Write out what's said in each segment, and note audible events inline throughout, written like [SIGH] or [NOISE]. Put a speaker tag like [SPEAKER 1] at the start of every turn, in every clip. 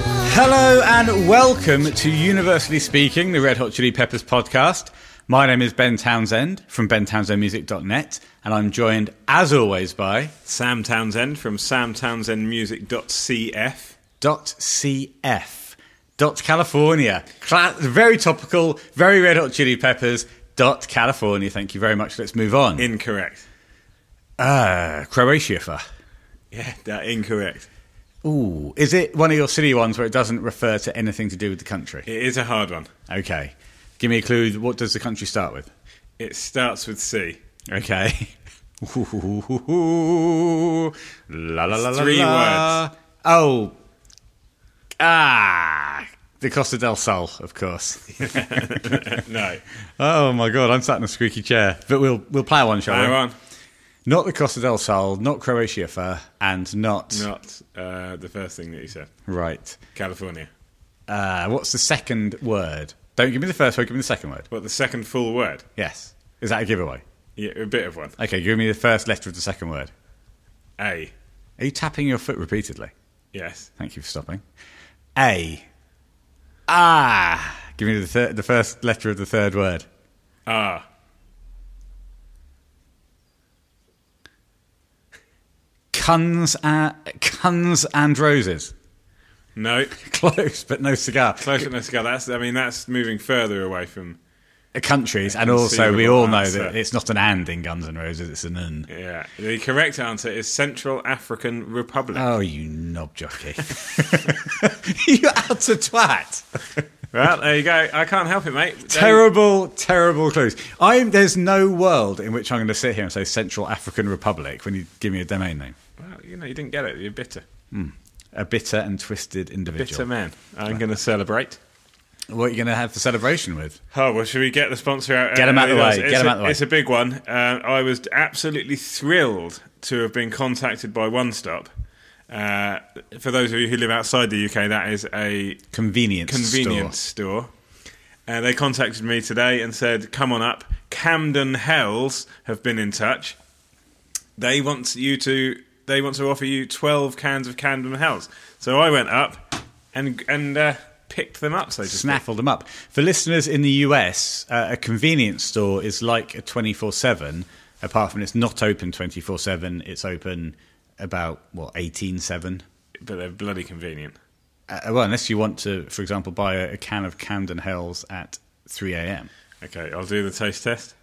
[SPEAKER 1] Hello and welcome to Universally Speaking, the Red Hot Chili Peppers podcast. My name is Ben Townsend from bentownsendmusic.net, and I'm joined, as always, by
[SPEAKER 2] Sam Townsend from samtownsendmusic.cf.
[SPEAKER 1] .cf, dot California. Cla- very topical, very Red Hot Chili Peppers, dot California. Thank you very much. Let's move on.
[SPEAKER 2] Incorrect.
[SPEAKER 1] Uh, Croatia. for.
[SPEAKER 2] Yeah, that incorrect.
[SPEAKER 1] Ooh, is it one of your silly ones where it doesn't refer to anything to do with the country?
[SPEAKER 2] It is a hard one.
[SPEAKER 1] Okay. Give me a clue. What does the country start with?
[SPEAKER 2] It starts with C. [LAUGHS]
[SPEAKER 1] Okay. Ooh, la la la la.
[SPEAKER 2] Three
[SPEAKER 1] la.
[SPEAKER 2] words.
[SPEAKER 1] Oh. Ah. The Costa del Sol, of course.
[SPEAKER 2] No.
[SPEAKER 1] oh my god, I'm sat in a squeaky chair. But we'll we'll plow on, shall we?
[SPEAKER 2] Hang on.
[SPEAKER 1] Not the Costa del Sol, not Croatia fur, and not
[SPEAKER 2] Not uh, the first thing that you said.
[SPEAKER 1] right.
[SPEAKER 2] California.
[SPEAKER 1] Uh, what's the second word? Don't give me the first word. Give me the second word.
[SPEAKER 2] What, the second full word?
[SPEAKER 1] Yes. Is that a giveaway?
[SPEAKER 2] Yeah, a bit of one.
[SPEAKER 1] Okay, give me the first letter of the second word.
[SPEAKER 2] A.
[SPEAKER 1] Are you tapping your foot repeatedly?
[SPEAKER 2] Yes.
[SPEAKER 1] Thank you for stopping. A. Ah. Give me the, thir- the first letter of the third word.
[SPEAKER 2] R.
[SPEAKER 1] Cuns and, cuns and roses. [LAUGHS]
[SPEAKER 2] No.
[SPEAKER 1] Close, but no cigar.
[SPEAKER 2] Close enough to go. That's, I mean, that's moving further away from.
[SPEAKER 1] Countries, and also we all know that
[SPEAKER 2] Answer.
[SPEAKER 1] it's not an and in Guns and Roses, it's an un.
[SPEAKER 2] Yeah. The correct answer is Central African Republic.
[SPEAKER 1] Oh, you knob jockey. [LAUGHS] you utter twat.
[SPEAKER 2] Well, there you go. I can't help it, mate. They-
[SPEAKER 1] terrible, terrible clues. I'm, there's no world in which I'm going to sit here and say Central African Republic when you give me a domain name.
[SPEAKER 2] Well, you know, you didn't get it. You're bitter.
[SPEAKER 1] A bitter and twisted
[SPEAKER 2] Bitter
[SPEAKER 1] individual.
[SPEAKER 2] man. I'm going to celebrate.
[SPEAKER 1] what are you going to have for celebration with?
[SPEAKER 2] Oh, well, should we get the sponsor out?
[SPEAKER 1] Get 'em out the
[SPEAKER 2] early?
[SPEAKER 1] way,
[SPEAKER 2] It's-
[SPEAKER 1] get
[SPEAKER 2] it's
[SPEAKER 1] 'em
[SPEAKER 2] a-
[SPEAKER 1] out the way.
[SPEAKER 2] It's a big one. Uh, I was absolutely thrilled to have been contacted by One Stop. Uh, for those of you who live outside the UK, that is a
[SPEAKER 1] Convenience.
[SPEAKER 2] convenience
[SPEAKER 1] store.
[SPEAKER 2] store. Uh, they contacted me today and said, "Come on up." Camden Hells have been in touch. They want you to. They want to offer you twelve cans of Camden Hells. So I went up and and uh, picked them up. So to speak.
[SPEAKER 1] Snaffled them up. For listeners in the US, uh, a convenience store is like a 24 7, apart from it's not open 24 7, it's open about, what, 18 7?
[SPEAKER 2] but they're bloody convenient.
[SPEAKER 1] Uh, well, unless you want to, for example, buy a, a can of Camden Hells at 3 a.m.
[SPEAKER 2] Okay, I'll do the taste test.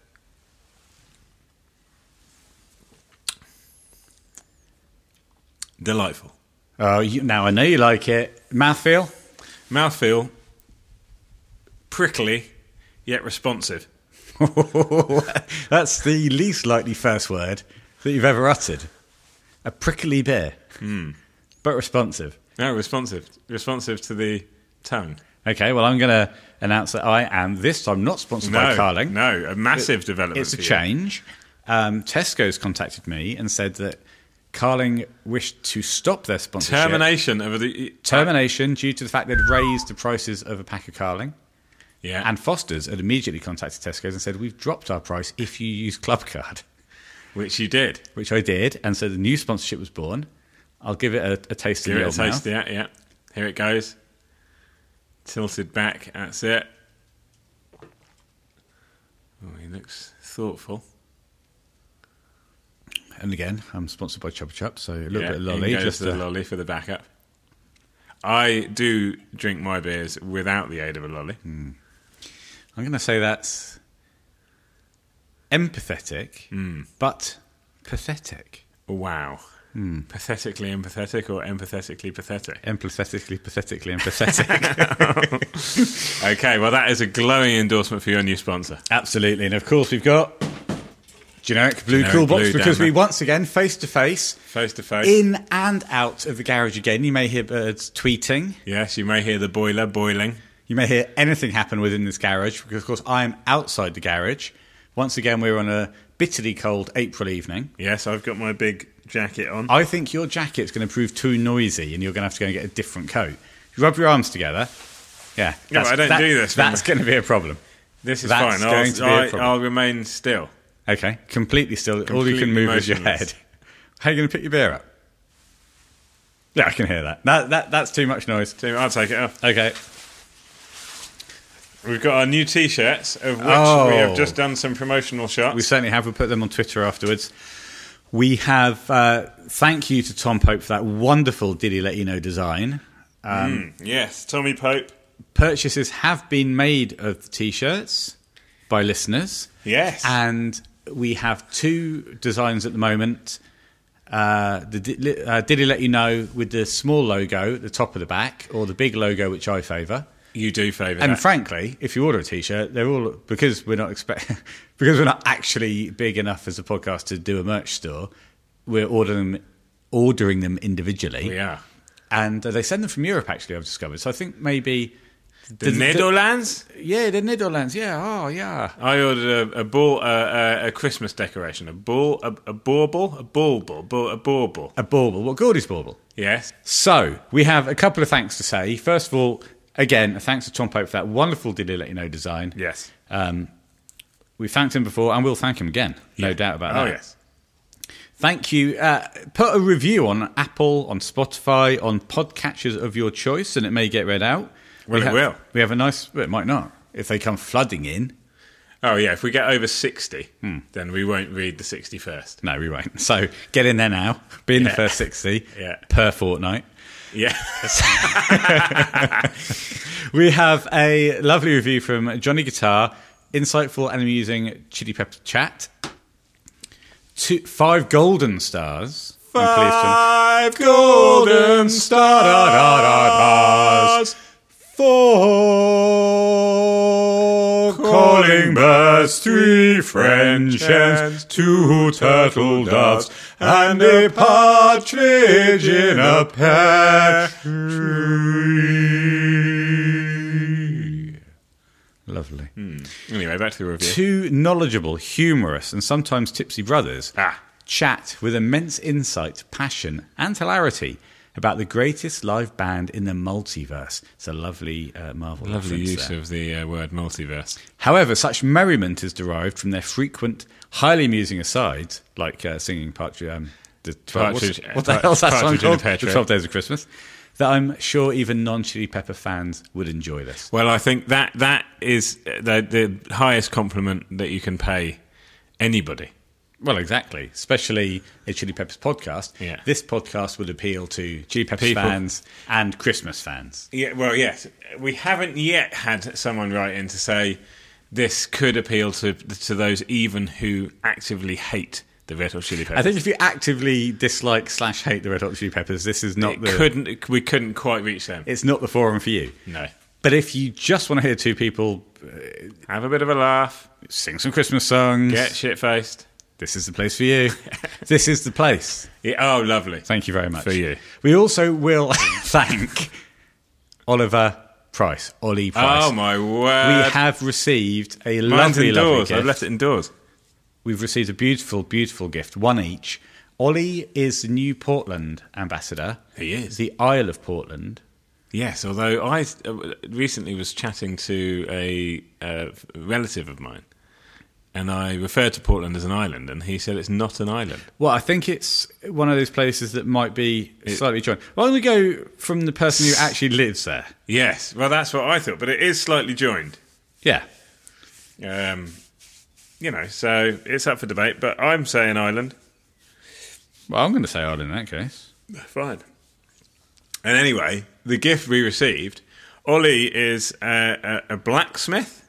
[SPEAKER 2] Delightful.
[SPEAKER 1] Oh, you, now I know you like it. Mouthfeel? [LAUGHS]
[SPEAKER 2] Mouthfeel prickly yet responsive.
[SPEAKER 1] That's the least likely first word that you've ever uttered. A prickly beer,
[SPEAKER 2] Hmm.
[SPEAKER 1] but responsive.
[SPEAKER 2] No, responsive. Responsive to the tongue.
[SPEAKER 1] Okay, well, I'm going to announce that I am this time not sponsored
[SPEAKER 2] No,
[SPEAKER 1] by Carling.
[SPEAKER 2] no, a massive development.
[SPEAKER 1] It's a
[SPEAKER 2] for you.
[SPEAKER 1] change. Um, Tesco's contacted me and said that Carling wished to stop their sponsorship.
[SPEAKER 2] Termination of the
[SPEAKER 1] Termination due to the fact they'd raised the prices of a pack of Carling.
[SPEAKER 2] Yeah,
[SPEAKER 1] And Foster's had immediately contacted Tesco's and said, We've dropped our price if you use Club Card. [LAUGHS]
[SPEAKER 2] which you did.
[SPEAKER 1] which I did, and so the new sponsorship was born. I'll give it a, a taste
[SPEAKER 2] Give
[SPEAKER 1] in
[SPEAKER 2] it
[SPEAKER 1] the
[SPEAKER 2] a
[SPEAKER 1] old
[SPEAKER 2] taste.
[SPEAKER 1] mouth.
[SPEAKER 2] Yeah, yeah. Here it goes. Tilted back. That's it. Oh, he looks thoughtful.
[SPEAKER 1] And again, I'm sponsored by Chubba Chup, so a little
[SPEAKER 2] Yeah,
[SPEAKER 1] bit of
[SPEAKER 2] in
[SPEAKER 1] lolly.
[SPEAKER 2] goes
[SPEAKER 1] Just
[SPEAKER 2] the
[SPEAKER 1] a,
[SPEAKER 2] lolly for the backup. I do drink my beers without the aid of a lolly.
[SPEAKER 1] Hmm. I'm going to say that's empathetic,
[SPEAKER 2] Hmm.
[SPEAKER 1] but pathetic.
[SPEAKER 2] Wow.
[SPEAKER 1] Hmm.
[SPEAKER 2] Pathetically empathetic or empathetically pathetic?
[SPEAKER 1] Empathetically, pathetically, and pathetic. [LAUGHS]
[SPEAKER 2] Okay, well, that is a glowing endorsement for your new sponsor.
[SPEAKER 1] Absolutely. And of course, we've got generic blue
[SPEAKER 2] Generic
[SPEAKER 1] cool box
[SPEAKER 2] blue
[SPEAKER 1] because
[SPEAKER 2] down
[SPEAKER 1] we
[SPEAKER 2] there.
[SPEAKER 1] once again, face to face,
[SPEAKER 2] Face to face.
[SPEAKER 1] in and out of the garage again. You may hear birds tweeting.
[SPEAKER 2] Yes, you may hear the boiler boiling.
[SPEAKER 1] You may hear anything happen within this garage because, of course, I am outside the garage. Once again, we're on a bitterly cold April evening.
[SPEAKER 2] Yes, I've got my big jacket on.
[SPEAKER 1] I think your jacket's going to prove too noisy and you're going to have to go and get a different coat. You rub your arms together. Yeah.
[SPEAKER 2] No,
[SPEAKER 1] that's-
[SPEAKER 2] I don't
[SPEAKER 1] that-
[SPEAKER 2] do this,
[SPEAKER 1] That's going to be a problem.
[SPEAKER 2] This is
[SPEAKER 1] That's
[SPEAKER 2] fine.
[SPEAKER 1] going to
[SPEAKER 2] I'll,
[SPEAKER 1] be a
[SPEAKER 2] I-
[SPEAKER 1] problem.
[SPEAKER 2] I'll remain still.
[SPEAKER 1] Okay. Completely still. all you can
[SPEAKER 2] Completely
[SPEAKER 1] move is your head.
[SPEAKER 2] motionless.
[SPEAKER 1] How are you going to pick your beer up? Yeah, I can hear that. That that that's too much noise.
[SPEAKER 2] Tim, I'll take it off.
[SPEAKER 1] Okay.
[SPEAKER 2] We've got our new T-shirts, of which
[SPEAKER 1] Oh.
[SPEAKER 2] we have just done some promotional shots.
[SPEAKER 1] We certainly have. We put them on Twitter afterwards. We have. Uh, thank you to Tom Pope for that wonderful Did He Let You Know design.
[SPEAKER 2] yes, Tommy Pope.
[SPEAKER 1] Purchases have been made of the t shirts by listeners.
[SPEAKER 2] Yes.
[SPEAKER 1] And we have two designs at the moment. Uh, the Di- li- uh, Did He Let You Know with the small logo at the top of the back, or the big logo, which I favour.
[SPEAKER 2] you do favour
[SPEAKER 1] And frankly, if you order a T-shirt, they're all because we're not expect [LAUGHS] because we're not actually big enough as a podcast to do a merch store. We're ordering them, ordering them individually,
[SPEAKER 2] Yeah.
[SPEAKER 1] and uh, they send them from Europe. Actually, I've discovered. So I think maybe
[SPEAKER 2] The Netherlands.
[SPEAKER 1] yeah, the Netherlands, yeah, oh yeah,
[SPEAKER 2] I ordered a, a ball, a, a, a Christmas decoration, a ball, a, a bauble, a bauble, bau- a bauble.
[SPEAKER 1] a bauble. What Gordy's bauble?
[SPEAKER 2] Yes.
[SPEAKER 1] So we have a couple of thanks to say. First of all, again, a thanks to Tom Pope for that wonderful "Dilly Let You Know" design.
[SPEAKER 2] Yes.
[SPEAKER 1] Uh, We thanked him before, and we'll thank him again. No doubt about
[SPEAKER 2] oh
[SPEAKER 1] that.
[SPEAKER 2] yes.
[SPEAKER 1] Thank you. Uh, put a review on Apple, on Spotify, on podcatchers of your choice, and it may get read out.
[SPEAKER 2] Well, it
[SPEAKER 1] ha-
[SPEAKER 2] will.
[SPEAKER 1] We have a nice. Well, it might not if they come flooding in.
[SPEAKER 2] Oh yeah. If we get over sixty,
[SPEAKER 1] Hmm.
[SPEAKER 2] then we won't read the sixty first.
[SPEAKER 1] No, we won't. So get in there now. Be in
[SPEAKER 2] Yeah.
[SPEAKER 1] the first sixty
[SPEAKER 2] [LAUGHS] Yeah.
[SPEAKER 1] per fortnight.
[SPEAKER 2] [LAUGHS] Yeah.
[SPEAKER 1] We have a lovely review from Johnny Guitar, insightful and amusing Chili Pepper chat. Two, five golden stars. I'm pleased to-
[SPEAKER 2] Five golden stars
[SPEAKER 1] Four calling birds, three French hens, two turtle doves, and a partridge in a pear tree. Lovely.
[SPEAKER 2] Anyway, back to the review.
[SPEAKER 1] Hmm. Two knowledgeable, humorous, and sometimes tipsy brothers
[SPEAKER 2] Ah.
[SPEAKER 1] chat with immense insight, passion, and hilarity about the greatest live band in the multiverse. It's a lovely uh, Marvel
[SPEAKER 2] Lovely
[SPEAKER 1] reference
[SPEAKER 2] use
[SPEAKER 1] there.
[SPEAKER 2] of the uh, word multiverse.
[SPEAKER 1] However, such merriment is derived from their frequent, highly amusing asides, like uh, singing Partridge. Um, the 12,
[SPEAKER 2] Partridge-
[SPEAKER 1] what's- what the hell's that song
[SPEAKER 2] Partridge in a
[SPEAKER 1] called?
[SPEAKER 2] Pear
[SPEAKER 1] The
[SPEAKER 2] Tree.
[SPEAKER 1] 12 Days of Christmas. That I'm sure even non Chili Pepper fans would enjoy this.
[SPEAKER 2] Well, I think that that is uh, the, the highest compliment that you can pay anybody.
[SPEAKER 1] Well, exactly. Especially a Chili Peppers podcast.
[SPEAKER 2] Yeah.
[SPEAKER 1] This podcast would appeal to Chili Peppers
[SPEAKER 2] People-
[SPEAKER 1] fans and Christmas fans.
[SPEAKER 2] Yeah, well, yes, we haven't yet had someone write in to say this could appeal to to those even who actively hate the Red Hot Chili Peppers.
[SPEAKER 1] I think if you actively dislike slash hate the Red Hot Chili Peppers, this is not
[SPEAKER 2] it
[SPEAKER 1] the
[SPEAKER 2] couldn't we couldn't quite reach them.
[SPEAKER 1] it's not the forum for you.
[SPEAKER 2] no,
[SPEAKER 1] But if you just want to hear two people
[SPEAKER 2] have a bit of a laugh,
[SPEAKER 1] sing some Christmas songs,
[SPEAKER 2] get shit faced.
[SPEAKER 1] this is the place for [LAUGHS] you. this is the place.
[SPEAKER 2] Yeah, oh, lovely.
[SPEAKER 1] Thank you very much
[SPEAKER 2] For you.
[SPEAKER 1] We also will [LAUGHS] thank Oliver Price, Ollie Price.
[SPEAKER 2] Oh my
[SPEAKER 1] we
[SPEAKER 2] word!
[SPEAKER 1] have received a
[SPEAKER 2] Mine's
[SPEAKER 1] lovely, lovely
[SPEAKER 2] indoors.
[SPEAKER 1] gift.
[SPEAKER 2] I've left it indoors.
[SPEAKER 1] We've received a beautiful, beautiful gift, one each. Ollie is the new Portland ambassador.
[SPEAKER 2] He is.
[SPEAKER 1] The Isle of Portland.
[SPEAKER 2] Yes, although I uh, recently was chatting to a uh, relative of mine, and I referred to Portland as an island, and he said it's not an island.
[SPEAKER 1] Well, I think it's one of those places that might be slightly joined. Well, I'm going to go from the person who actually lives there.
[SPEAKER 2] Yes, well, that's what I thought, but it is slightly joined.
[SPEAKER 1] Yeah.
[SPEAKER 2] Um, you know, so it's up for debate, but I'm saying island.
[SPEAKER 1] Well, I'm going to say Ireland in that case.
[SPEAKER 2] Fine. And anyway, the gift we received, Ollie is a, a, a blacksmith.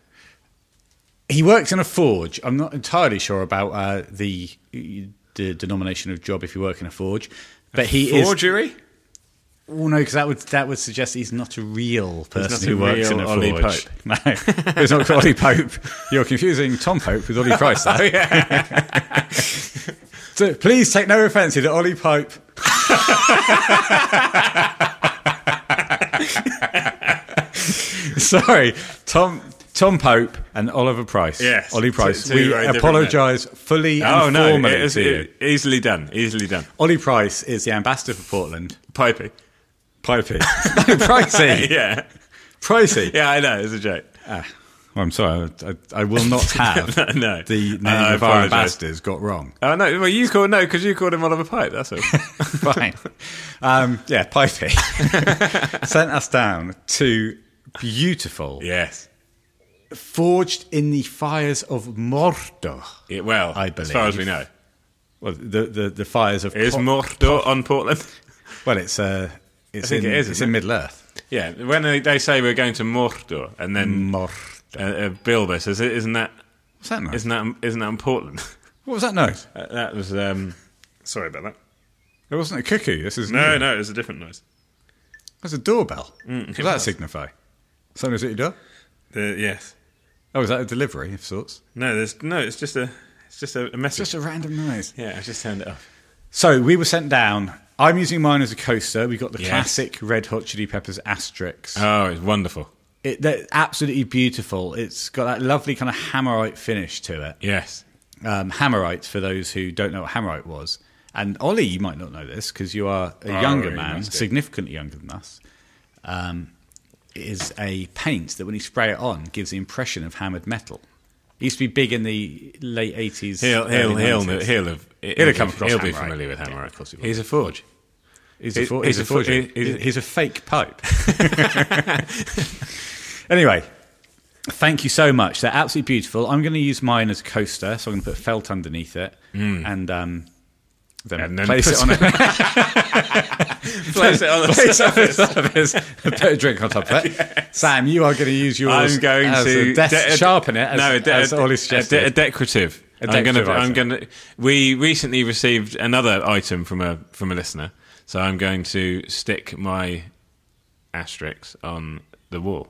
[SPEAKER 1] He works in a forge. I'm not entirely sure about uh, the the denomination of job if you work in a forge, but he is. [LAUGHS]
[SPEAKER 2] Forgery?
[SPEAKER 1] Well, no, because that would that would suggest he's not a real
[SPEAKER 2] not
[SPEAKER 1] person
[SPEAKER 2] a
[SPEAKER 1] who works
[SPEAKER 2] real
[SPEAKER 1] in a
[SPEAKER 2] Ollie
[SPEAKER 1] forge. [LAUGHS] No, it's not Ollie Pope. You're confusing Tom Pope with Ollie Price. Though. so please take no offence here to Ollie Pope. Sorry, Tom Tom Pope and Oliver Price.
[SPEAKER 2] Yes,
[SPEAKER 1] Ollie
[SPEAKER 2] two-
[SPEAKER 1] Price.
[SPEAKER 2] two
[SPEAKER 1] we
[SPEAKER 2] very different
[SPEAKER 1] apologise fully and
[SPEAKER 2] Oh, no. [LAUGHS]
[SPEAKER 1] formally
[SPEAKER 2] it is-
[SPEAKER 1] to you.
[SPEAKER 2] it- easily done.
[SPEAKER 1] [LAUGHS]
[SPEAKER 2] Easily done.
[SPEAKER 1] Ollie Price is the ambassador for Portland.
[SPEAKER 2] Pipey.
[SPEAKER 1] Pipey. [LAUGHS] no, Pricey.
[SPEAKER 2] [LAUGHS] Yeah.
[SPEAKER 1] Pricey.
[SPEAKER 2] Yeah, I know. It's a joke. [LAUGHS]
[SPEAKER 1] Well, I'm sorry, I, I, I will not have
[SPEAKER 2] No, no.
[SPEAKER 1] the name
[SPEAKER 2] I
[SPEAKER 1] of our
[SPEAKER 2] apologise.
[SPEAKER 1] ambassadors got wrong.
[SPEAKER 2] Oh no! Well, you called no because you called him Oliver Pipe.
[SPEAKER 1] [LAUGHS]
[SPEAKER 2] That's all.
[SPEAKER 1] Fine. Um, yeah, Pipey [LAUGHS] sent us down to beautiful,
[SPEAKER 2] yes.
[SPEAKER 1] forged in the fires of Mordor.
[SPEAKER 2] It, well,
[SPEAKER 1] I
[SPEAKER 2] as far as we
[SPEAKER 1] believe.
[SPEAKER 2] know,
[SPEAKER 1] Well, the the, the fires of
[SPEAKER 2] it is
[SPEAKER 1] Po-
[SPEAKER 2] Mordor on Portland. [LAUGHS]
[SPEAKER 1] Well, it's uh, it's
[SPEAKER 2] think
[SPEAKER 1] in
[SPEAKER 2] it is,
[SPEAKER 1] it's
[SPEAKER 2] isn't
[SPEAKER 1] in Middle Earth.
[SPEAKER 2] Yeah, when they, they say we're going to Mordor, and then
[SPEAKER 1] Mordor.
[SPEAKER 2] uh, uh, Bilbo says, "Isn't that
[SPEAKER 1] What's that noise?
[SPEAKER 2] isn't that isn't that in Portland?" [LAUGHS]
[SPEAKER 1] what was that noise?
[SPEAKER 2] Uh, that was um, sorry about that.
[SPEAKER 1] It wasn't a cuckoo. This is
[SPEAKER 2] No, Mm,
[SPEAKER 1] new.
[SPEAKER 2] no, it was a different noise.
[SPEAKER 1] That's a doorbell. what does that signify? Someone's at your door?
[SPEAKER 2] The, yes,
[SPEAKER 1] Oh, is that a delivery of sorts?
[SPEAKER 2] no, there's no. It's just a it's just a, a message.
[SPEAKER 1] Just a random noise.
[SPEAKER 2] yeah, I just turned it off.
[SPEAKER 1] So we were sent down. I'm using mine as a coaster. We got the
[SPEAKER 2] Yes.
[SPEAKER 1] classic Red Hot Chili Peppers asterisk.
[SPEAKER 2] Oh, it's wonderful.
[SPEAKER 1] It, they're absolutely beautiful. It's got that lovely kind of hammerite finish to it.
[SPEAKER 2] Yes,
[SPEAKER 1] Um, hammerite, for those who don't know what hammerite was, and Ollie, you might not know this because you are a
[SPEAKER 2] Oh,
[SPEAKER 1] younger
[SPEAKER 2] you
[SPEAKER 1] man,
[SPEAKER 2] must do.
[SPEAKER 1] significantly younger than us. Um, is a paint that when you spray it on gives the impression of hammered metal. It used to be big in the late 80s.
[SPEAKER 2] he'll he'll
[SPEAKER 1] early
[SPEAKER 2] he'll
[SPEAKER 1] 90s.
[SPEAKER 2] he'll have he'll,
[SPEAKER 1] have come
[SPEAKER 2] be-
[SPEAKER 1] across
[SPEAKER 2] He'll be
[SPEAKER 1] Hammerite.
[SPEAKER 2] familiar with
[SPEAKER 1] Yeah,
[SPEAKER 2] Hammerite.
[SPEAKER 1] of course he will.
[SPEAKER 2] he's a forge.
[SPEAKER 1] He's a,
[SPEAKER 2] He's-
[SPEAKER 1] for,
[SPEAKER 2] he's
[SPEAKER 1] he's, a,
[SPEAKER 2] a for-
[SPEAKER 1] forger.
[SPEAKER 2] he- he's-
[SPEAKER 1] he's a fake
[SPEAKER 2] [LAUGHS]
[SPEAKER 1] pope. anyway, thank you so much. They're absolutely beautiful. I'm going to use mine as a coaster, so I'm going to put felt underneath it and um, then,
[SPEAKER 2] Hmm. And then
[SPEAKER 1] place it on [LAUGHS]
[SPEAKER 2] [LAUGHS]
[SPEAKER 1] a
[SPEAKER 2] Place it [LAUGHS] on the
[SPEAKER 1] place it on a surface. Put a drink on top of
[SPEAKER 2] [LAUGHS]
[SPEAKER 1] it. Sam, you are going to use yours.
[SPEAKER 2] I'm going
[SPEAKER 1] as
[SPEAKER 2] to
[SPEAKER 1] a death-
[SPEAKER 2] de- a-
[SPEAKER 1] sharpen it. As,
[SPEAKER 2] no, a de-
[SPEAKER 1] as
[SPEAKER 2] a-
[SPEAKER 1] Ollie
[SPEAKER 2] a,
[SPEAKER 1] suggested.
[SPEAKER 2] de- a decorative.
[SPEAKER 1] A
[SPEAKER 2] I'm going
[SPEAKER 1] decorative
[SPEAKER 2] to. I'm
[SPEAKER 1] item.
[SPEAKER 2] going to. We recently received another item from a from a listener, so I'm going to stick my asterisk on the wall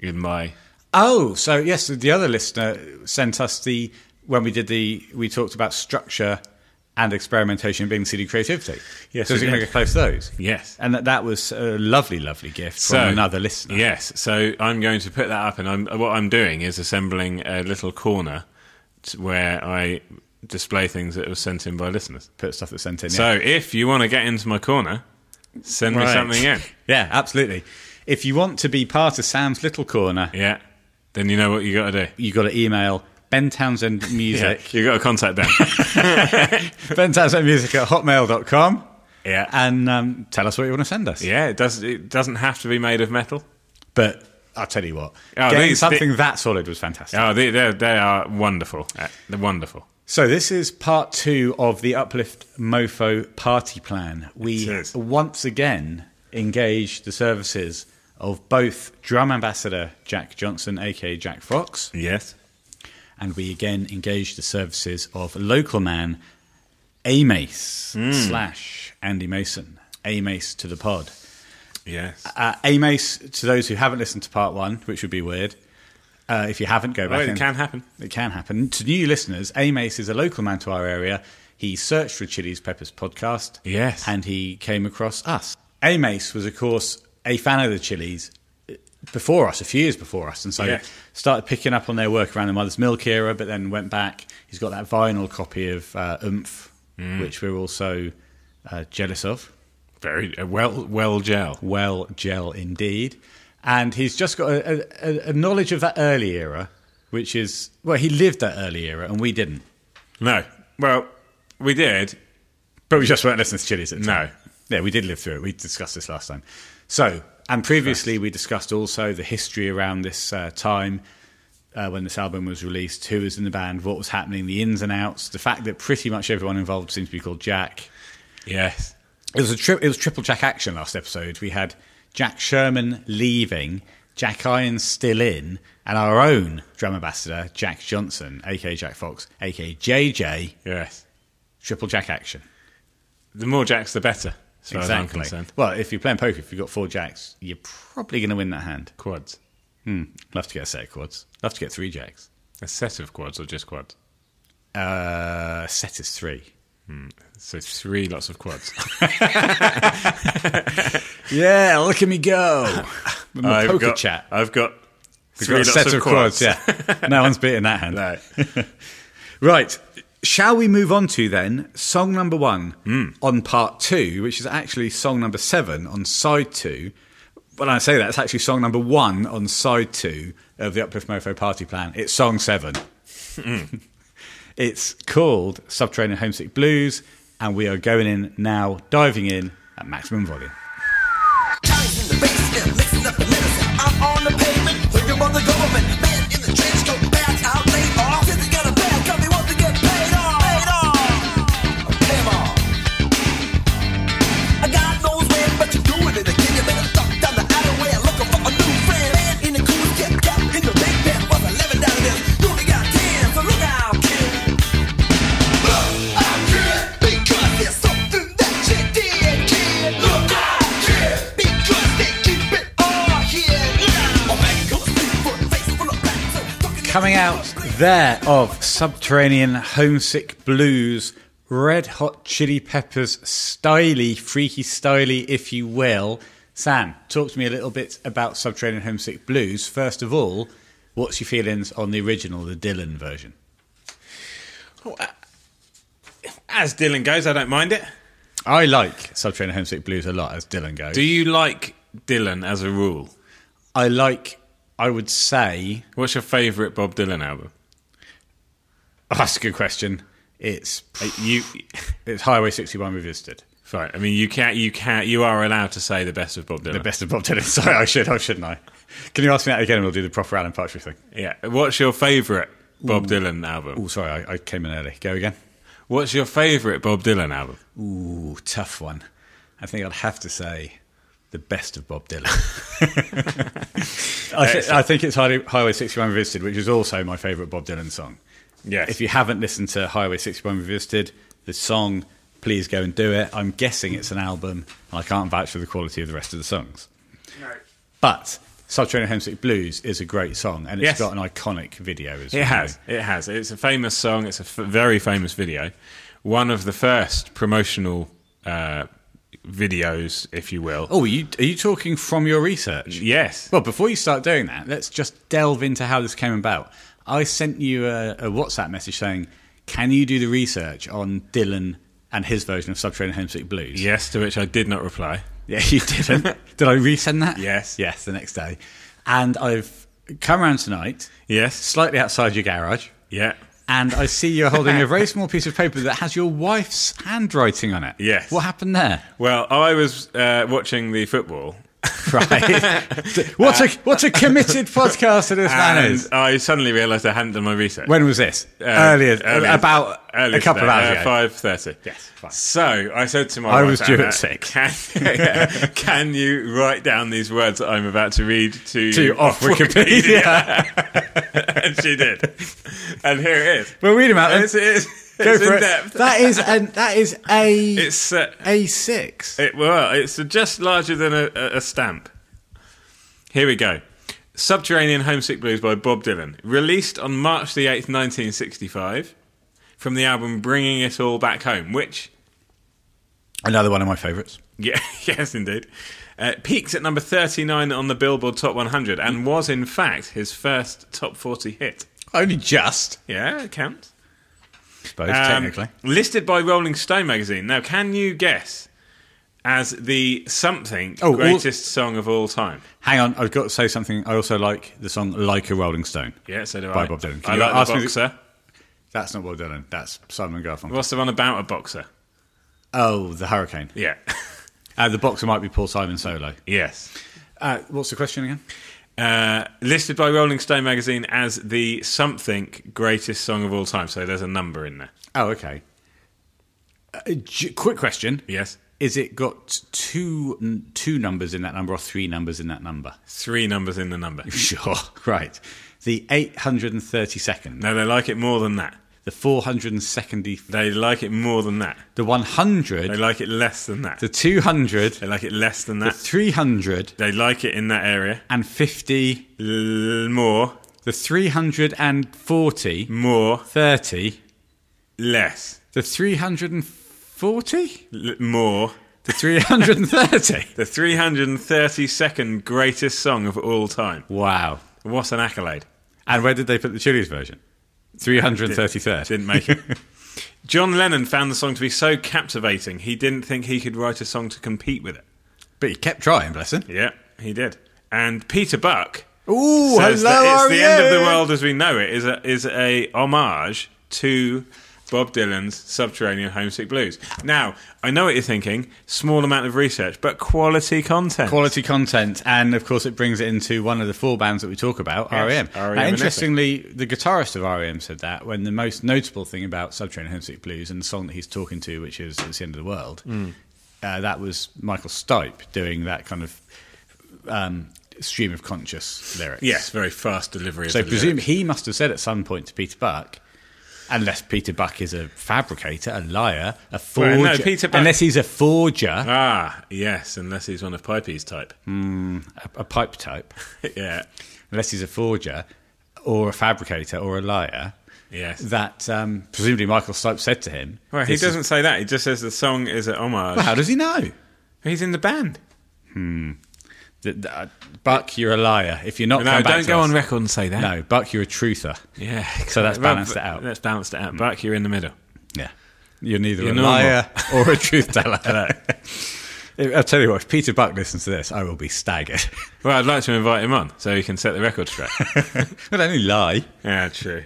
[SPEAKER 2] in my
[SPEAKER 1] Oh, so yes, the other listener sent us the when we did the we talked about structure and experimentation being CD creativity.
[SPEAKER 2] Yes,
[SPEAKER 1] so
[SPEAKER 2] we
[SPEAKER 1] is it going to
[SPEAKER 2] did.
[SPEAKER 1] get close to those?
[SPEAKER 2] yes.
[SPEAKER 1] And that, that was a lovely, lovely gift from
[SPEAKER 2] So-
[SPEAKER 1] another listener.
[SPEAKER 2] Yes, so I'm going to put that up, and I'm, what I'm doing is assembling a little corner t- where I display things that were sent in by listeners.
[SPEAKER 1] Put stuff that sent in. yeah.
[SPEAKER 2] So if you want to get into my corner, send me
[SPEAKER 1] Right.
[SPEAKER 2] something in.
[SPEAKER 1] [LAUGHS] yeah, absolutely. If you want to be part of Sam's little corner,
[SPEAKER 2] Yeah, then you know what you got to do.
[SPEAKER 1] you got to email Ben Townsend
[SPEAKER 2] Yeah,
[SPEAKER 1] Music,
[SPEAKER 2] [LAUGHS] you got to
[SPEAKER 1] [LAUGHS]
[SPEAKER 2] contact them.
[SPEAKER 1] Ben Townsend Music at hotmail.com,
[SPEAKER 2] yeah,
[SPEAKER 1] and um, tell us what you want to send us.
[SPEAKER 2] yeah. It does. It doesn't have to be made of metal.
[SPEAKER 1] But I'll tell you what,
[SPEAKER 2] Oh,
[SPEAKER 1] getting
[SPEAKER 2] these-
[SPEAKER 1] something that solid was fantastic.
[SPEAKER 2] Oh, they they, they are wonderful. Uh, They're wonderful.
[SPEAKER 1] So this is part two of the Uplift Mofo Party Plan. We
[SPEAKER 2] It is.
[SPEAKER 1] once again engage the services of both drum ambassador Jack Johnson, aka Jack Fox,
[SPEAKER 2] Yes.
[SPEAKER 1] and we again engage the services of local man A Mace
[SPEAKER 2] Hmm.
[SPEAKER 1] slash Andy Mason. A Mace to the pod.
[SPEAKER 2] Yes.
[SPEAKER 1] Uh, A Mace to those who haven't listened to part one, which would be weird. Uh, if you haven't, go back.
[SPEAKER 2] Well, it
[SPEAKER 1] and-
[SPEAKER 2] can happen.
[SPEAKER 1] it can happen. To new listeners, Amace is a local man to our area. He searched for Chili's Peppers podcast.
[SPEAKER 2] Yes.
[SPEAKER 1] And he came across us. Amace was, of course, a fan of the Chili's before us, a few years before us. And so
[SPEAKER 2] Yes.
[SPEAKER 1] started picking up on their work around the Mother's Milk era, but then went back. He's got that vinyl copy of uh, Oomph,
[SPEAKER 2] Mm.
[SPEAKER 1] which we're also uh, jealous of.
[SPEAKER 2] Very uh, well. Well, gel.
[SPEAKER 1] Well, gel indeed. And he's just got a, a, a knowledge of that early era, which is, well, he lived that early era and we didn't.
[SPEAKER 2] No. Well, we did.
[SPEAKER 1] But we just weren't listening to Chili's at the
[SPEAKER 2] No.
[SPEAKER 1] time. Yeah, we did live through it. We discussed this last time. So, and previously we discussed also the history around this uh, time uh, when this album was released, who was in the band, what was happening, the ins and outs, the fact that pretty much everyone involved seems to be called Jack.
[SPEAKER 2] Yes.
[SPEAKER 1] It was a tri- it was triple Jack action last episode. We had Jack Sherman leaving, Jack Irons still in, and our own drum ambassador Jack Johnson, aka Jack Fox, aka JJ.
[SPEAKER 2] Yes.
[SPEAKER 1] Triple Jack action.
[SPEAKER 2] The more jacks, the better. As far as I'm concerned.
[SPEAKER 1] Well, if you're playing poker, if you've got four jacks, you're probably going to win that hand.
[SPEAKER 2] Quads.
[SPEAKER 1] Hmm. Love to get a set of quads. Love to get three jacks.
[SPEAKER 2] A set of quads or just quads?
[SPEAKER 1] Uh, set is three.
[SPEAKER 2] So three lots of quads. [LAUGHS]
[SPEAKER 1] Yeah, look at me [LAUGHS] go. I'm a poker
[SPEAKER 2] got,
[SPEAKER 1] chat.
[SPEAKER 2] I've got
[SPEAKER 1] We've
[SPEAKER 2] three
[SPEAKER 1] got a
[SPEAKER 2] lots
[SPEAKER 1] set
[SPEAKER 2] of,
[SPEAKER 1] of
[SPEAKER 2] quads.
[SPEAKER 1] Yeah, no one's beating that hand.
[SPEAKER 2] No.
[SPEAKER 1] [LAUGHS] Right. Shall we move on to then song number one on part two, which is actually song number seven on side two? when I say that, it's actually song number one on side two of the Uplift Mofo Party Plan. It's song seven. [LAUGHS] it's called Subterranean Homesick Blues, and we are going in now, diving in at maximum volume.
[SPEAKER 3] Johnny's in the basement, mixing up the medicine. I'm on the pavement, looking on the government. Man in the trench coat, back out late off. Cause he got a bad company, want to get paid off. Paid off. Pay 'em off. I got knows when, but you're doing it again. You better duck down the alleyway and looking for a new friend. Man in the cool jet cap, in the big bed, was 11 down there. You only got 10, so look out, kid. Because there's something that you did, kid. Look out, kid. Because they keep it all here now. A man goes Bigfoot, face full of rats, so fucking-
[SPEAKER 1] Coming out there of Subterranean Homesick Blues, Red Hot Chili Peppers, styly, freaky styly, if you will. Sam, talk to me a little bit about Subterranean Homesick Blues. First of all, what's your feelings on the original, the Dylan version?
[SPEAKER 2] As Dylan goes, I don't mind it.
[SPEAKER 1] I like Subterranean Homesick Blues a lot, as Dylan goes.
[SPEAKER 2] Do you like Dylan as a rule?
[SPEAKER 1] I like, I would say,
[SPEAKER 2] What's your favourite Bob Dylan album?
[SPEAKER 1] oh, that's a good question. It's
[SPEAKER 2] Uh, You,
[SPEAKER 1] it's Highway 61 Revisited.
[SPEAKER 2] right? I mean, you can't, you can't, you are allowed to say the best of Bob Dylan.
[SPEAKER 1] The best of Bob Dylan. [LAUGHS] Sorry, I should, I shouldn't I? Can you ask me that again and we'll do the proper Alan Partridge thing?
[SPEAKER 2] Yeah. What's your favourite Bob Dylan album?
[SPEAKER 1] Oh, sorry, I, I came in early. Go again.
[SPEAKER 2] What's your favourite Bob Dylan album?
[SPEAKER 1] Ooh, tough one. I think I'd have to say the best of Bob Dylan. [LAUGHS] I, thi- I think it's Highway Highway 61 Revisited, which is also my favourite Bob Dylan song.
[SPEAKER 2] Yes.
[SPEAKER 1] If you haven't listened to Highway 61 Revisited, the song, please go and do it. I'm guessing it's an album, and I can't vouch for the quality of the rest of the songs. But Subterranean Homesick Blues is a great song, and it's
[SPEAKER 2] Yes.
[SPEAKER 1] got an iconic video as well.
[SPEAKER 2] It has. It has. It's a famous song. It's a f- very famous video. One of the first promotional uh, videos, if you will.
[SPEAKER 1] Oh, are you, are you talking from your research?
[SPEAKER 2] Yes.
[SPEAKER 1] Well, before you start doing that, let's just delve into how this came about. I sent you a, a WhatsApp message saying, "Can you do the research on Dylan and his version of Subterranean Homesick Blues?"
[SPEAKER 2] yes, to which I did not reply.
[SPEAKER 1] Yeah, you
[SPEAKER 2] [LAUGHS]
[SPEAKER 1] didn't. Did I resend that?
[SPEAKER 2] Yes.
[SPEAKER 1] yes. The next day, and I've come around tonight,
[SPEAKER 2] Yes.
[SPEAKER 1] slightly outside your garage,
[SPEAKER 2] Yeah.
[SPEAKER 1] and I see you're holding a very small piece of paper that has your wife's handwriting on it.
[SPEAKER 2] Yes.
[SPEAKER 1] What happened there?
[SPEAKER 2] Well, I was uh, watching the football.
[SPEAKER 1] Right. [LAUGHS] what a what a
[SPEAKER 2] [LAUGHS]
[SPEAKER 1] committed podcaster this man
[SPEAKER 2] And
[SPEAKER 1] is.
[SPEAKER 2] I suddenly realised I hadn't done my research.
[SPEAKER 1] When was this?
[SPEAKER 2] Uh,
[SPEAKER 1] earlier,
[SPEAKER 2] earlier-
[SPEAKER 1] about
[SPEAKER 2] earlier
[SPEAKER 1] a couple of
[SPEAKER 2] today,
[SPEAKER 1] hours
[SPEAKER 2] uh,
[SPEAKER 1] ago.
[SPEAKER 2] Five thirty.
[SPEAKER 1] Yes, fine.
[SPEAKER 2] So I said to my,
[SPEAKER 1] I
[SPEAKER 2] wife
[SPEAKER 1] was due
[SPEAKER 2] Anna,
[SPEAKER 1] at six.
[SPEAKER 2] Can, [LAUGHS] can you write down these words that I'm about to read to you
[SPEAKER 1] To off Wikipedia.
[SPEAKER 2] [LAUGHS] and she did. And here it is.
[SPEAKER 1] Well, read them out. Then.
[SPEAKER 2] It's, it's,
[SPEAKER 1] Go
[SPEAKER 2] it's
[SPEAKER 1] for
[SPEAKER 2] in
[SPEAKER 1] it.
[SPEAKER 2] depth.
[SPEAKER 1] That is an, that is a
[SPEAKER 2] [LAUGHS] It's uh,
[SPEAKER 1] a six.
[SPEAKER 2] It, well, it's just larger than a, a- a stamp. Here we go. Subterranean Homesick Blues by Bob Dylan, released on March the 8th, 1965, from the album Bringing It All Back Home, which,
[SPEAKER 1] Another one of my favourites.
[SPEAKER 2] yeah, [LAUGHS] yes, indeed, uh, peaked at number 39 on the Billboard Top 100 and was, in fact, his first Top 40 hit.
[SPEAKER 1] Only just,
[SPEAKER 2] Yeah, it counts.
[SPEAKER 1] I suppose,
[SPEAKER 2] Um,
[SPEAKER 1] technically.
[SPEAKER 2] Listed by Rolling Stone magazine. Now, can you guess as the something
[SPEAKER 1] Oh, all-
[SPEAKER 2] greatest song of all time?
[SPEAKER 1] Hang on, I've got to say something. I also like the song "Like a Rolling Stone."
[SPEAKER 2] Yeah, so do
[SPEAKER 1] By
[SPEAKER 2] I.
[SPEAKER 1] Bob Dylan. Can
[SPEAKER 2] I
[SPEAKER 1] you
[SPEAKER 2] like
[SPEAKER 1] ask
[SPEAKER 2] the
[SPEAKER 1] me the-
[SPEAKER 2] boxer.
[SPEAKER 1] That's not Bob Dylan. That's Simon Garfunkel.
[SPEAKER 2] What's the one about a boxer?
[SPEAKER 1] Oh, the Hurricane.
[SPEAKER 2] Yeah. [LAUGHS]
[SPEAKER 1] Uh, the boxer might be Paul Simon solo.
[SPEAKER 2] yes.
[SPEAKER 1] Uh, what's the question again?
[SPEAKER 2] Uh, listed by Rolling Stone magazine as the something greatest song of all time. So there's a number in there.
[SPEAKER 1] Oh, okay. Uh, j- quick question:
[SPEAKER 2] Yes.
[SPEAKER 1] Is it got two n- two numbers in that number or three numbers in that number? [LAUGHS]
[SPEAKER 2] Three numbers in the number.
[SPEAKER 1] Sure. Right. The 832nd,
[SPEAKER 2] No, they like it more than that.
[SPEAKER 1] the 470,
[SPEAKER 2] They like it more than that.
[SPEAKER 1] the
[SPEAKER 2] They
[SPEAKER 1] 100,
[SPEAKER 2] like it less than that.
[SPEAKER 1] the 200,
[SPEAKER 2] They like it less than
[SPEAKER 1] the
[SPEAKER 2] that.
[SPEAKER 1] 300
[SPEAKER 2] They like it in that area.
[SPEAKER 1] and 50,
[SPEAKER 2] L- more,
[SPEAKER 1] the 340,
[SPEAKER 2] more,
[SPEAKER 1] 30,
[SPEAKER 2] less,
[SPEAKER 1] the 340,
[SPEAKER 2] L- more.
[SPEAKER 1] the
[SPEAKER 2] [LAUGHS]
[SPEAKER 1] 330.
[SPEAKER 2] The 332nd greatest song of all time.
[SPEAKER 1] Wow.
[SPEAKER 2] What an accolade.
[SPEAKER 1] And where did they put the Chili's version? 333rd.
[SPEAKER 2] Didn't make it. John Lennon found the song to be so captivating, he didn't think he could write a song to compete with it.
[SPEAKER 1] But he kept trying, bless him.
[SPEAKER 2] Yeah. he did. And Peter Buck
[SPEAKER 1] Ooh,
[SPEAKER 2] says
[SPEAKER 1] hello,
[SPEAKER 2] that it's the end of the
[SPEAKER 1] Ariel.
[SPEAKER 2] world as we know it is a, is a homage to Bob Dylan's Subterranean Homesick Blues. Now, I know what you're thinking, small amount of research, but quality content.
[SPEAKER 1] Quality content, and of course, it brings it into one of the four bands that we talk about, REM.
[SPEAKER 2] R.E.M.
[SPEAKER 1] Now,
[SPEAKER 2] E and
[SPEAKER 1] interestingly, the guitarist of REM said that when the most notable thing about Subterranean Homesick Blues and the song that he's talking to, which is It's the End of the World,
[SPEAKER 2] Hmm.
[SPEAKER 1] uh, that was Michael Stipe doing that kind of um, stream of conscious lyrics.
[SPEAKER 2] Yes, very fast delivery.
[SPEAKER 1] So
[SPEAKER 2] of the
[SPEAKER 1] presume
[SPEAKER 2] lyrics.
[SPEAKER 1] he must have said at some point to Peter Buck, unless Peter Buck is a fabricator, a liar, a forger.
[SPEAKER 2] Well, no, Peter Buck-
[SPEAKER 1] Unless he's a forger,
[SPEAKER 2] Ah, yes, unless he's one of Pipey's type.
[SPEAKER 1] Hmm. a, a pipe type.
[SPEAKER 2] [LAUGHS] yeah.
[SPEAKER 1] unless he's a forger or a fabricator or a liar,
[SPEAKER 2] Yes.
[SPEAKER 1] that um, presumably Michael Stipe said to him.
[SPEAKER 2] Well, he
[SPEAKER 1] "This is-
[SPEAKER 2] doesn't say that. He just says the song is an homage.
[SPEAKER 1] Well, how does he know?
[SPEAKER 2] He's in the band.
[SPEAKER 1] That, that- uh, Buck, you're a liar. If you're not,
[SPEAKER 2] No,
[SPEAKER 1] come back
[SPEAKER 2] don't
[SPEAKER 1] to
[SPEAKER 2] go
[SPEAKER 1] us.
[SPEAKER 2] on record and say that.
[SPEAKER 1] No, Buck, you're a truther.
[SPEAKER 2] [LAUGHS] Yeah.
[SPEAKER 1] So that's
[SPEAKER 2] Well,
[SPEAKER 1] balanced it out.
[SPEAKER 2] That's balanced it out. Buck, you're in the middle.
[SPEAKER 1] Yeah, you're neither
[SPEAKER 2] You're
[SPEAKER 1] a
[SPEAKER 2] normal.
[SPEAKER 1] liar [LAUGHS] or a truth teller. [LAUGHS] I'll tell you what. If Peter Buck listens to this, I will be staggered. [LAUGHS]
[SPEAKER 2] Well, I'd like to invite him on so he can set the record straight.
[SPEAKER 1] I don't only lie.
[SPEAKER 2] yeah, true.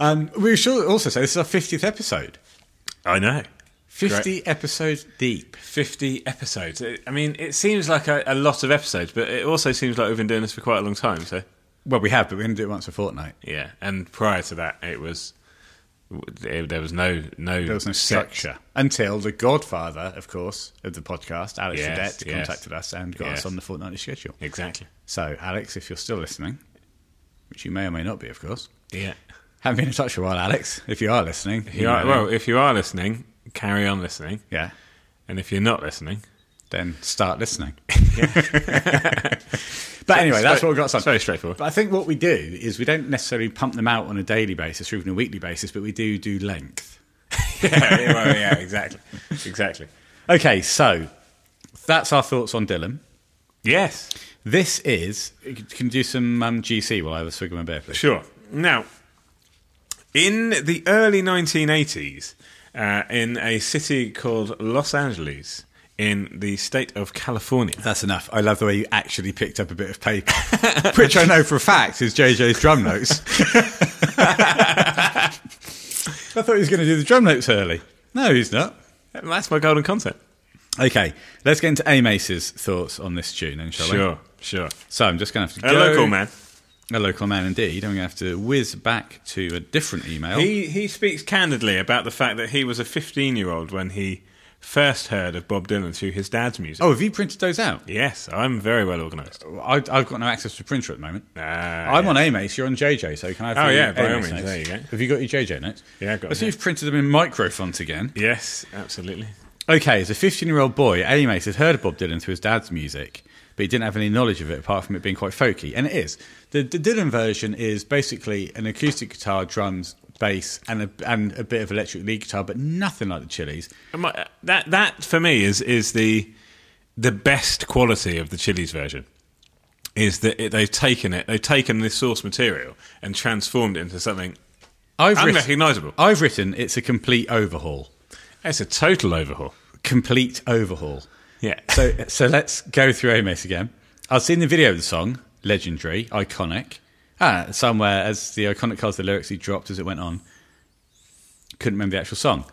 [SPEAKER 1] Um, we should also say this is our fiftieth episode.
[SPEAKER 2] I know.
[SPEAKER 1] Fifty episodes deep.
[SPEAKER 2] 50 episodes. It- I mean, it seems like a, a lot of episodes, but it also seems like we've been doing this for quite a long time. So,
[SPEAKER 1] Well, we have, but we're going to do it once a fortnight.
[SPEAKER 2] yeah. And prior to that, it was. It, there was no no
[SPEAKER 1] There was no
[SPEAKER 2] set.
[SPEAKER 1] structure until the godfather, of course, of the podcast, Alex
[SPEAKER 2] Yes,
[SPEAKER 1] Fredette,
[SPEAKER 2] yes.
[SPEAKER 1] contacted us and got us
[SPEAKER 2] Yes.
[SPEAKER 1] on the fortnightly schedule.
[SPEAKER 2] Exactly.
[SPEAKER 1] So, Alex, if you're still listening, which you may or may not be, of course,
[SPEAKER 2] Yeah.
[SPEAKER 1] haven't been in touch for a while, Alex. If you are listening, you
[SPEAKER 2] You are,
[SPEAKER 1] know,
[SPEAKER 2] well, if you are listening, carry on listening.
[SPEAKER 1] yeah,
[SPEAKER 2] And if you're not listening,
[SPEAKER 1] then start
[SPEAKER 2] [LAUGHS]
[SPEAKER 1] listening. [LAUGHS] but anyway, that's what we got. us on.
[SPEAKER 2] It's very
[SPEAKER 1] [LAUGHS]
[SPEAKER 2] straightforward.
[SPEAKER 1] But I think what we do is we don't necessarily pump them out on a daily basis or even a weekly basis, but we do do length.
[SPEAKER 2] yeah, well, yeah, exactly. Exactly.
[SPEAKER 1] Okay, so that's our thoughts on Dylan.
[SPEAKER 2] Yes.
[SPEAKER 1] This is. Can you do some um, GC while I have a swig of my beer, please?
[SPEAKER 2] Sure. Now, in the early 1980s, uh, in a city called Los Angeles, in the state of California.
[SPEAKER 1] That's enough. I love the way you actually picked up a bit of [LAUGHS] paper, which I know for a fact is JJ's drum [LAUGHS] notes. I thought he was going to do the drum notes early. No, he's not.
[SPEAKER 2] That's my golden concept.
[SPEAKER 1] Okay, let's get into Amace's thoughts on this tune, then, shall we?
[SPEAKER 2] Sure, sure.
[SPEAKER 1] So I'm just going to have to
[SPEAKER 2] A
[SPEAKER 1] go-
[SPEAKER 2] local man.
[SPEAKER 1] a local man indeed. I'm going to have to whiz back to a different email.
[SPEAKER 2] He, he speaks candidly about the fact that he was a 15 year old when he first heard of Bob Dylan through his dad's music.
[SPEAKER 1] oh, have you printed those out?
[SPEAKER 2] Yes, I'm very well organised.
[SPEAKER 1] I, I've got no access to a printer at the moment.
[SPEAKER 2] Ah,
[SPEAKER 1] I'm on Amace, you're on JJ, so can I have
[SPEAKER 2] Oh,
[SPEAKER 1] the
[SPEAKER 2] yeah, by all
[SPEAKER 1] Amace
[SPEAKER 2] means,
[SPEAKER 1] notes?
[SPEAKER 2] there you go.
[SPEAKER 1] Have you got your JJ notes?
[SPEAKER 2] Yeah, I've got
[SPEAKER 1] I see
[SPEAKER 2] them,
[SPEAKER 1] you've printed them in micro font again.
[SPEAKER 2] Yes, absolutely.
[SPEAKER 1] Okay, as a 15 year old boy, Amace had heard of Bob Dylan through his dad's music, but he didn't have any knowledge of it apart from it being quite folky. And it is. The, the Dylan version is basically an acoustic guitar, drums, bass, and a, and a bit of electric lead guitar, but nothing like the Chili's.
[SPEAKER 2] Am I- that that for me is is the the best quality of the Chili's version is that it, they've taken it they've taken this source material and transformed it into something
[SPEAKER 1] I've written,
[SPEAKER 2] unrecognisable.
[SPEAKER 1] I've written it's a complete overhaul.
[SPEAKER 2] It's a total overhaul.
[SPEAKER 1] Complete overhaul.
[SPEAKER 2] Yeah.
[SPEAKER 1] So, so let's go through Amos again. I've seen the video of the song, legendary, iconic. Ah, somewhere as the iconic colours, the lyrics he dropped as it went on. Couldn't remember the actual song.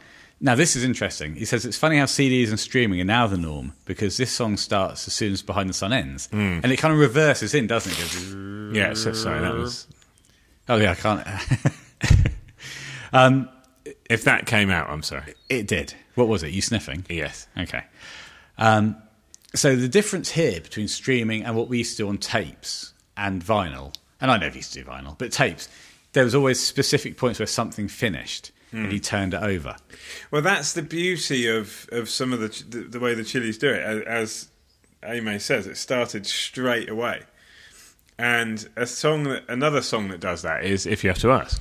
[SPEAKER 1] Now this is interesting. He says it's funny how CDs and streaming are now the norm because this song starts as soon as Behind the Sun ends, and it kind of reverses in, doesn't it? It goes,
[SPEAKER 2] Hmm. yeah. So, sorry, that was
[SPEAKER 1] oh yeah, I can't. [LAUGHS]
[SPEAKER 2] if that came out. I'm sorry.
[SPEAKER 1] it did. What was it? You sniffing?
[SPEAKER 2] Yes.
[SPEAKER 1] Okay. Um, so the difference here between streaming and what we used to do on tapes and vinyl, and I know we used to do vinyl, but tapes, there was always specific points where something finished and
[SPEAKER 2] Hmm.
[SPEAKER 1] he turned it over.
[SPEAKER 2] Well, that's the beauty of, of some of the, ch- the the way the Chili's do it. A- As Aimee says, it started straight away. And a song, that, another song that does that is "If You Have to Ask."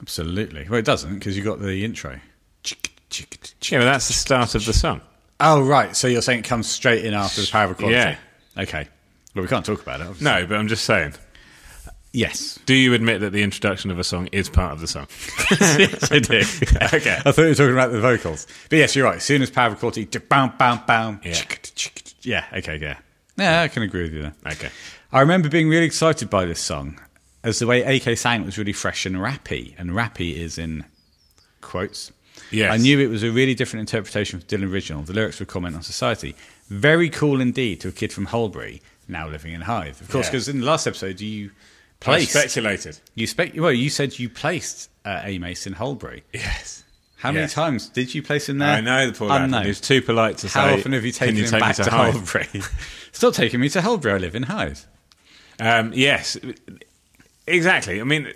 [SPEAKER 1] Absolutely. Well, it doesn't because you got the intro.
[SPEAKER 2] Yeah, but that's the start of the song.
[SPEAKER 1] Oh, right. So you're saying it comes straight in after the power of quality?
[SPEAKER 2] Yeah.
[SPEAKER 1] Okay. Well, we can't talk about it. Obviously.
[SPEAKER 2] No, but I'm just saying.
[SPEAKER 1] Yes.
[SPEAKER 2] Do you admit that the introduction of a song is part of
[SPEAKER 1] [LAUGHS]
[SPEAKER 2] the song?
[SPEAKER 1] yes, I do.
[SPEAKER 2] Okay.
[SPEAKER 1] I thought you were talking about the vocals. But yes, you're right. As soon as power of quality, bam, bam, bam.
[SPEAKER 2] Yeah.
[SPEAKER 1] Yeah, okay, yeah. Yeah, I can agree with you there.
[SPEAKER 2] Okay.
[SPEAKER 1] I remember being really excited by this song, as the way AK sang it was really fresh and rappy, and rappy is in quotes.
[SPEAKER 2] Yes.
[SPEAKER 1] I knew it was a really different interpretation of Dylan original. The lyrics were comment on society. Very cool indeed to a kid from Holbury now living in Hythe. Of course,
[SPEAKER 2] Yeah.
[SPEAKER 1] because in the last episode you
[SPEAKER 2] I
[SPEAKER 1] placed
[SPEAKER 2] speculated.
[SPEAKER 1] you spec well you said you placed uh, Amos in Holbury.
[SPEAKER 2] Yes.
[SPEAKER 1] How many
[SPEAKER 2] Yes.
[SPEAKER 1] times did you place him there?
[SPEAKER 2] I know the poor lad.
[SPEAKER 1] Uh, Unknown.
[SPEAKER 2] He's too polite to
[SPEAKER 1] How
[SPEAKER 2] say.
[SPEAKER 1] often have you
[SPEAKER 2] "Can
[SPEAKER 1] taken him
[SPEAKER 2] take me
[SPEAKER 1] back to,
[SPEAKER 2] Hythe?"
[SPEAKER 1] Holbury? [LAUGHS] Stop taking me to Holbury. I live in Hythe.
[SPEAKER 2] Um, yes, exactly. I mean,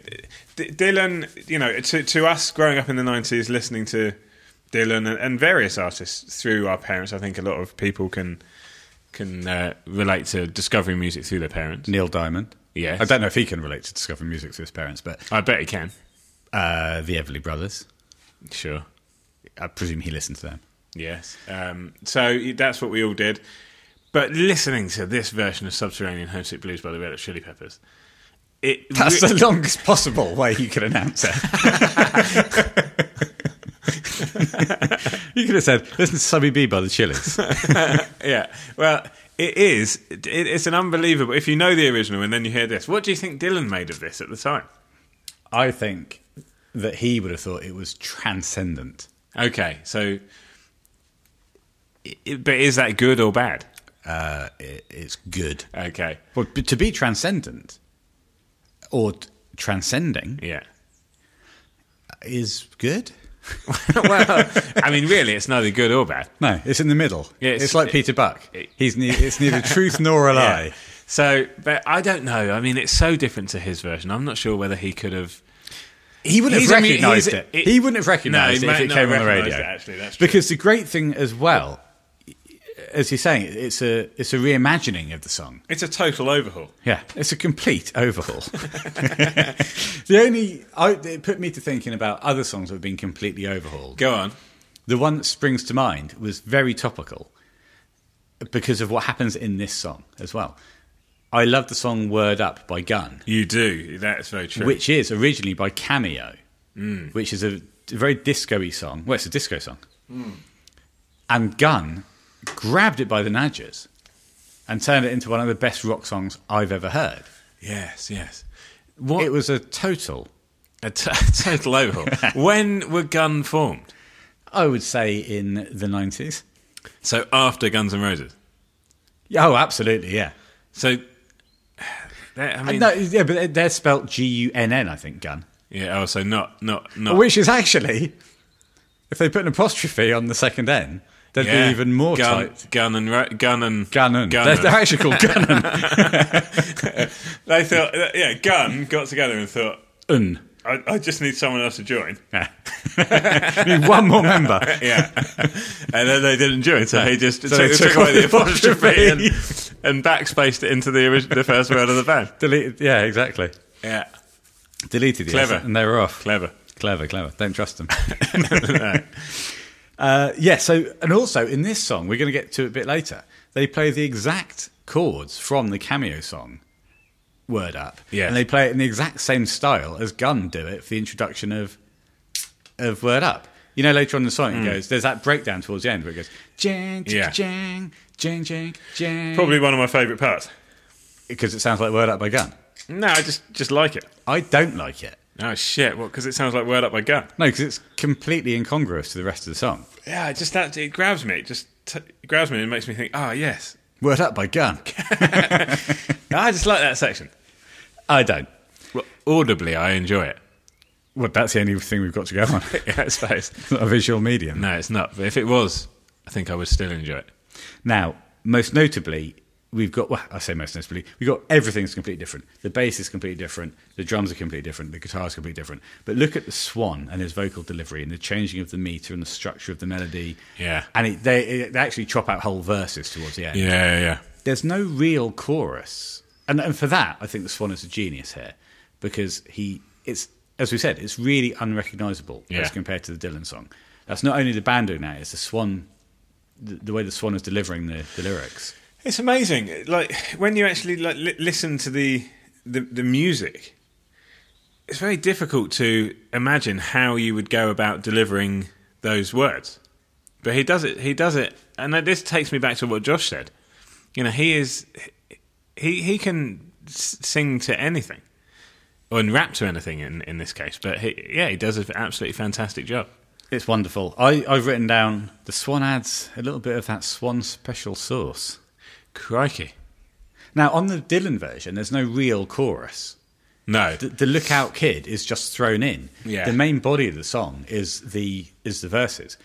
[SPEAKER 2] D- Dylan. You know, to to us growing up in the nineties, listening to Dylan and, and various artists through our parents, I think a lot of people can can uh, relate to discovering music through their parents.
[SPEAKER 1] Neil Diamond.
[SPEAKER 2] Yes.
[SPEAKER 1] I don't know if he can relate to discovering music to his parents, but
[SPEAKER 2] I bet you can.
[SPEAKER 1] uh, the Everly Brothers.
[SPEAKER 2] Sure.
[SPEAKER 1] I presume he listened to them.
[SPEAKER 2] Yes. Um, so that's what we all did. But listening to this version of Subterranean Homesick Blues by the Red Hot Chili Peppers, it
[SPEAKER 1] [LAUGHS] That's
[SPEAKER 2] re-
[SPEAKER 1] the longest possible way you could announce [LAUGHS] it. you could have said, "Listen to Subby B by the Chili's." [LAUGHS]
[SPEAKER 2] Yeah. Well, it is. It, it's an unbelievable. If you know the original and then you hear this, what do you think Dylan made of this at the time?
[SPEAKER 1] I think that he would have thought it was transcendent.
[SPEAKER 2] Okay, so. i- i- but is that good or bad?
[SPEAKER 1] Uh, it, it's good.
[SPEAKER 2] Okay.
[SPEAKER 1] Uh, Well, b- to be transcendent or t- transcending
[SPEAKER 2] Yeah. [LAUGHS]
[SPEAKER 1] is good.
[SPEAKER 2] well, I mean, really, it's neither good or bad.
[SPEAKER 1] No, it's in the middle.
[SPEAKER 2] Yeah,
[SPEAKER 1] it's,
[SPEAKER 2] it's-
[SPEAKER 1] like
[SPEAKER 2] it-
[SPEAKER 1] Peter Buck.
[SPEAKER 2] it-
[SPEAKER 1] He's ne- it's [LAUGHS] neither truth nor a lie.
[SPEAKER 2] Yeah. So, but I don't know. I mean, it's so different to his version. I'm not sure whether he could have.
[SPEAKER 1] He wouldn't
[SPEAKER 2] He's
[SPEAKER 1] have
[SPEAKER 2] a mu-
[SPEAKER 1] recognised
[SPEAKER 2] he's a-
[SPEAKER 1] it.
[SPEAKER 2] it-
[SPEAKER 1] He wouldn't have recognised
[SPEAKER 2] No,
[SPEAKER 1] it
[SPEAKER 2] he
[SPEAKER 1] if
[SPEAKER 2] might
[SPEAKER 1] it
[SPEAKER 2] not
[SPEAKER 1] came on
[SPEAKER 2] have
[SPEAKER 1] the radio.
[SPEAKER 2] recognised it, actually, that's true.
[SPEAKER 1] because the great thing as well, as you're saying, it's a it's a reimagining of the song.
[SPEAKER 2] It's a total overhaul.
[SPEAKER 1] Yeah, it's a complete overhaul. [LAUGHS] the only I, it put me to thinking about other songs that have been completely overhauled.
[SPEAKER 2] Go on.
[SPEAKER 1] The one that springs to mind was very topical because of what happens in this song as well. I love the song "Word Up" by Gun.
[SPEAKER 2] You do. That's very true.
[SPEAKER 1] which is originally by Cameo,
[SPEAKER 2] Mm.
[SPEAKER 1] which is a very disco-y song. Well, it's a disco song.
[SPEAKER 2] Mm.
[SPEAKER 1] And Gunn grabbed it by the Nadgers and turned it into one of the best rock songs I've ever heard.
[SPEAKER 2] yes, yes. What
[SPEAKER 1] It was a total,
[SPEAKER 2] [LAUGHS] a t- total overhaul. [LAUGHS] when were Gun formed?
[SPEAKER 1] I would say, in the 90s.
[SPEAKER 2] So after Guns N' Roses.
[SPEAKER 1] Oh, absolutely, yeah.
[SPEAKER 2] So, [SIGHS] that, I mean,
[SPEAKER 1] No, yeah, but they're spelt G U N N, I think, Gunn.
[SPEAKER 2] yeah. Oh, so not, not, not.
[SPEAKER 1] [LAUGHS] Which is actually, if they put an apostrophe on the second N, they'd
[SPEAKER 2] yeah.
[SPEAKER 1] be even more
[SPEAKER 2] gun,
[SPEAKER 1] tight.
[SPEAKER 2] gun and ro- gun and
[SPEAKER 1] Gunnan.
[SPEAKER 2] Gun
[SPEAKER 1] They're,
[SPEAKER 2] [LAUGHS]
[SPEAKER 1] they're actually [LAUGHS] called Gunnan.
[SPEAKER 2] They thought, yeah, gun got together and thought,
[SPEAKER 1] Un.
[SPEAKER 2] I, I just need someone else to join.
[SPEAKER 1] Need one more member.
[SPEAKER 2] [LAUGHS] Yeah, and then they didn't join, so he just
[SPEAKER 1] they
[SPEAKER 2] took,
[SPEAKER 1] took
[SPEAKER 2] took away the [LAUGHS]
[SPEAKER 1] off the
[SPEAKER 2] apostrophe and, and backspaced it into the original, the first word of the band.
[SPEAKER 1] Deleted. Yeah, exactly.
[SPEAKER 2] Yeah,
[SPEAKER 1] Deleted. the
[SPEAKER 2] Clever.
[SPEAKER 1] S and they were off.
[SPEAKER 2] clever.
[SPEAKER 1] Clever, clever. Don't trust [LAUGHS] them. uh, yeah. So, and also in this song, we're going to get to it a bit later. They play the exact chords from the cameo song, "Word Up."
[SPEAKER 2] Yeah.
[SPEAKER 1] And they play it in the exact same style as Gun do it for the introduction of of "Word Up." You know, later on in the song, it goes. There's that breakdown towards the end where it goes, "Jang,
[SPEAKER 2] Yeah.
[SPEAKER 1] jang, jang, jang, jang, jang,"
[SPEAKER 2] Probably one of my favourite parts.
[SPEAKER 1] because it sounds like "Word Up" by Gun.
[SPEAKER 2] No, I just just like it.
[SPEAKER 1] I don't like it.
[SPEAKER 2] Oh shit! Well, because it sounds like "Word Up" by Gun.
[SPEAKER 1] No, because it's completely incongruous to the rest of the song.
[SPEAKER 2] Yeah, it just that it grabs me. It just t- it grabs me and makes me think. Oh yes,
[SPEAKER 1] Word up by gun.
[SPEAKER 2] I just like that section.
[SPEAKER 1] I don't.
[SPEAKER 2] Well, audibly, I enjoy it.
[SPEAKER 1] Well, that's the only thing we've got to go on.
[SPEAKER 2] [LAUGHS] yeah, I suppose.
[SPEAKER 1] It's not a visual medium.
[SPEAKER 2] No, it's not. But if it was, I think I would still enjoy it.
[SPEAKER 1] Now, most notably, we've got, well, I say most notably, we've got everything's completely different. The bass is completely different. The drums are completely different. The guitar is completely different. But look at the swan and his vocal delivery and the changing of the meter and the structure of the melody.
[SPEAKER 2] Yeah.
[SPEAKER 1] And it, they, it, they actually chop out whole verses towards the end.
[SPEAKER 2] Yeah, yeah.
[SPEAKER 1] there's no real chorus, and and for that, I think the Swan is a genius here because he it's as we said, it's really unrecognisable
[SPEAKER 2] Yeah.
[SPEAKER 1] as compared to the Dylan song. That's not only the band doing that; it's the Swan, the, the way the Swan is delivering the, the lyrics.
[SPEAKER 2] It's amazing. Like when you actually like li- listen to the, the the music, it's very difficult to imagine how you would go about delivering those words. But he does it. He does it, and this takes me back to what Josh said. you know, he is he he can s- sing to anything, or rap to anything in in this case. But he, yeah, he does an absolutely fantastic job.
[SPEAKER 1] It's wonderful. I, I've written down the Swan adds a little bit of that Swan special sauce.
[SPEAKER 2] Crikey,
[SPEAKER 1] Now, on the Dylan version, there's no real chorus.
[SPEAKER 2] no,
[SPEAKER 1] The, the lookout kid is just thrown in.
[SPEAKER 2] Yeah.
[SPEAKER 1] The main body of the song is the is the verses.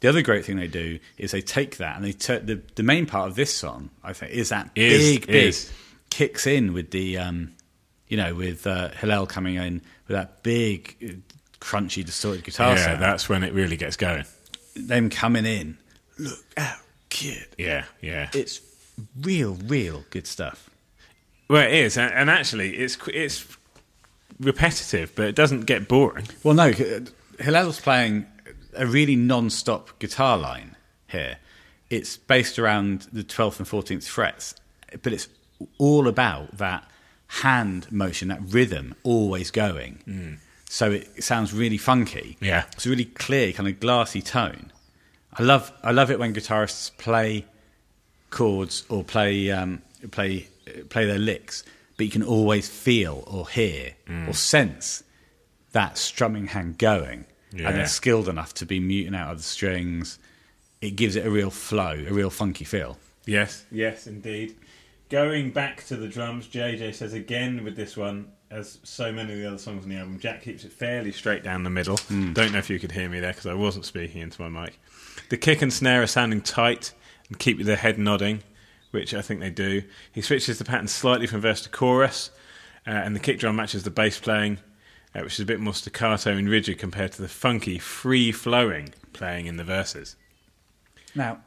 [SPEAKER 1] The other great thing they do is they take that and they tur the the main part of this song. I think is that
[SPEAKER 2] Is-
[SPEAKER 1] big big
[SPEAKER 2] is.
[SPEAKER 1] kicks in with the um, you know with uh, Hillel coming in with that big uh, crunchy distorted guitar
[SPEAKER 2] yeah,
[SPEAKER 1] sound.
[SPEAKER 2] that's when it really gets going.
[SPEAKER 1] Them coming in. Look out, kid!
[SPEAKER 2] Yeah, yeah.
[SPEAKER 1] It's real, real good stuff.
[SPEAKER 2] well, it is, and, and actually, it's qu- it's repetitive, but it doesn't get boring.
[SPEAKER 1] Well, no, H- Hillel's playing a really non-stop guitar line here. It's based around the 12th and 14th frets, but it's all about that hand motion, that rhythm always going. So it sounds really funky.
[SPEAKER 2] Yeah.
[SPEAKER 1] It's a really clear, kind of glassy tone. I love, I love it when guitarists play chords or play um, play play their licks, but you can always feel or hear
[SPEAKER 2] Mm.
[SPEAKER 1] or sense that strumming hand going,
[SPEAKER 2] Yeah.
[SPEAKER 1] and they're skilled enough to be muting out of the strings. It gives it a real flow, a real funky feel.
[SPEAKER 2] Yes, yes, indeed. Going back to the drums, JJ says again with this one, as so many of the other songs on the album, Jack keeps it fairly straight down the middle. Don't know if you could hear me there because I wasn't speaking into my mic. The kick and snare are sounding tight and keep the head nodding, which I think they do. He switches the pattern slightly from verse to chorus, uh, and the kick drum matches the bass playing, uh, which is a bit more staccato and rigid compared to the funky, free flowing playing in the verses.
[SPEAKER 1] Now,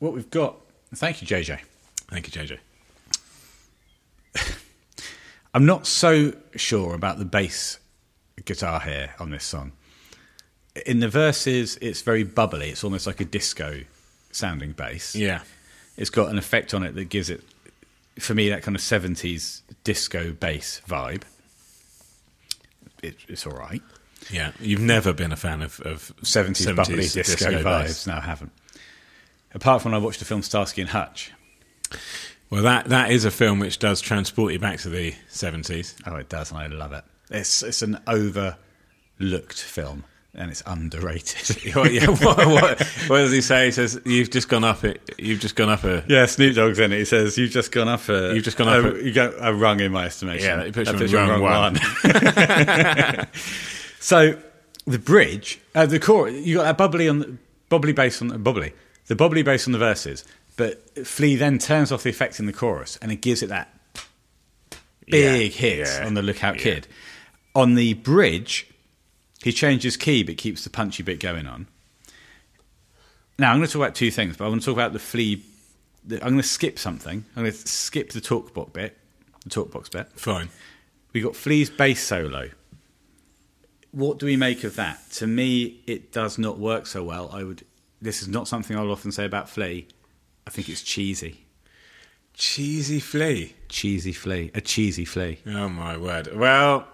[SPEAKER 1] what we've got, thank you, JJ.
[SPEAKER 2] Thank you, JJ.
[SPEAKER 1] I'm not so sure about the bass guitar here on this song. In the verses, it's very bubbly. It's almost like a disco sounding bass.
[SPEAKER 2] Yeah.
[SPEAKER 1] it's got an effect on it that gives it, for me, that kind of 70s disco bass vibe. It, it's all right.
[SPEAKER 2] Yeah, you've never been a fan of, of
[SPEAKER 1] 70s,
[SPEAKER 2] 70s
[SPEAKER 1] bubbly disco, vibes.
[SPEAKER 2] bass.
[SPEAKER 1] No, I haven't. Apart from when I watched the film Starsky and Hutch.
[SPEAKER 2] Well, that, that is a film which does transport you back to the 70s.
[SPEAKER 1] Oh, it does, and I love it. It's, it's an overlooked film, and it's underrated. [LAUGHS]
[SPEAKER 2] [LAUGHS] What, yeah, what, what, what does he say? He says, "You've just gone up it. You've just gone up a."
[SPEAKER 1] Yeah, Snoop Dogg's in it. He says, "You've just gone up a
[SPEAKER 2] You've just gone up
[SPEAKER 1] a,
[SPEAKER 2] a-
[SPEAKER 1] you got a rung in my estimation."
[SPEAKER 2] Yeah, it puts
[SPEAKER 1] That
[SPEAKER 2] you on rung one.
[SPEAKER 1] [LAUGHS] so the bridge, uh, the core, you got that bubbly on the, bubbly bass on the bubbly, the bubbly bass on the verses, but Flea then turns off the effect in the chorus, and it gives it that big
[SPEAKER 2] Yeah,
[SPEAKER 1] hit
[SPEAKER 2] yeah,
[SPEAKER 1] on the Lookout
[SPEAKER 2] yeah.
[SPEAKER 1] Kid. On the bridge, he changes key but keeps the punchy bit going on. Now I'm going to talk about two things, but I want to talk about the flea. The, I'm going to skip something. I'm going to skip the talk box bit. The talk box bit.
[SPEAKER 2] Fine.
[SPEAKER 1] We got Flea's bass solo. What do we make of that? To me, it does not work so well. I would. This is not something I'll often say about Flea. I think it's cheesy,
[SPEAKER 2] Cheesy flea.
[SPEAKER 1] cheesy Flea, a cheesy Flea.
[SPEAKER 2] Oh my word. Well,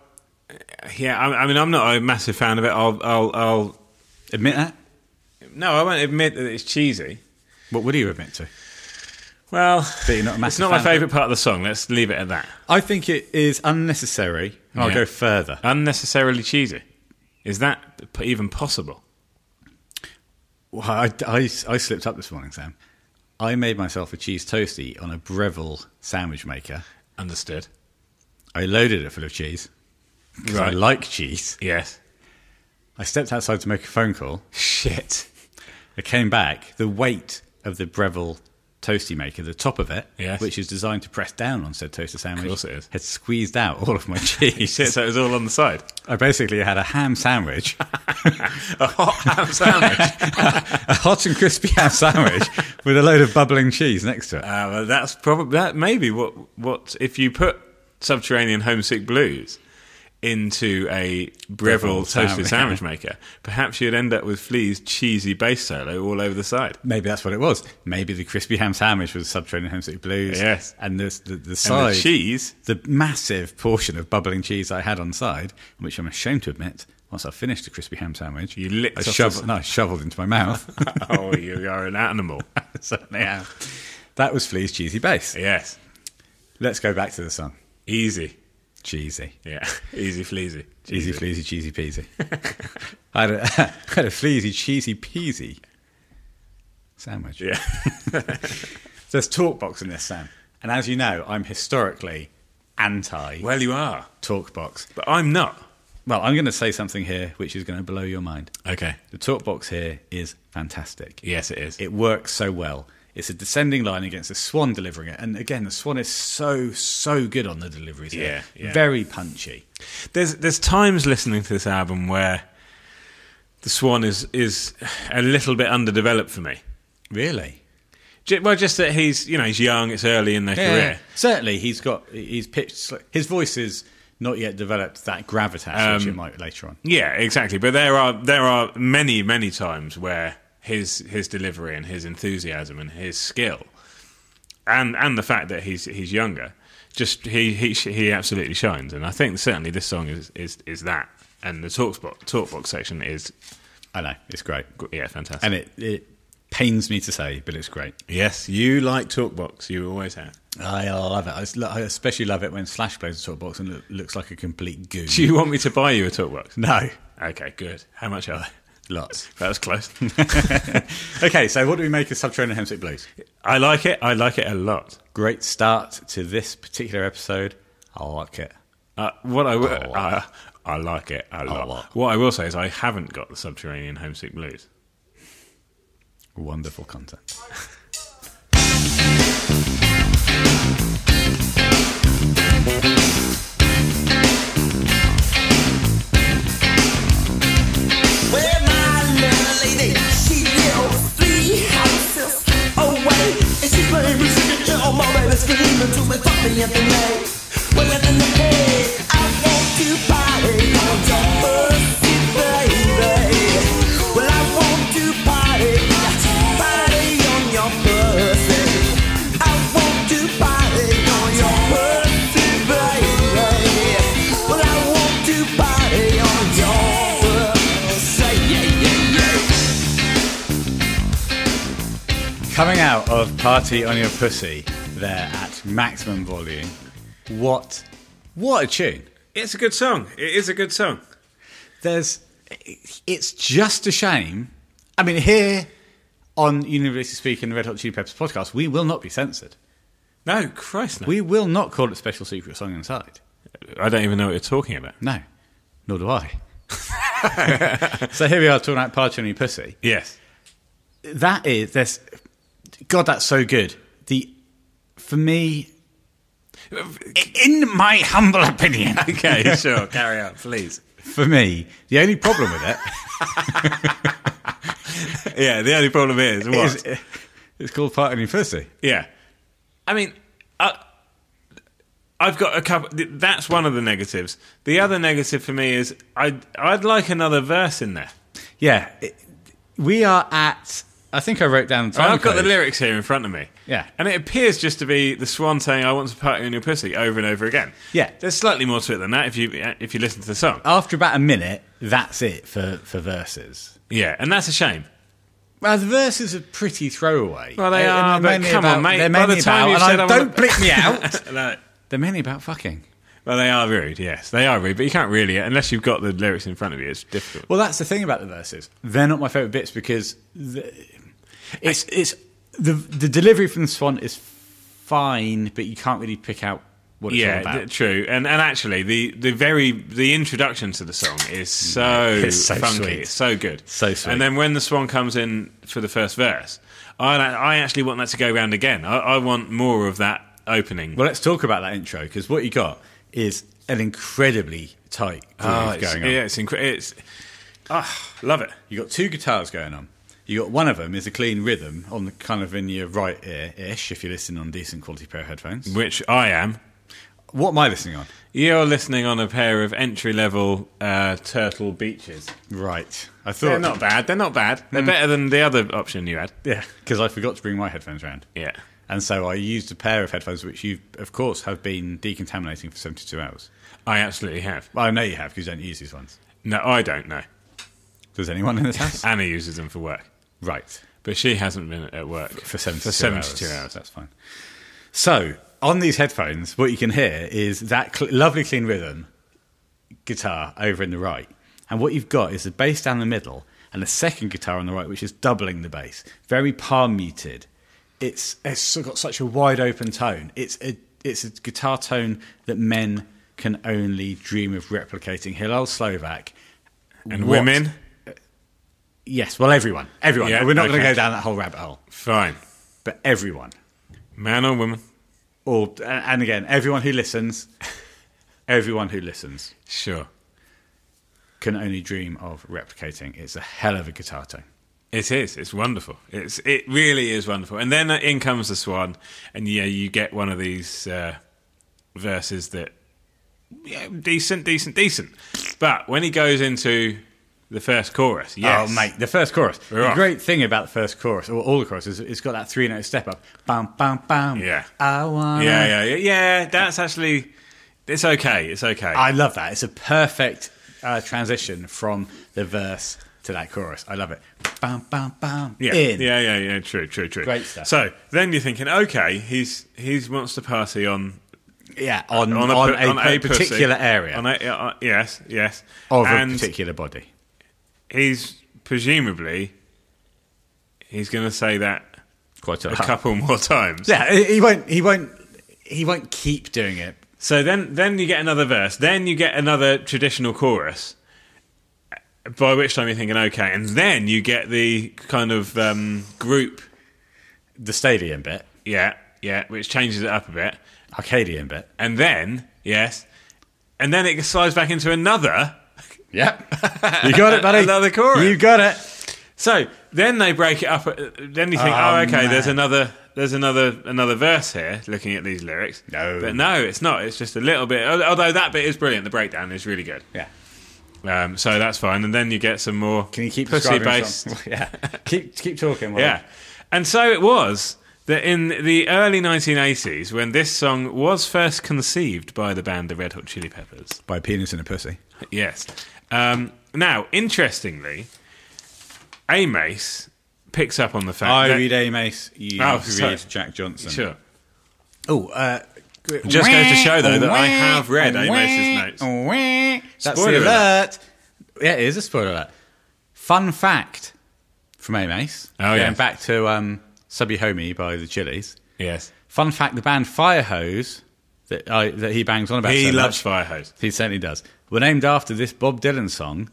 [SPEAKER 2] yeah. I, I mean, I'm not a massive fan of it. I'll, I'll, I'll.
[SPEAKER 1] Admit that.
[SPEAKER 2] No, I won't admit that it's cheesy.
[SPEAKER 1] What would you admit to?
[SPEAKER 2] Well,
[SPEAKER 1] That you're not a
[SPEAKER 2] it's
[SPEAKER 1] massive
[SPEAKER 2] not
[SPEAKER 1] fan
[SPEAKER 2] my
[SPEAKER 1] of it.
[SPEAKER 2] favourite part of the song. Let's leave it at that.
[SPEAKER 1] I think it is unnecessary. And I'll
[SPEAKER 2] Yeah.
[SPEAKER 1] go further.
[SPEAKER 2] Unnecessarily cheesy. Is that p- even possible?
[SPEAKER 1] Well, I, I, I slipped up this morning, Sam. I made myself a cheese toasty on a Breville sandwich maker.
[SPEAKER 2] Understood.
[SPEAKER 1] I loaded it full of cheese. 'cause I
[SPEAKER 2] Right.
[SPEAKER 1] like cheese.
[SPEAKER 2] Yes. [LAUGHS]
[SPEAKER 1] I stepped outside to make a phone call.
[SPEAKER 2] Shit.
[SPEAKER 1] I came back. The weight of the Breville toasty maker, the top of it,
[SPEAKER 2] Yes.
[SPEAKER 1] which is designed to press down on said toaster sandwich,
[SPEAKER 2] course it is.
[SPEAKER 1] had squeezed out all
[SPEAKER 2] [LAUGHS]
[SPEAKER 1] of my cheese.
[SPEAKER 2] Shit, so it was all on the side.
[SPEAKER 1] I basically had a ham sandwich,
[SPEAKER 2] [LAUGHS] A hot ham sandwich.
[SPEAKER 1] a hot and crispy ham sandwich with a load of bubbling cheese next to it.
[SPEAKER 2] [LAUGHS] uh, well, that's probably that. Maybe what what if you put subterranean homesick blues into a Breville
[SPEAKER 1] Breville
[SPEAKER 2] toasted
[SPEAKER 1] sandwich.
[SPEAKER 2] sandwich maker? Perhaps you'd end up with Flea's cheesy bass solo all over the side.
[SPEAKER 1] Maybe that's what it was. Maybe the crispy ham sandwich was subterranean homesick blues.
[SPEAKER 2] Yes.
[SPEAKER 1] and the the, the
[SPEAKER 2] And
[SPEAKER 1] side
[SPEAKER 2] the [LAUGHS] cheese.
[SPEAKER 1] the massive portion of bubbling cheese I had on side, which I'm ashamed to admit, once I finished the crispy ham sandwich,
[SPEAKER 2] You licked
[SPEAKER 1] I
[SPEAKER 2] off the
[SPEAKER 1] shoveled,
[SPEAKER 2] s- [LAUGHS]
[SPEAKER 1] no, I shoveled into my mouth. [LAUGHS]
[SPEAKER 2] oh, you are an animal.
[SPEAKER 1] Certainly am. That was Flea's cheesy bass.
[SPEAKER 2] Yes.
[SPEAKER 1] Let's go back to the song.
[SPEAKER 2] Easy.
[SPEAKER 1] Cheesy.
[SPEAKER 2] Yeah. [LAUGHS] Easy fleasy.
[SPEAKER 1] [LAUGHS] Cheesy, fleasy, cheesy peasy. I, had a, [LAUGHS] I had a fleasy, cheesy peasy sandwich.
[SPEAKER 2] [LAUGHS] Yeah.
[SPEAKER 1] There's talk box in this, Sam. And as you know, I'm historically anti
[SPEAKER 2] Well, you are.
[SPEAKER 1] talk box.
[SPEAKER 2] But I'm not.
[SPEAKER 1] Well, I'm going to say something here which is going to blow your mind.
[SPEAKER 2] Okay.
[SPEAKER 1] The talk box here is fantastic.
[SPEAKER 2] Yes, it is.
[SPEAKER 1] It works so well. It's a descending line against the Swan delivering it. And again, the Swan is so, so good on the deliveries here.
[SPEAKER 2] Yeah, yeah.
[SPEAKER 1] Very punchy.
[SPEAKER 2] There's there's times listening to this album where the Swan is is a little bit underdeveloped for me.
[SPEAKER 1] Really?
[SPEAKER 2] Ju- Well, just that he's you know he's young, it's early in their career.
[SPEAKER 1] Certainly, he's got he's pitched. sli- His voice is not yet developed that gravitas which
[SPEAKER 2] Um,
[SPEAKER 1] it might later on.
[SPEAKER 2] Yeah, exactly. But there are there are many many times where his his delivery and his enthusiasm and his skill, and and the fact that he's he's younger, just he he sh- he absolutely shines. And I think certainly this song is is, is that. And the talk box talk box section is
[SPEAKER 1] I know it's great,
[SPEAKER 2] gr- yeah fantastic.
[SPEAKER 1] and it it pains me to say, but it's great.
[SPEAKER 2] yes, you like Talkbox. You always have.
[SPEAKER 1] I love it. I s- I especially love it when Slash plays a talk box and lo- looks like a complete goon.
[SPEAKER 2] Do you want me to buy you a Talkbox?
[SPEAKER 1] no,
[SPEAKER 2] Okay, good. How much are they?
[SPEAKER 1] [LAUGHS]
[SPEAKER 2] [LAUGHS]
[SPEAKER 1] lots. [LAUGHS]
[SPEAKER 2] That was close.
[SPEAKER 1] okay, so what do we make of Subterranean Hemsick Blues?
[SPEAKER 2] [LAUGHS] I like it. I like it a lot.
[SPEAKER 1] Great start to this particular episode. I like it.
[SPEAKER 2] Uh, what I will,
[SPEAKER 1] Oh.
[SPEAKER 2] uh, I like it a lot.
[SPEAKER 1] lot.
[SPEAKER 2] What I will say is I haven't got the subterranean homesick blues.
[SPEAKER 1] Wonderful content.
[SPEAKER 3] Where my little lady, she lives three houses away. And she playing music and kill my baby screaming to me, fuck me in the night. Well, in the night, I want to party on your pussy, baby. Well, I want to party, party on your pussy. I want to party on your pussy, baby. Well, I want to party on your pussy. Yeah, yeah, yeah.
[SPEAKER 1] Coming out of Party on Your Pussy there at maximum volume. What what a tune.
[SPEAKER 2] It's a good song. It is a good song.
[SPEAKER 1] There's it's just a shame. I mean here on University Speak and the Red Hot Chili Peppers podcast, we will not be censored.
[SPEAKER 2] No, Christ, no.
[SPEAKER 1] We will not call it special secret song inside.
[SPEAKER 2] I don't even know what you're talking about.
[SPEAKER 1] No. Nor do
[SPEAKER 2] [LAUGHS]
[SPEAKER 1] I. so here we are talking about Party on Your Pussy.
[SPEAKER 2] Yes.
[SPEAKER 1] that is there's god that's so good the for me in my humble opinion
[SPEAKER 2] [LAUGHS] [LAUGHS] Okay, sure. Carry on, please.
[SPEAKER 1] [LAUGHS] for me the only problem with it
[SPEAKER 2] [LAUGHS] Yeah, the only problem is what?
[SPEAKER 1] is [LAUGHS] it's called part of your pussy
[SPEAKER 2] Yeah. I mean, uh, I've got a couple. th- That's one of the negatives. The other negative for me is I'd, I'd like another verse in there.
[SPEAKER 1] yeah it- we are at i think i wrote down the time
[SPEAKER 2] I've got the
[SPEAKER 1] code.
[SPEAKER 2] lyrics here in front of me.
[SPEAKER 1] Yeah.
[SPEAKER 2] And it appears just to be the swan saying, I want to party on your pussy over and over again.
[SPEAKER 1] Yeah. Oh.
[SPEAKER 2] There's slightly more to it than that if you uh, if you listen to the song.
[SPEAKER 1] after about a minute that's it for for verses
[SPEAKER 2] Yeah, and that's a shame.
[SPEAKER 1] well, the verses are pretty throwaway.
[SPEAKER 2] Well, they
[SPEAKER 1] And
[SPEAKER 2] are,
[SPEAKER 1] they're
[SPEAKER 2] Uh, but
[SPEAKER 1] mainly
[SPEAKER 2] come on,
[SPEAKER 1] about-
[SPEAKER 2] mate.
[SPEAKER 1] They're
[SPEAKER 2] By
[SPEAKER 1] mainly
[SPEAKER 2] the
[SPEAKER 1] about,
[SPEAKER 2] time you've
[SPEAKER 1] and I-
[SPEAKER 2] said I wanna-
[SPEAKER 1] don't blip [LAUGHS]
[SPEAKER 2] [LAUGHS]
[SPEAKER 1] me out.
[SPEAKER 2] No.
[SPEAKER 1] they're mainly about fucking.
[SPEAKER 2] Well, they are rude, yes. They are rude, but you can't really, unless you've got the lyrics in front of you, it's difficult.
[SPEAKER 1] Well, that's the thing about the verses. They're not my favourite bits because the, it's it's the the delivery from the Swan is fine, but you can't really pick out what it's all
[SPEAKER 2] yeah,
[SPEAKER 1] about.
[SPEAKER 2] th- true. And and actually, the, the very the introduction to the song is so
[SPEAKER 1] Mm. [LAUGHS] It's so
[SPEAKER 2] funky,
[SPEAKER 1] sweet.
[SPEAKER 2] it's so good,
[SPEAKER 1] So sweet.
[SPEAKER 2] And then when the swan comes in for the first verse, I I actually want that to go round again. I, I want more of that opening.
[SPEAKER 1] well, let's talk about that intro because what you got is an incredibly tight groove
[SPEAKER 2] Oh, it's,
[SPEAKER 1] going on.
[SPEAKER 2] Yeah, it's incre- It's ah, love it.
[SPEAKER 1] You got two guitars going on. You got one of them is a clean rhythm on the kind of in your right ear ish if you're listening on decent quality pair of headphones.
[SPEAKER 2] Which I am.
[SPEAKER 1] What am I listening on?
[SPEAKER 2] You're listening on a pair of entry level uh, turtle beaches.
[SPEAKER 1] Right, I thought Mm.
[SPEAKER 2] They're not bad. They're not bad. They're better than the other option you had.
[SPEAKER 1] Yeah, because I forgot to bring my headphones round.
[SPEAKER 2] Yeah.
[SPEAKER 1] And so I used a pair of headphones, which you, of course, have been decontaminating for 72 hours.
[SPEAKER 2] I absolutely have.
[SPEAKER 1] Well, I know you have because you don't use these ones.
[SPEAKER 2] No, I don't know. [LAUGHS]
[SPEAKER 1] Does anyone in this house?
[SPEAKER 2] Anna uses them for work.
[SPEAKER 1] right.
[SPEAKER 2] But she hasn't been at work
[SPEAKER 1] for 72,
[SPEAKER 2] for 72
[SPEAKER 1] hours.
[SPEAKER 2] hours.
[SPEAKER 1] That's fine. So, on these headphones, what you can hear is that cl- lovely clean rhythm guitar over in the right. And what you've got is the bass down the middle and a second guitar on the right, which is doubling the bass. Very palm muted. It's, it's got such a wide open tone. It's a, it's a guitar tone that men can only dream of replicating. Hillel Slovak.
[SPEAKER 2] And
[SPEAKER 1] What-
[SPEAKER 2] women?
[SPEAKER 1] Yes, well, everyone. Everyone.
[SPEAKER 2] Yeah,
[SPEAKER 1] We're not going to
[SPEAKER 2] okay.
[SPEAKER 1] go down that whole rabbit hole,
[SPEAKER 2] Fine.
[SPEAKER 1] but everyone.
[SPEAKER 2] Man or woman?
[SPEAKER 1] or and again, everyone who listens, everyone who listens
[SPEAKER 2] Sure.
[SPEAKER 1] can only dream of replicating. It's a hell of a guitar tone.
[SPEAKER 2] It is. It's wonderful. It's it really is wonderful. And then uh, in comes the swan, and yeah, you get one of these uh, verses that yeah, decent, decent, decent. But when he goes into the first chorus, yes,
[SPEAKER 1] Oh, mate, the first chorus.
[SPEAKER 2] We're
[SPEAKER 1] the
[SPEAKER 2] off.
[SPEAKER 1] great thing about the first chorus, or all the choruses, it's got that three note step up. Bam, bam, bam.
[SPEAKER 2] Yeah.
[SPEAKER 1] I want.
[SPEAKER 2] yeah, yeah, yeah, yeah. That's actually it's okay. It's okay.
[SPEAKER 1] I love that. It's a perfect uh, transition from the verse to that chorus. I love it. Bam, bam, bam.
[SPEAKER 2] yeah,
[SPEAKER 1] In.
[SPEAKER 2] yeah, yeah, yeah. True, true, true.
[SPEAKER 1] Great stuff.
[SPEAKER 2] So then you're thinking, okay, he's he wants to party on
[SPEAKER 1] Yeah, On,
[SPEAKER 2] on a,
[SPEAKER 1] on
[SPEAKER 2] pu-
[SPEAKER 1] a,
[SPEAKER 2] on
[SPEAKER 1] a
[SPEAKER 2] pussy.
[SPEAKER 1] particular area
[SPEAKER 2] On a, uh, yes, yes,
[SPEAKER 1] of
[SPEAKER 2] and
[SPEAKER 1] a particular body.
[SPEAKER 2] he's presumably he's going to say that
[SPEAKER 1] Quite
[SPEAKER 2] a couple more times.
[SPEAKER 1] Uh-huh. Yeah, he he won't. He won't. He won't keep doing it.
[SPEAKER 2] So then, then you get another verse. Then you get another traditional chorus. By which time you're thinking, okay, and then you get the kind of um, group,
[SPEAKER 1] The stadium bit,
[SPEAKER 2] yeah, yeah, which changes it up a bit,
[SPEAKER 1] Arcadian bit.
[SPEAKER 2] and then yes, and then it slides back into another.
[SPEAKER 1] Yep, you got it,
[SPEAKER 2] [LAUGHS]
[SPEAKER 1] buddy.
[SPEAKER 2] Another chorus.
[SPEAKER 1] You got it.
[SPEAKER 2] So then they break it up. uh, Then you think,
[SPEAKER 1] Oh,
[SPEAKER 2] oh, okay, there's
[SPEAKER 1] man.
[SPEAKER 2] another, there's another, another verse here. Looking at these lyrics,
[SPEAKER 1] No.
[SPEAKER 2] but no, it's not. It's just a little bit. al- Although that bit is brilliant. The breakdown is really good.
[SPEAKER 1] Yeah.
[SPEAKER 2] Um, so that's fine. And then you get some more.
[SPEAKER 1] Can you keep
[SPEAKER 2] pussy
[SPEAKER 1] describing
[SPEAKER 2] based? [LAUGHS]
[SPEAKER 1] yourself? yeah. [LAUGHS] Keep keep talking. Will.
[SPEAKER 2] Yeah. And so it was that in the early 1980s, when this song was first conceived by the band the Red Hot Chili Peppers.
[SPEAKER 1] By penis and a pussy.
[SPEAKER 2] Yes. Um, now, interestingly, Amace picks up on the fact
[SPEAKER 1] I
[SPEAKER 2] that
[SPEAKER 1] read A. Mace. You
[SPEAKER 2] Oh,
[SPEAKER 1] read
[SPEAKER 2] sorry.
[SPEAKER 1] Jack Johnson.
[SPEAKER 2] sure.
[SPEAKER 1] Oh, uh,
[SPEAKER 2] Just goes to show, though, that I have read A. Mace's notes.
[SPEAKER 1] notes. That's
[SPEAKER 2] Spoiler
[SPEAKER 1] spoiler alert. Yeah, it is a spoiler alert. Fun fact from A. Mace.
[SPEAKER 2] Oh,
[SPEAKER 1] going
[SPEAKER 2] yes.
[SPEAKER 1] back to um, Subby Homie by the Chili's.
[SPEAKER 2] Yes.
[SPEAKER 1] Fun fact: the band Firehose that I, that he bangs on about.
[SPEAKER 2] He
[SPEAKER 1] so
[SPEAKER 2] loves
[SPEAKER 1] much,
[SPEAKER 2] Firehose.
[SPEAKER 1] He certainly does. Were named after this Bob Dylan song.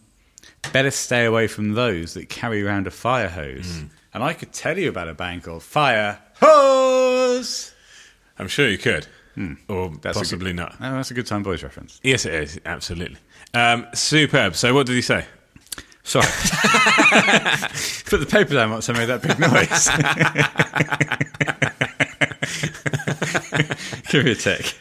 [SPEAKER 1] Better stay away from those that carry around a fire hose.
[SPEAKER 2] Hmm.
[SPEAKER 1] And I could tell you about a band called Fire Hose.
[SPEAKER 2] I'm sure you could. Or
[SPEAKER 1] a
[SPEAKER 2] possibly
[SPEAKER 1] good-
[SPEAKER 2] not.
[SPEAKER 1] Oh, that's a good time boys reference.
[SPEAKER 2] Yes, it is. Absolutely. Um, superb. So, what did he say?
[SPEAKER 1] Sorry. [LAUGHS] Put the paper down once I made that big noise. [LAUGHS] Give me a tick.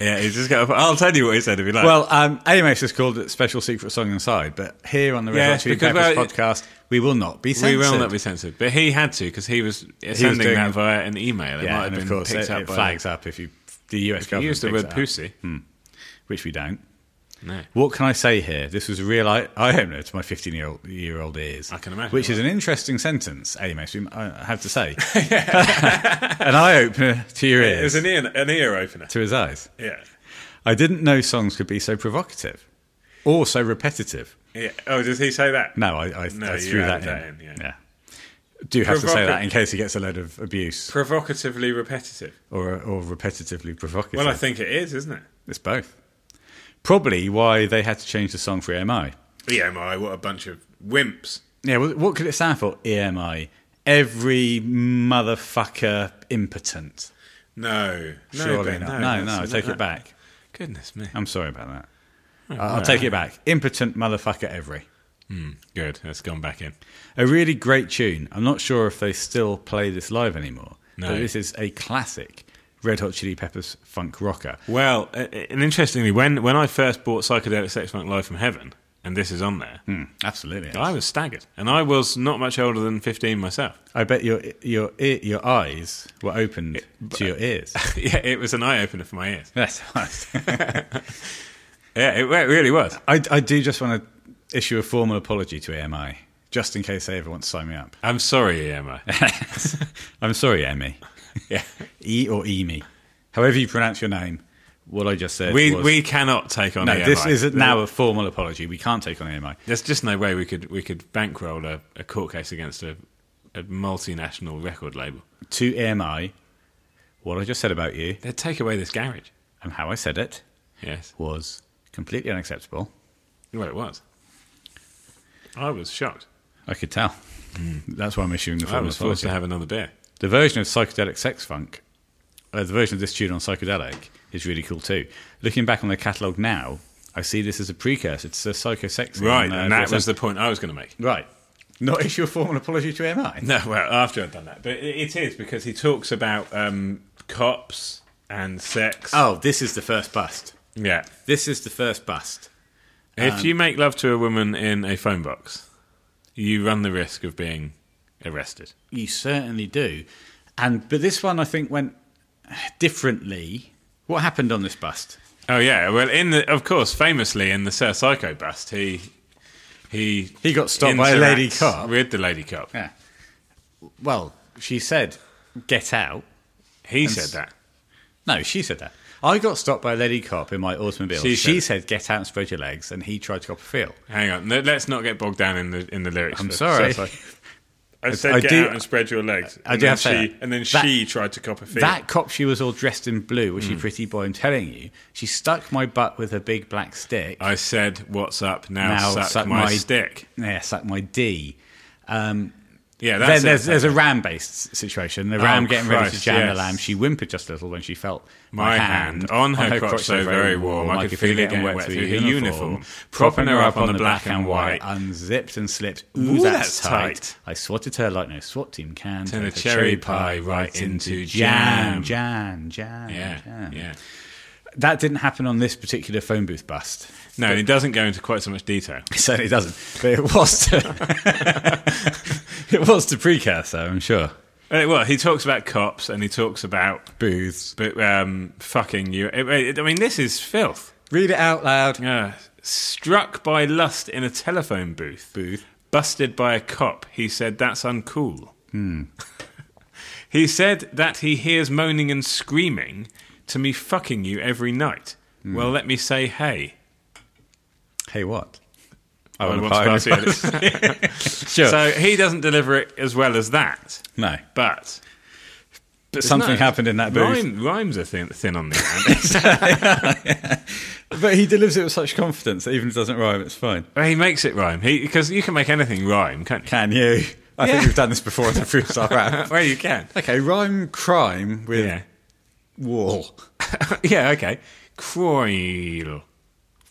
[SPEAKER 2] Yeah, he's just got. I'll tell you what he said if you like.
[SPEAKER 1] Well, um, AMS has called it Special Secret Song Inside, but here on the Red
[SPEAKER 2] Yes,
[SPEAKER 1] Hot Chili
[SPEAKER 2] because,
[SPEAKER 1] Peppers
[SPEAKER 2] well,
[SPEAKER 1] podcast, we will not be
[SPEAKER 2] we
[SPEAKER 1] censored.
[SPEAKER 2] will not be censored, but he had to because he was sending
[SPEAKER 1] doing-
[SPEAKER 2] that via an email. It
[SPEAKER 1] Yeah,
[SPEAKER 2] might have
[SPEAKER 1] and
[SPEAKER 2] been
[SPEAKER 1] of course,
[SPEAKER 2] picked
[SPEAKER 1] it,
[SPEAKER 2] up
[SPEAKER 1] it
[SPEAKER 2] by.
[SPEAKER 1] flags up if you the US
[SPEAKER 2] He
[SPEAKER 1] government
[SPEAKER 2] used the
[SPEAKER 1] picks
[SPEAKER 2] word
[SPEAKER 1] it up,
[SPEAKER 2] pussy.
[SPEAKER 1] which we don't.
[SPEAKER 2] No.
[SPEAKER 1] What can I say here? This was a real I, I don't know to my fifteen year old year old ears.
[SPEAKER 2] I can imagine
[SPEAKER 1] Which
[SPEAKER 2] it
[SPEAKER 1] is an interesting sentence, Amos. we- I have to
[SPEAKER 2] [LAUGHS]
[SPEAKER 1] say, [LAUGHS] an eye opener to your
[SPEAKER 2] It was
[SPEAKER 1] ears,
[SPEAKER 2] an ear, an ear opener.
[SPEAKER 1] to his eyes.
[SPEAKER 2] Yeah.
[SPEAKER 1] I didn't know songs could be so provocative or so repetitive.
[SPEAKER 2] yeah. Oh, does he say that?
[SPEAKER 1] No, I, I,
[SPEAKER 2] No,
[SPEAKER 1] I
[SPEAKER 2] you
[SPEAKER 1] threw that
[SPEAKER 2] added
[SPEAKER 1] in.
[SPEAKER 2] that in, yeah.
[SPEAKER 1] Do have to say
[SPEAKER 2] Provoca-
[SPEAKER 1] that in case he gets a load of abuse
[SPEAKER 2] Provocatively repetitive.
[SPEAKER 1] or, or repetitively provocative.
[SPEAKER 2] Well, I think it is, isn't it?
[SPEAKER 1] It's both. Probably why they had to change the song for EMI.
[SPEAKER 2] EMI, what a bunch of wimps.
[SPEAKER 1] Yeah, well, what could it stand for? EMI. Every motherfucker impotent.
[SPEAKER 2] No. No,
[SPEAKER 1] Surely
[SPEAKER 2] Ben,
[SPEAKER 1] not. No, no,
[SPEAKER 2] that's-
[SPEAKER 1] I take it back.
[SPEAKER 2] Goodness me.
[SPEAKER 1] I'm sorry about that. I- I'll take it back. Impotent motherfucker every.
[SPEAKER 2] Good. That's gone back in.
[SPEAKER 1] A really great tune. I'm not sure if they still play this live anymore.
[SPEAKER 2] No.
[SPEAKER 1] But this is a classic Red Hot Chili Peppers funk rocker.
[SPEAKER 2] Well, uh, and interestingly, when, when I first bought Psychedelic Sex Funk Live from Heaven, and this is on there,
[SPEAKER 1] Hmm, absolutely.
[SPEAKER 2] I was staggered. And I was not much older than 15 myself. [LAUGHS]
[SPEAKER 1] I bet your your ear, your eyes were opened to your ears.
[SPEAKER 2] yeah, it was an eye opener for my ears.
[SPEAKER 1] [LAUGHS] That's [LAUGHS]
[SPEAKER 2] Yeah, it, re- really was.
[SPEAKER 1] I, I do just want to issue a formal apology to AMI just in case they ever want to sign me [LAUGHS] up.
[SPEAKER 2] I'm sorry, [LAUGHS] Emma.
[SPEAKER 1] I'm sorry, Emmy.
[SPEAKER 2] yeah.
[SPEAKER 1] E or Emi, however you pronounce your name. What I just said.
[SPEAKER 2] We
[SPEAKER 1] was-
[SPEAKER 2] we cannot take on
[SPEAKER 1] no.
[SPEAKER 2] EMI.
[SPEAKER 1] This is now a formal apology. We can't take on EMI.
[SPEAKER 2] There's just no way we could we could bankroll a, a court case against a, a multinational record label.
[SPEAKER 1] To EMI, what I just said about you
[SPEAKER 2] They'd take away this garage.
[SPEAKER 1] and how I said it
[SPEAKER 2] Yes.
[SPEAKER 1] was completely unacceptable.
[SPEAKER 2] Well, it was. I was shocked.
[SPEAKER 1] I could tell. That's why I'm issuing the
[SPEAKER 2] Hmm. I
[SPEAKER 1] formal
[SPEAKER 2] was forced
[SPEAKER 1] apology.
[SPEAKER 2] to have another beer.
[SPEAKER 1] The version of psychedelic sex funk, uh, the version of this tune on psychedelic, is really cool too. Looking back on their catalogue now, I see this as a precursor to the psycho sex. scene
[SPEAKER 2] Right,
[SPEAKER 1] on, uh,
[SPEAKER 2] and that
[SPEAKER 1] VSM.
[SPEAKER 2] was the point I was going to make.
[SPEAKER 1] right. Not issue a formal apology to MI.
[SPEAKER 2] [LAUGHS] No, well, after I'd done that, but it, it is because he talks about um, cops and sex.
[SPEAKER 1] Oh, this is the first bust.
[SPEAKER 2] Yeah, Um,
[SPEAKER 1] This is the first bust.
[SPEAKER 2] if you make love to a woman in a phone box, you run the risk of being arrested.
[SPEAKER 1] You certainly do. And but this one I think went differently. What happened on this bust?
[SPEAKER 2] Oh yeah, well, in the of course, famously in the Sir Psycho bust, he he
[SPEAKER 1] He got stopped by a lady
[SPEAKER 2] interacts
[SPEAKER 1] cop.
[SPEAKER 2] with the lady cop.
[SPEAKER 1] Yeah. Well, she said, "Get out."
[SPEAKER 2] He
[SPEAKER 1] And s-
[SPEAKER 2] said that.
[SPEAKER 1] No, she said that. I got stopped by a lady cop in my automobile.
[SPEAKER 2] She
[SPEAKER 1] She,
[SPEAKER 2] said it.
[SPEAKER 1] said, "Get out and spread your legs," and he tried to cop a feel.
[SPEAKER 2] Hang on, let- let's not get bogged down in the in the lyrics.
[SPEAKER 1] I'm
[SPEAKER 2] for
[SPEAKER 1] sorry.
[SPEAKER 2] Sir Psycho. I said
[SPEAKER 1] I
[SPEAKER 2] get
[SPEAKER 1] do-
[SPEAKER 2] out and spread your legs.
[SPEAKER 1] I
[SPEAKER 2] and
[SPEAKER 1] do
[SPEAKER 2] then
[SPEAKER 1] have to say
[SPEAKER 2] she,
[SPEAKER 1] that.
[SPEAKER 2] and then
[SPEAKER 1] That-
[SPEAKER 2] she tried to cop a feel.
[SPEAKER 1] That cop, she was all dressed in blue, was she pretty boy? I'm telling you, she stuck my butt with her big black stick.
[SPEAKER 2] I said, "What's up now?
[SPEAKER 1] Now
[SPEAKER 2] suck,
[SPEAKER 1] suck
[SPEAKER 2] my,
[SPEAKER 1] my-
[SPEAKER 2] stick."
[SPEAKER 1] yeah, suck my D.
[SPEAKER 2] Yeah,
[SPEAKER 1] Then
[SPEAKER 2] that's
[SPEAKER 1] there's,
[SPEAKER 2] it. Oh,
[SPEAKER 1] there's a ram based situation. The ram getting ready to
[SPEAKER 2] Christ,
[SPEAKER 1] jam
[SPEAKER 2] yes.
[SPEAKER 1] the lamb. She whimpered just a little when she felt
[SPEAKER 2] my hand on her, crotch, so very warm. I, could feel it getting wet, through her uniform, propping her up on the black and white.
[SPEAKER 1] Unzipped and slipped. Ooh,
[SPEAKER 2] Ooh,
[SPEAKER 1] that's,
[SPEAKER 2] that's
[SPEAKER 1] tight.
[SPEAKER 2] tight.
[SPEAKER 1] I swatted her like no SWAT team can.
[SPEAKER 2] Turn
[SPEAKER 1] Turned
[SPEAKER 2] a cherry pie right into jam.
[SPEAKER 1] Jam, jam,
[SPEAKER 2] Yeah,
[SPEAKER 1] jam.
[SPEAKER 2] yeah.
[SPEAKER 1] That didn't happen on this particular phone booth bust. [LAUGHS]
[SPEAKER 2] No, it doesn't go into quite so much detail.
[SPEAKER 1] It certainly doesn't. But it was to, [LAUGHS] it was to precursor, I'm sure.
[SPEAKER 2] Uh, well, he talks about cops and he talks about
[SPEAKER 1] Booths.
[SPEAKER 2] but um, fucking you. it- it- I mean, this is filth.
[SPEAKER 1] Read it out loud.
[SPEAKER 2] Uh, struck by lust in a telephone booth.
[SPEAKER 1] Booth.
[SPEAKER 2] Busted by a cop. He said that's uncool. [LAUGHS] he said that he hears moaning and screaming to me fucking you every night. Well, let me say hey.
[SPEAKER 1] Hey, what?
[SPEAKER 2] I
[SPEAKER 1] want a
[SPEAKER 2] want to
[SPEAKER 1] pie
[SPEAKER 2] pass
[SPEAKER 1] and a
[SPEAKER 2] you.
[SPEAKER 1] [LAUGHS] Sure.
[SPEAKER 2] so he doesn't deliver it as well as that.
[SPEAKER 1] no,
[SPEAKER 2] But
[SPEAKER 1] but something
[SPEAKER 2] no,
[SPEAKER 1] happened in that booth.
[SPEAKER 2] Rhyme, rhymes are thin, thin on the hand.
[SPEAKER 1] But he delivers it with such confidence that even if it doesn't rhyme, it's fine.
[SPEAKER 2] Well, [LAUGHS] he makes it rhyme. Because you can make anything rhyme, can't
[SPEAKER 1] [LAUGHS]
[SPEAKER 2] you?
[SPEAKER 1] Can you? I
[SPEAKER 2] Yeah.
[SPEAKER 1] think we've done this before
[SPEAKER 2] [LAUGHS]
[SPEAKER 1] on the Fruit Star Rap.
[SPEAKER 2] Well, you can.
[SPEAKER 1] Okay, rhyme crime with
[SPEAKER 2] Yeah.
[SPEAKER 1] wall.
[SPEAKER 2] yeah, okay. Croil.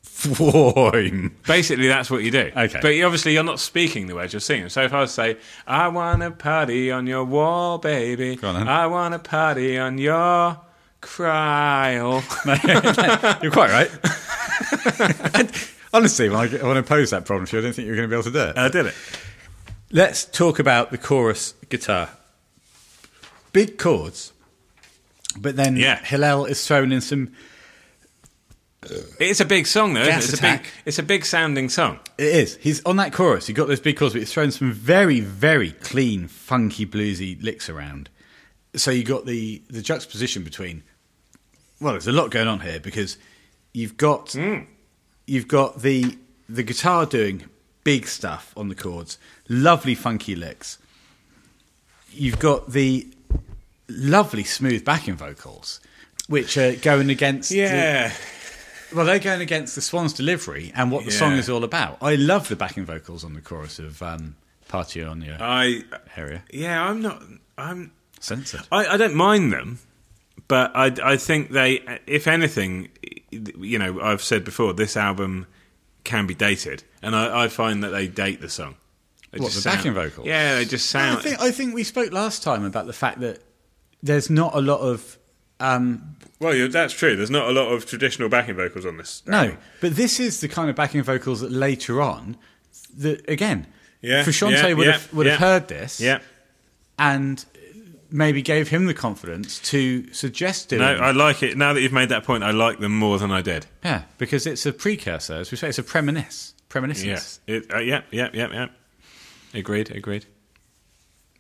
[SPEAKER 1] Froime.
[SPEAKER 2] Basically, that's what you do.
[SPEAKER 1] Okay.
[SPEAKER 2] But you- obviously, you're not speaking the words, you're singing. So if I was to say, I want a party on your wall, baby.
[SPEAKER 1] on then.
[SPEAKER 2] I want a party on your
[SPEAKER 1] [LAUGHS]
[SPEAKER 2] cryle.
[SPEAKER 1] You're quite
[SPEAKER 2] [LAUGHS]
[SPEAKER 1] right. And honestly, when I, when I posed that problem to you, I didn't think you were going to be able to do it. Uh,
[SPEAKER 2] I did it.
[SPEAKER 1] Let's talk about the chorus guitar. Big chords, but then
[SPEAKER 2] Yeah.
[SPEAKER 1] Hillel is thrown in some.
[SPEAKER 2] [LAUGHS] It's a big song, though, isn't it?
[SPEAKER 1] Gas
[SPEAKER 2] It's a, big,
[SPEAKER 1] attack.
[SPEAKER 2] it's a big sounding song.
[SPEAKER 1] It is. He's on that chorus. He got those big chords, but he's thrown some very, very clean, funky, bluesy licks around. So you got the the juxtaposition between. Well, there's a lot going on here because you've got you've got the the guitar doing big stuff on the chords, lovely funky licks. You've got the lovely smooth backing vocals, which are going against the-
[SPEAKER 2] Yeah.
[SPEAKER 1] well, they're going against the Swans' delivery and what the
[SPEAKER 2] Yeah.
[SPEAKER 1] song is all about. I love the backing vocals on the chorus of um, "Party on Your
[SPEAKER 2] I.
[SPEAKER 1] Area."
[SPEAKER 2] Yeah, I'm not. I'm.
[SPEAKER 1] Censored.
[SPEAKER 2] I, I don't mind them, but I, I think they, if anything, you know, I've said before, this album can be dated, and I, I find that they date the song. They
[SPEAKER 1] What,
[SPEAKER 2] just
[SPEAKER 1] the
[SPEAKER 2] sound-
[SPEAKER 1] backing vocals?
[SPEAKER 2] Yeah, they just
[SPEAKER 1] I
[SPEAKER 2] sound.
[SPEAKER 1] think I think we spoke last time about the fact that there's not a lot of um,
[SPEAKER 4] Well, you that's true. There's not a lot of traditional backing vocals on this.
[SPEAKER 1] no, but this is the kind of backing vocals that later on, that again,
[SPEAKER 4] Yeah,
[SPEAKER 1] Frusciante
[SPEAKER 4] yeah,
[SPEAKER 1] would
[SPEAKER 4] yeah,
[SPEAKER 1] have would have
[SPEAKER 4] yeah.
[SPEAKER 1] heard this,
[SPEAKER 4] Yeah.
[SPEAKER 1] and maybe gave him the confidence to suggest doing.
[SPEAKER 2] No, I like it. Now that you've made that point, I like them more than I did.
[SPEAKER 1] yeah, because it's a precursor, as we say, it's a premonition, premonition.
[SPEAKER 2] Yes. It, uh, yeah, yeah, yeah, yeah. Agreed, agreed.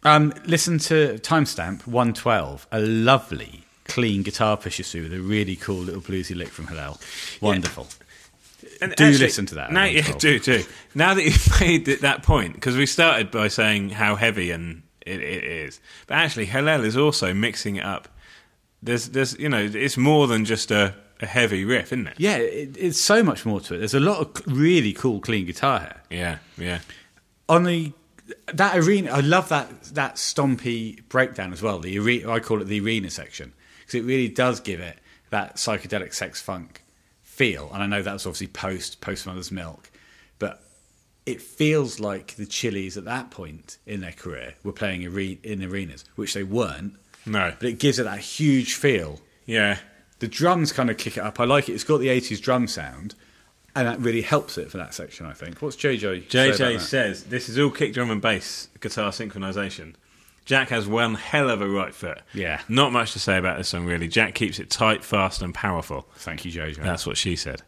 [SPEAKER 1] Um, listen to timestamp one twelve, a lovely clean guitar pusher through with a really cool little bluesy lick from Hillel. Wonderful.
[SPEAKER 2] And
[SPEAKER 1] Do listen to that,
[SPEAKER 2] Now,
[SPEAKER 1] Alan
[SPEAKER 2] yeah,
[SPEAKER 1] Cole.
[SPEAKER 2] do do. Now that you've [LAUGHS] made it that point, because we started by saying how heavy and it, it is, but actually Hillel is also mixing it up. There's there's you know it's more than just a, a heavy riff, isn't it?
[SPEAKER 1] Yeah, it, it's so much more to it. There's a lot of c- really cool clean guitar here.
[SPEAKER 2] Yeah, yeah.
[SPEAKER 1] on the that arena i love that that stompy breakdown as well the arena i call it the arena section because it really does give it that psychedelic sex funk feel and i know that's obviously post post mother's milk but it feels like the chilies at that point in their career were playing are- in arenas which they weren't
[SPEAKER 2] No.
[SPEAKER 1] but it gives it that huge feel
[SPEAKER 2] Yeah.
[SPEAKER 1] the drums kind of kick it up i like it it's got the 80s drum sound and that really helps it for that section i think what's jj say about
[SPEAKER 2] JJ
[SPEAKER 1] that?
[SPEAKER 2] says this is all kick drum and bass guitar synchronization. Jack has one hell of a right foot.
[SPEAKER 1] Yeah.
[SPEAKER 2] Not much to say about this song really. Jack keeps it tight, fast and powerful.
[SPEAKER 1] thank you jj
[SPEAKER 2] That's what she said.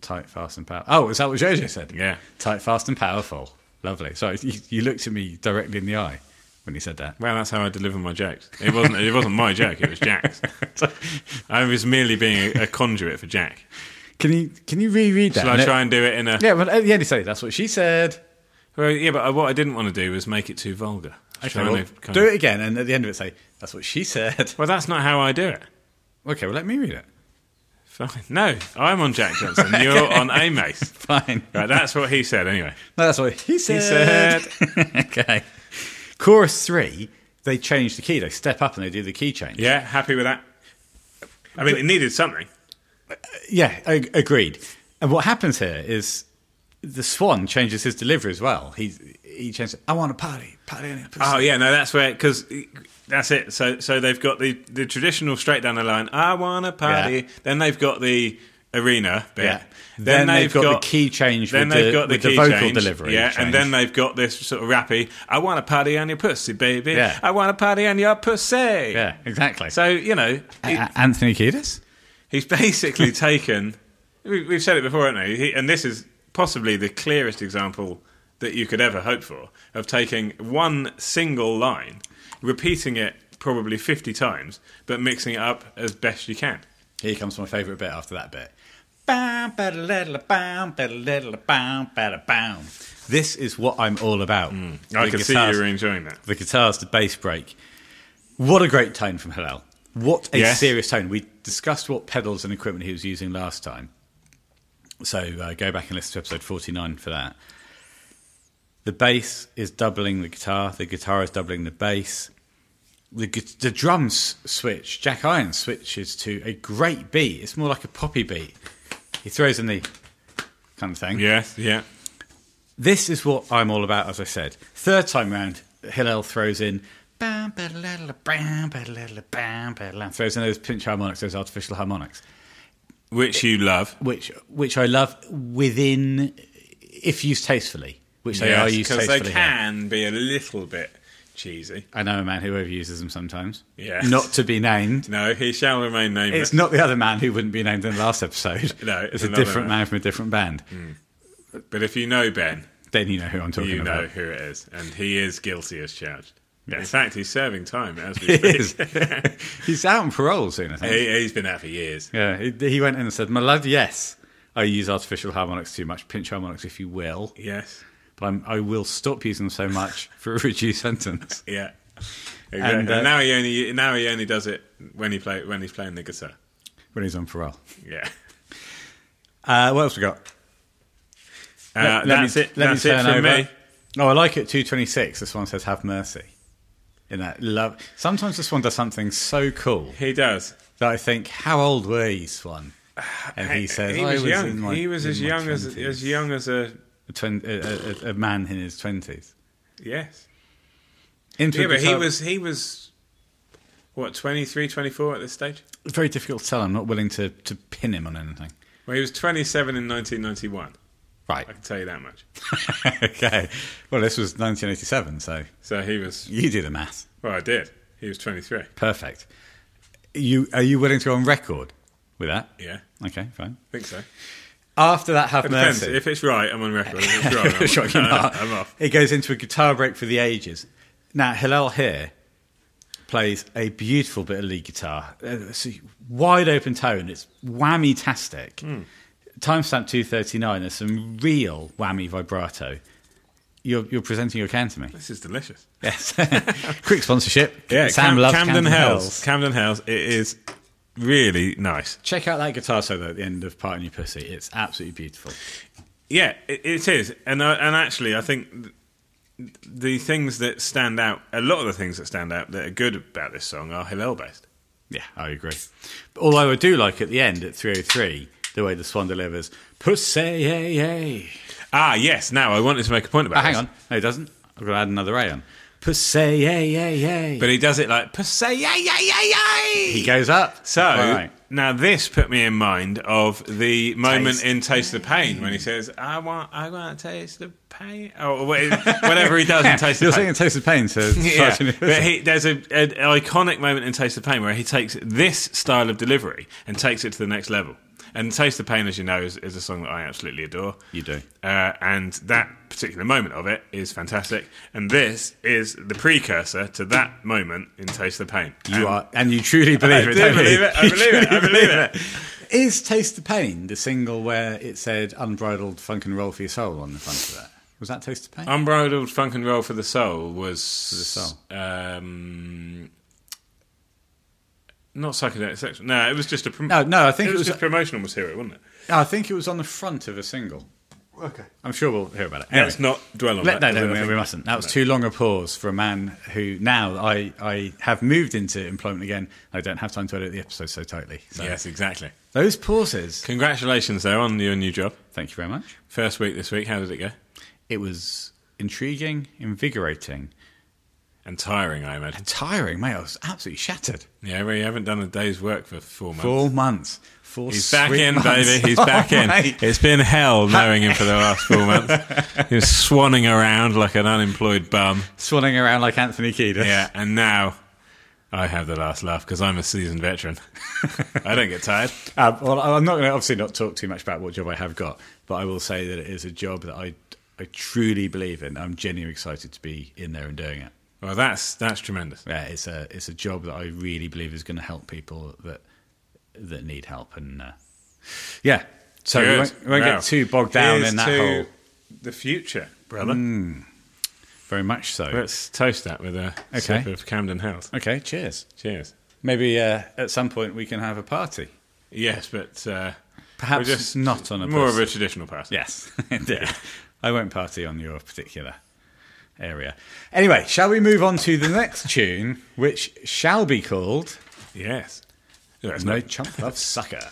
[SPEAKER 1] Tight, fast, and powerful. Oh, is that what Jojo said?
[SPEAKER 2] Yeah.
[SPEAKER 1] Tight, fast, and powerful. Lovely. Sorry, you, you looked at me directly in the eye when you said that.
[SPEAKER 2] Well, that's how I deliver my jokes. It wasn't. It wasn't my joke. It was Jack's. I was merely being a, a conduit for Jack.
[SPEAKER 1] [LAUGHS] Can you can you reread that?
[SPEAKER 2] Shall I try and do it in a?
[SPEAKER 1] Yeah, well, at the end you say that's what she said.
[SPEAKER 2] Well, yeah, but I, what I didn't want to do was make it too vulgar. I was
[SPEAKER 1] Okay,
[SPEAKER 2] trying
[SPEAKER 1] well,
[SPEAKER 2] to kind
[SPEAKER 1] do
[SPEAKER 2] of-
[SPEAKER 1] it again, and at the end of it say that's what she said. [LAUGHS]
[SPEAKER 2] Well, that's not how I do it.
[SPEAKER 1] Okay, well let me read it.
[SPEAKER 2] Fine. No, I'm on Jack
[SPEAKER 1] [LAUGHS]
[SPEAKER 2] Johnson. You're on Amace.
[SPEAKER 1] Fine.
[SPEAKER 2] Right, that's what he said. Anyway.
[SPEAKER 1] [LAUGHS] No, that's what he said. [LAUGHS] okay. Chorus three, they change the key. They step up and they do the key change.
[SPEAKER 2] Yeah, happy with that. I mean, it needed something.
[SPEAKER 1] Yeah, ag- agreed. And what happens here is the swan changes his delivery as well. He he changes. I want a party, party in a pussy."
[SPEAKER 2] Oh yeah, no, that's where because that's it. So so they've got the the traditional straight down the line. I wanna party.
[SPEAKER 1] Yeah.
[SPEAKER 2] Then they've got the arena bit.
[SPEAKER 1] yeah. Then, they've, got, the key change.
[SPEAKER 2] Then
[SPEAKER 1] with
[SPEAKER 2] they've
[SPEAKER 1] the,
[SPEAKER 2] got the
[SPEAKER 1] with
[SPEAKER 2] key
[SPEAKER 1] vocal
[SPEAKER 2] change,
[SPEAKER 1] delivery.
[SPEAKER 2] yeah,
[SPEAKER 1] change.
[SPEAKER 2] and then they've got this sort of rappy. I want to party on your pussy, baby.
[SPEAKER 1] Yeah.
[SPEAKER 2] I want to party on your pussy.
[SPEAKER 1] yeah, exactly.
[SPEAKER 2] So you know,
[SPEAKER 1] A- [LAUGHS]
[SPEAKER 2] he-
[SPEAKER 1] A- Anthony Kiedis.
[SPEAKER 2] he's basically taken. We, we've said it before, haven't we? He, and this is possibly the clearest example that you could ever hope for of taking one single line, repeating it probably fifty times, but mixing it up as best you can.
[SPEAKER 1] Here comes my favourite bit after that bit. Bam, ba-da-da-da, bam, ba-da-da-da, bam, ba-da-bam. This is what I'm all about.
[SPEAKER 2] Hmm. I
[SPEAKER 1] The
[SPEAKER 2] can see
[SPEAKER 1] guitars-
[SPEAKER 2] you were enjoying that.
[SPEAKER 1] the guitars, the bass break. What a great tone from Hillel. What a
[SPEAKER 2] Yes.
[SPEAKER 1] serious tone. We discussed what pedals and equipment he was using last time. So uh, go back and listen to episode 49 for that. The bass is doubling the guitar, the guitar is doubling the bass. The, gu- the drums switch, Jack Iron switches to a great beat. It's more like a poppy beat. He throws in the kind of thing.
[SPEAKER 2] Yes, yeah.
[SPEAKER 1] This is what I'm all about, as I said. Third time round, Hillel throws in. bam, ba-da-la-la, bam, ba-da-la-la, bam, ba-da-la, Throws in those pinch harmonics, those artificial harmonics,
[SPEAKER 2] Which you love.
[SPEAKER 1] which which I love within, if used tastefully, which they are used
[SPEAKER 2] because they
[SPEAKER 1] tastefully. here.
[SPEAKER 2] can be a little bit cheesy.
[SPEAKER 1] I know a man who overuses them sometimes.
[SPEAKER 2] Yeah.
[SPEAKER 1] Not to be named.
[SPEAKER 2] No, he shall remain nameless.
[SPEAKER 1] It's not the other man who wouldn't be named in the last episode.
[SPEAKER 2] No,
[SPEAKER 1] it's,
[SPEAKER 2] it's
[SPEAKER 1] a
[SPEAKER 2] another
[SPEAKER 1] different
[SPEAKER 2] man.
[SPEAKER 1] man from a different band.
[SPEAKER 2] but if you know Ben,
[SPEAKER 1] Then you know who I'm talking
[SPEAKER 2] you
[SPEAKER 1] about. [LAUGHS]
[SPEAKER 2] know who it is, and he is guilty as charged.
[SPEAKER 1] Yes.
[SPEAKER 2] In fact, he's serving
[SPEAKER 1] [LAUGHS]
[SPEAKER 2] time as we
[SPEAKER 1] It
[SPEAKER 2] speak. [LAUGHS]
[SPEAKER 1] is. He's out on parole soon, I think.
[SPEAKER 2] He, he's been out for years.
[SPEAKER 1] Yeah, he, he went in and said, "My lad, yes, I use artificial harmonics too much. Pinch harmonics, if you will,
[SPEAKER 2] Yes.
[SPEAKER 1] but I'm, I will stop using them so much [LAUGHS] for a reduced sentence." [LAUGHS]
[SPEAKER 2] Yeah. Exactly.
[SPEAKER 1] And,
[SPEAKER 2] And,
[SPEAKER 1] uh,
[SPEAKER 2] now he only now he only does it when he play when he's playing the guitar.
[SPEAKER 1] When he's on parole.
[SPEAKER 2] Yeah.
[SPEAKER 1] Uh, what else we got?
[SPEAKER 2] Uh,
[SPEAKER 1] Let- let me-
[SPEAKER 2] that's
[SPEAKER 1] let
[SPEAKER 2] it.
[SPEAKER 1] me
[SPEAKER 2] That's it
[SPEAKER 1] turn
[SPEAKER 2] for
[SPEAKER 1] over.
[SPEAKER 2] me.
[SPEAKER 1] Oh, I like it. Two twenty-six. This one says, "Have mercy." In that love, sometimes this one does something so cool
[SPEAKER 2] He does.
[SPEAKER 1] that I think, "How old were you, Swan?" And he says,
[SPEAKER 2] he
[SPEAKER 1] "I
[SPEAKER 2] was, young.
[SPEAKER 1] in my-
[SPEAKER 2] he was
[SPEAKER 1] in
[SPEAKER 2] as
[SPEAKER 1] my
[SPEAKER 2] young as
[SPEAKER 1] 20s."
[SPEAKER 2] as young as a
[SPEAKER 1] a, twen- a, a, a- a man in his twenties.
[SPEAKER 2] yes. Yeah, but he was he was what 23, 24 at this stage.
[SPEAKER 1] very difficult to tell. I'm not willing to, to pin him on anything.
[SPEAKER 2] Well, he was twenty seven in nineteen ninety one.
[SPEAKER 1] Right. [LAUGHS]
[SPEAKER 2] I can tell you that much.
[SPEAKER 1] okay. Well, this was 1987, so
[SPEAKER 2] So he was.
[SPEAKER 1] you do the math.
[SPEAKER 2] Well, I did. He was twenty three.
[SPEAKER 1] Perfect. You are you willing to go on record with that?
[SPEAKER 2] Yeah, I
[SPEAKER 1] Okay, fine.
[SPEAKER 2] think so.
[SPEAKER 1] After that, have
[SPEAKER 2] Depends.
[SPEAKER 1] mercy.
[SPEAKER 2] If it's right, I'm on record.
[SPEAKER 1] [LAUGHS]
[SPEAKER 2] If it's wrong, I'm,
[SPEAKER 1] Shock your mark.
[SPEAKER 2] [LAUGHS] I'm off.
[SPEAKER 1] It goes into a guitar break for the ages. Now Hillel here plays a beautiful bit of lead guitar. Uh, It's a wide open tone. It's whammy tastic.
[SPEAKER 2] Hmm.
[SPEAKER 1] Timestamp two thirty nine. There's some real whammy vibrato. You're, you're presenting your can to
[SPEAKER 2] [LAUGHS]
[SPEAKER 1] me.
[SPEAKER 2] This is delicious.
[SPEAKER 1] Yes. [LAUGHS] Quick sponsorship.
[SPEAKER 2] Yeah,
[SPEAKER 1] Sam
[SPEAKER 2] Cam-
[SPEAKER 1] loves
[SPEAKER 2] Camden, Hells.
[SPEAKER 1] Hells.
[SPEAKER 2] Camden Hells. It is really nice.
[SPEAKER 1] Check out that guitar solo at the end of Part in Your Pussy. It's absolutely beautiful.
[SPEAKER 2] Yeah, it, it is, and uh, and actually, I think th- the things that stand out, a lot of the things that stand out that are good about this song are Hillel based.
[SPEAKER 1] Yeah, I agree. But although I do like at the end at 303 the way the swan delivers pussy hey hey.
[SPEAKER 2] Ah, yes. Now I wanted to make a point about.
[SPEAKER 1] Oh, hang
[SPEAKER 2] this.
[SPEAKER 1] on, no, it doesn't. I've got to add another A on pussy hey hey hey.
[SPEAKER 2] but he does it like per se. Yay, yay, yay, yay.
[SPEAKER 1] he goes up.
[SPEAKER 2] So
[SPEAKER 1] Right.
[SPEAKER 2] now this put me in mind of the moment
[SPEAKER 1] Taste.
[SPEAKER 2] in Taste the Pain when he says, "I want, I want to taste the pain," or wha- [LAUGHS] whatever he
[SPEAKER 1] [LAUGHS]
[SPEAKER 2] does in Taste the
[SPEAKER 1] You're saying
[SPEAKER 2] Pain.
[SPEAKER 1] it tastes of pain, so it's
[SPEAKER 2] [LAUGHS] Yeah,
[SPEAKER 1] starting to-
[SPEAKER 2] but he, there's a, an iconic moment in Taste the Pain where he takes this style of delivery and takes it to the next level. And Taste the Pain, as you know, is, is a song that I absolutely adore.
[SPEAKER 1] You do.
[SPEAKER 2] uh, and that particular moment of it is fantastic. And this is the precursor to that moment in Taste the Pain. And-
[SPEAKER 1] you are, and you truly believe
[SPEAKER 2] I
[SPEAKER 1] it.
[SPEAKER 2] do
[SPEAKER 1] don't you?
[SPEAKER 2] believe it, I
[SPEAKER 1] You
[SPEAKER 2] believe it,
[SPEAKER 1] truly
[SPEAKER 2] I believe
[SPEAKER 1] [LAUGHS]
[SPEAKER 2] it.
[SPEAKER 1] Is "Taste the Pain" the single where it said "Unbridled Funk and Roll for Your Soul" on the front of that? Was that "Taste the Pain"?
[SPEAKER 2] Um, Unbridled Funk and Roll for the Soul was
[SPEAKER 1] the Soul.
[SPEAKER 2] Um, not psychedelic sex. No, it was just a prom-
[SPEAKER 1] No, no, I think
[SPEAKER 2] it
[SPEAKER 1] it
[SPEAKER 2] was
[SPEAKER 1] was-
[SPEAKER 2] just promotional material, wasn't it?
[SPEAKER 1] I think it was on the front of a single.
[SPEAKER 2] Okay,
[SPEAKER 1] I'm sure we'll hear about it.
[SPEAKER 2] let's not dwell on
[SPEAKER 1] Let, no,
[SPEAKER 2] that.
[SPEAKER 1] no,
[SPEAKER 2] I
[SPEAKER 1] we,
[SPEAKER 2] think-
[SPEAKER 1] we mustn't. That was too long a pause for a man who now I, I have moved into employment again. I don't have time to edit the episode so tightly. So
[SPEAKER 2] Yes, exactly.
[SPEAKER 1] those pauses.
[SPEAKER 2] Congratulations though on your new job.
[SPEAKER 1] Thank you very much.
[SPEAKER 2] First week this week. How did it go?
[SPEAKER 1] It was intriguing, invigorating,
[SPEAKER 2] And tiring, I imagine.
[SPEAKER 1] tiring. Mate, I was absolutely shattered.
[SPEAKER 2] Yeah, we haven't done a day's work for four months.
[SPEAKER 1] Four months. Four
[SPEAKER 2] He's back
[SPEAKER 1] sweet
[SPEAKER 2] in,
[SPEAKER 1] months.
[SPEAKER 2] baby. He's
[SPEAKER 1] [LAUGHS]
[SPEAKER 2] back
[SPEAKER 1] Oh,
[SPEAKER 2] in.
[SPEAKER 1] mate.
[SPEAKER 2] It's been hell knowing him for the last
[SPEAKER 1] [LAUGHS]
[SPEAKER 2] four months. he was swanning around like an unemployed bum.
[SPEAKER 1] Swanning around like Anthony Kiedis.
[SPEAKER 2] Yeah, and now I have the last laugh because I'm a seasoned veteran. [LAUGHS] I don't get tired.
[SPEAKER 1] Um, well, I'm not going to obviously not talk too much about what job I have got, but I will say that it is a job that I, I truly believe in. I'm genuinely excited to be in there and doing it.
[SPEAKER 2] Well, that's that's tremendous.
[SPEAKER 1] Yeah, it's a it's a job that I really believe is going to help people that that need help and uh, yeah. So we
[SPEAKER 2] Good.
[SPEAKER 1] won't, we won't
[SPEAKER 2] Now,
[SPEAKER 1] get too bogged down
[SPEAKER 2] here's
[SPEAKER 1] in that
[SPEAKER 2] to
[SPEAKER 1] hole. Mm.
[SPEAKER 2] The future, brother.
[SPEAKER 1] Very much so.
[SPEAKER 2] Let's toast that with a
[SPEAKER 1] Okay.
[SPEAKER 2] sip of Camden House.
[SPEAKER 1] okay, cheers.
[SPEAKER 2] Cheers.
[SPEAKER 1] Maybe uh, at some point we can have a party.
[SPEAKER 2] Yes, but uh,
[SPEAKER 1] Perhaps
[SPEAKER 2] we're just
[SPEAKER 1] not on a
[SPEAKER 2] more
[SPEAKER 1] bus.
[SPEAKER 2] of a traditional pass.
[SPEAKER 1] Yes, [LAUGHS] indeed. I won't party on your particular area. Anyway, shall we move on to the next tune, which shall be called
[SPEAKER 2] Yes. That's
[SPEAKER 1] "No Chump Love Sucker."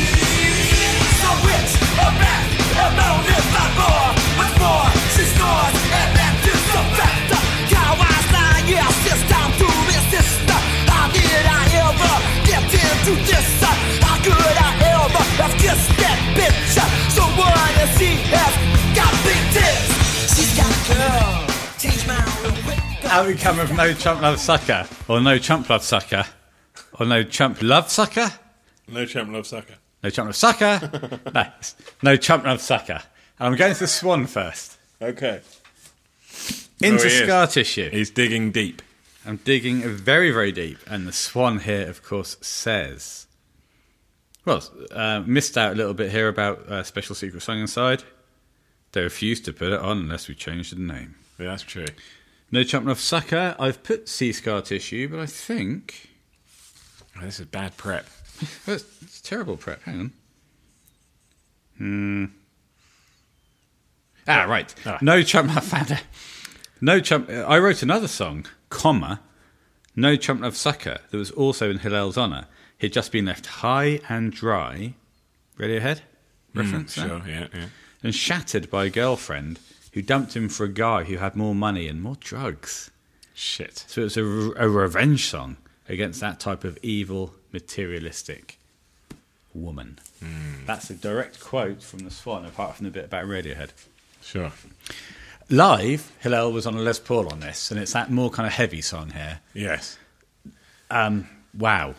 [SPEAKER 3] So rich, a rat, alone is not more. What's more, she snores, and that is the fact. Kawaii, yes, it's time to resist. How did I ever get into this? How could I ever have kissed that bitch? So what is she has got big tits? She's got a girl. Change my own
[SPEAKER 1] How we come with "No Chump Love Sucker" or "No Chump Love Sucker" or "No Chump Love Sucker"?
[SPEAKER 2] No champ love sucker.
[SPEAKER 1] No chump love
[SPEAKER 2] [LAUGHS]
[SPEAKER 1] sucker. no, it's no chump love sucker. And I'm going to the swan first.
[SPEAKER 2] Okay.
[SPEAKER 1] Into
[SPEAKER 2] Oh, he is.
[SPEAKER 1] scar tissue.
[SPEAKER 2] He's digging deep.
[SPEAKER 1] I'm digging very, very deep. And the swan here, of course, says. Well, uh, missed out a little bit here about uh, Special Secret Song Inside. They refused to put it on unless we changed the name.
[SPEAKER 2] Yeah, that's true.
[SPEAKER 1] No chump love sucker. I've put sea scar tissue, but I think.
[SPEAKER 2] Oh, this is bad prep.
[SPEAKER 1] That's it's terrible prep. Hang on. Hmm. Ah, right.
[SPEAKER 2] Ah.
[SPEAKER 1] No [LAUGHS] chump love founder. No chump. I wrote another song, comma, no chump love sucker that was also in Hillel's honour. He'd just been left high and dry. Radiohead reference, there?
[SPEAKER 2] Hmm, Sure, yeah, yeah.
[SPEAKER 1] and shattered by a girlfriend who dumped him for a guy who had more money and more drugs.
[SPEAKER 2] Shit.
[SPEAKER 1] So it's a, re- a revenge song against that type of evil, materialistic woman. That's a direct quote from The Swan, apart from the bit about Radiohead.
[SPEAKER 2] Sure.
[SPEAKER 1] Live, Hillel was on a Les Paul on this, and it's that more kind of heavy song here.
[SPEAKER 2] Yes.
[SPEAKER 1] Wow.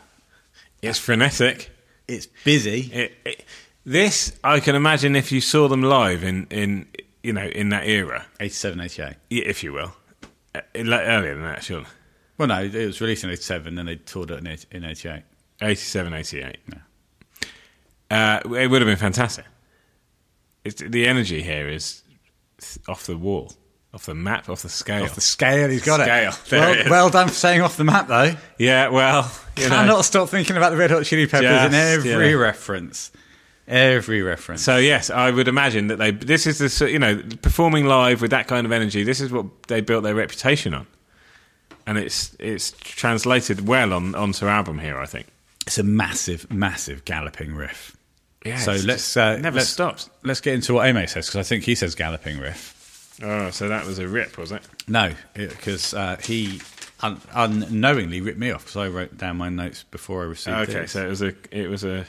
[SPEAKER 2] It's frenetic.
[SPEAKER 1] It's busy.
[SPEAKER 2] It, it, this I can imagine if you saw them live in in you know in that era,
[SPEAKER 1] 87, 88.
[SPEAKER 2] y- if you will, Uh, like earlier than that, surely.
[SPEAKER 1] Well, no, it was released in 87 and they toured it in eight- in 88.
[SPEAKER 2] 87, 88. Uh, it would have been fantastic. It's, the energy here is th- off the wall, off the map, off the scale.
[SPEAKER 1] Off the scale, he's got
[SPEAKER 2] Scale,
[SPEAKER 1] it.
[SPEAKER 2] there
[SPEAKER 1] well,
[SPEAKER 2] it is.
[SPEAKER 1] well done for saying off the map, [LAUGHS] though.
[SPEAKER 2] yeah, well, you know.
[SPEAKER 1] Cannot stop thinking about the Red Hot Chili Peppers in
[SPEAKER 2] Just,
[SPEAKER 1] every
[SPEAKER 2] yeah.
[SPEAKER 1] reference. Every reference.
[SPEAKER 2] So yes, I would imagine that they. This is the s- you know performing live with that kind of energy. This is what they built their reputation on, and it's it's translated well on onto album here. I think.
[SPEAKER 1] it's a massive, massive galloping riff.
[SPEAKER 2] Yeah.
[SPEAKER 1] so
[SPEAKER 2] it's
[SPEAKER 1] let's
[SPEAKER 2] just-
[SPEAKER 1] uh,
[SPEAKER 2] never
[SPEAKER 1] let's,
[SPEAKER 2] stops.
[SPEAKER 1] Let's get into what Amo says because I think he says galloping riff.
[SPEAKER 2] Oh, so that was a rip, was it?
[SPEAKER 1] No, because uh, he un- unknowingly ripped me off because I wrote down my notes before I received it.
[SPEAKER 2] Okay, so it was a it was a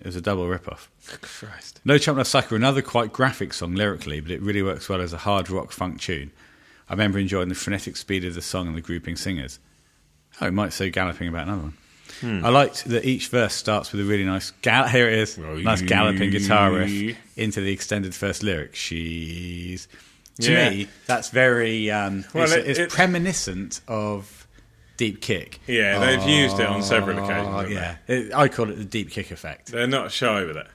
[SPEAKER 1] it was a double rip off.
[SPEAKER 2] Christ.
[SPEAKER 1] No Chump Left Sucker, another quite graphic song lyrically, but it really works well as a hard rock funk tune. I remember enjoying the frenetic speed of the song and the grouping singers. Oh, it might say galloping about another one.
[SPEAKER 2] Hmm.
[SPEAKER 1] I liked that each verse starts with a really nice gal. [LAUGHS] Here it is,
[SPEAKER 2] Well,
[SPEAKER 1] nice galloping guitar riff
[SPEAKER 2] [LAUGHS] ye-
[SPEAKER 1] into the extended first lyric. She's to
[SPEAKER 2] Yeah.
[SPEAKER 1] me that's very um,
[SPEAKER 2] Well,
[SPEAKER 1] it's,
[SPEAKER 2] it-
[SPEAKER 1] it's
[SPEAKER 2] it-
[SPEAKER 1] premonitionent of deep kick.
[SPEAKER 2] Yeah, they've used it on several occasions.
[SPEAKER 1] Oh,
[SPEAKER 2] haven't
[SPEAKER 1] yeah, It- I call it the deep kick effect.
[SPEAKER 2] they? They're not shy with it,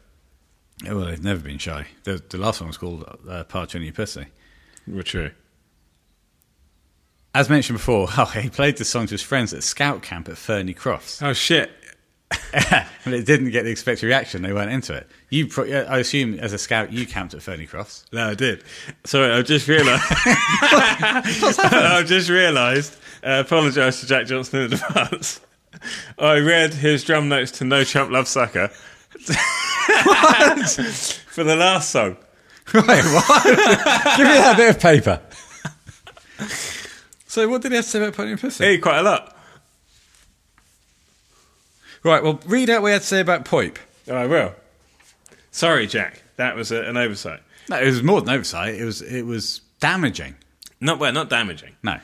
[SPEAKER 1] Yeah, Well, they've never been shy. The, the last one was called uh, Parch on Your Pussy.
[SPEAKER 2] Well, true.
[SPEAKER 1] As mentioned before, [LAUGHS] oh, he played the song to his friends at scout camp at Fernie Crofts. [LAUGHS]
[SPEAKER 2] Oh shit!
[SPEAKER 1] but it didn't get the expected reaction. They weren't into it. You, pro- yeah, I assume, as a scout, you camped at Fernie [LAUGHS] Crofts.
[SPEAKER 2] No, I did. Sorry, I just realised. I just realised. Uh, Apologise to Jack Johnson in advance. I read his drum notes to No Chump Love Sucker for the last song.
[SPEAKER 1] Wait, what? [LAUGHS] Give me that bit of paper. so, what did he have to say about Parch on Your Pussy?
[SPEAKER 2] Hey, quite a lot.
[SPEAKER 1] Right, well, read out what he had to say about Poip.
[SPEAKER 2] Oh, I will. Sorry, Jack. That was a, an oversight.
[SPEAKER 1] No, it was more than oversight. It was, it was damaging.
[SPEAKER 2] Not well, not damaging.
[SPEAKER 1] No.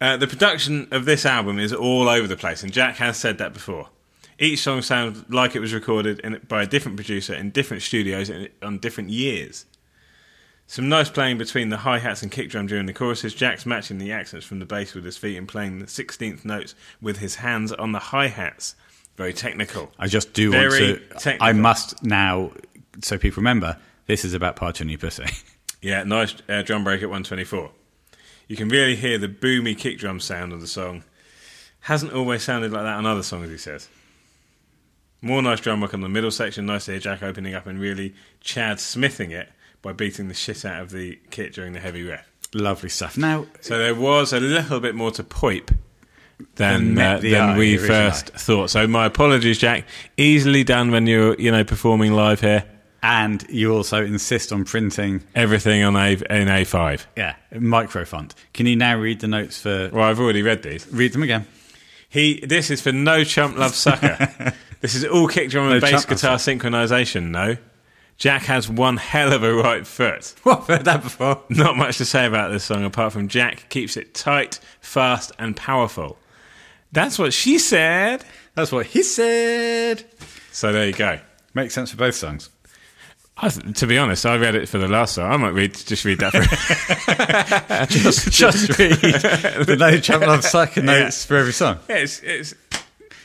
[SPEAKER 2] Uh, the production of this album is all over the place, and Jack has said that before. Each song sounds like it was recorded in, by a different producer in different studios and on different years. Some nice playing between the hi hats and kick drum during the choruses. Jack's matching the accents from the bass with his feet and playing the 16th notes with his hands on the hi hats. Very technical.
[SPEAKER 1] I just do want
[SPEAKER 2] Very
[SPEAKER 1] to.
[SPEAKER 2] technical.
[SPEAKER 1] I must now, so people remember, this is about Parch on Your Pussy. [LAUGHS]
[SPEAKER 2] Yeah, nice uh, drum break at 124. You can really hear the boomy kick drum sound of the song. Hasn't always sounded like that on other songs, he says. More nice drum work on the middle section. Nice to hear Jack opening up and really Chad smithing it by beating the shit out of the kit during the heavy riff.
[SPEAKER 1] Lovely stuff. Now,
[SPEAKER 2] So there was a little bit more to Poip
[SPEAKER 1] Than
[SPEAKER 2] than
[SPEAKER 1] met
[SPEAKER 2] uh,
[SPEAKER 1] the
[SPEAKER 2] than
[SPEAKER 1] eye
[SPEAKER 2] we
[SPEAKER 1] originally.
[SPEAKER 2] first thought. So my apologies, Jack. Easily done when you're you know performing live here.
[SPEAKER 1] and you also insist on printing,
[SPEAKER 2] Everything on a in A five.
[SPEAKER 1] yeah, micro font. Can you now read the notes for?
[SPEAKER 2] Well, I've already read these.
[SPEAKER 1] Read them again.
[SPEAKER 2] He. This is for no chump
[SPEAKER 1] [LAUGHS]
[SPEAKER 2] love sucker. this is all kick drum and
[SPEAKER 1] No
[SPEAKER 2] bass
[SPEAKER 1] chump love
[SPEAKER 2] guitar synchronization. No, Jack has one hell of a right
[SPEAKER 1] [LAUGHS]
[SPEAKER 2] foot.
[SPEAKER 1] Well, I've heard that before.
[SPEAKER 2] Not much to say about this song apart from Jack keeps it tight, fast, and powerful. That's what she said.
[SPEAKER 1] That's what he said.
[SPEAKER 2] So there you go.
[SPEAKER 1] Makes sense for both songs.
[SPEAKER 2] I th- to be honest, I read it for the last song. I might read just
[SPEAKER 1] [LAUGHS]
[SPEAKER 2] read that. For,
[SPEAKER 1] [LAUGHS] Just, just read [LAUGHS] the no chump love sucker notes for every song.
[SPEAKER 2] Yeah, it's, it's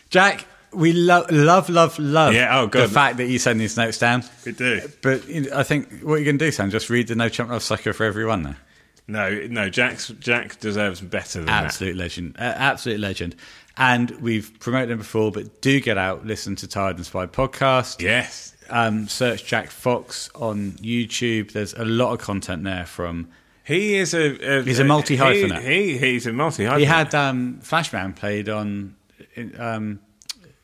[SPEAKER 1] Jack, we love, love, love, love.
[SPEAKER 2] Yeah, oh, God.
[SPEAKER 1] the fact that you send these notes down.
[SPEAKER 2] we do.
[SPEAKER 1] But you know, I think what you're going to do, Sam, just read the no chump love sucker for everyone now.
[SPEAKER 2] No, no. Jack's Jack deserves better than that.
[SPEAKER 1] absolute legend, uh, absolute legend. And we've promoted him before, but do get out, listen to Tired and Inspired podcast.
[SPEAKER 2] Yes.
[SPEAKER 1] Um, search Jack Fox on YouTube. There's a lot of content there from.
[SPEAKER 2] He is a, a
[SPEAKER 1] He's a multi-hyphenate.
[SPEAKER 2] He, he he's a multi hyphenate.
[SPEAKER 1] He had um, Flashman played on in, um,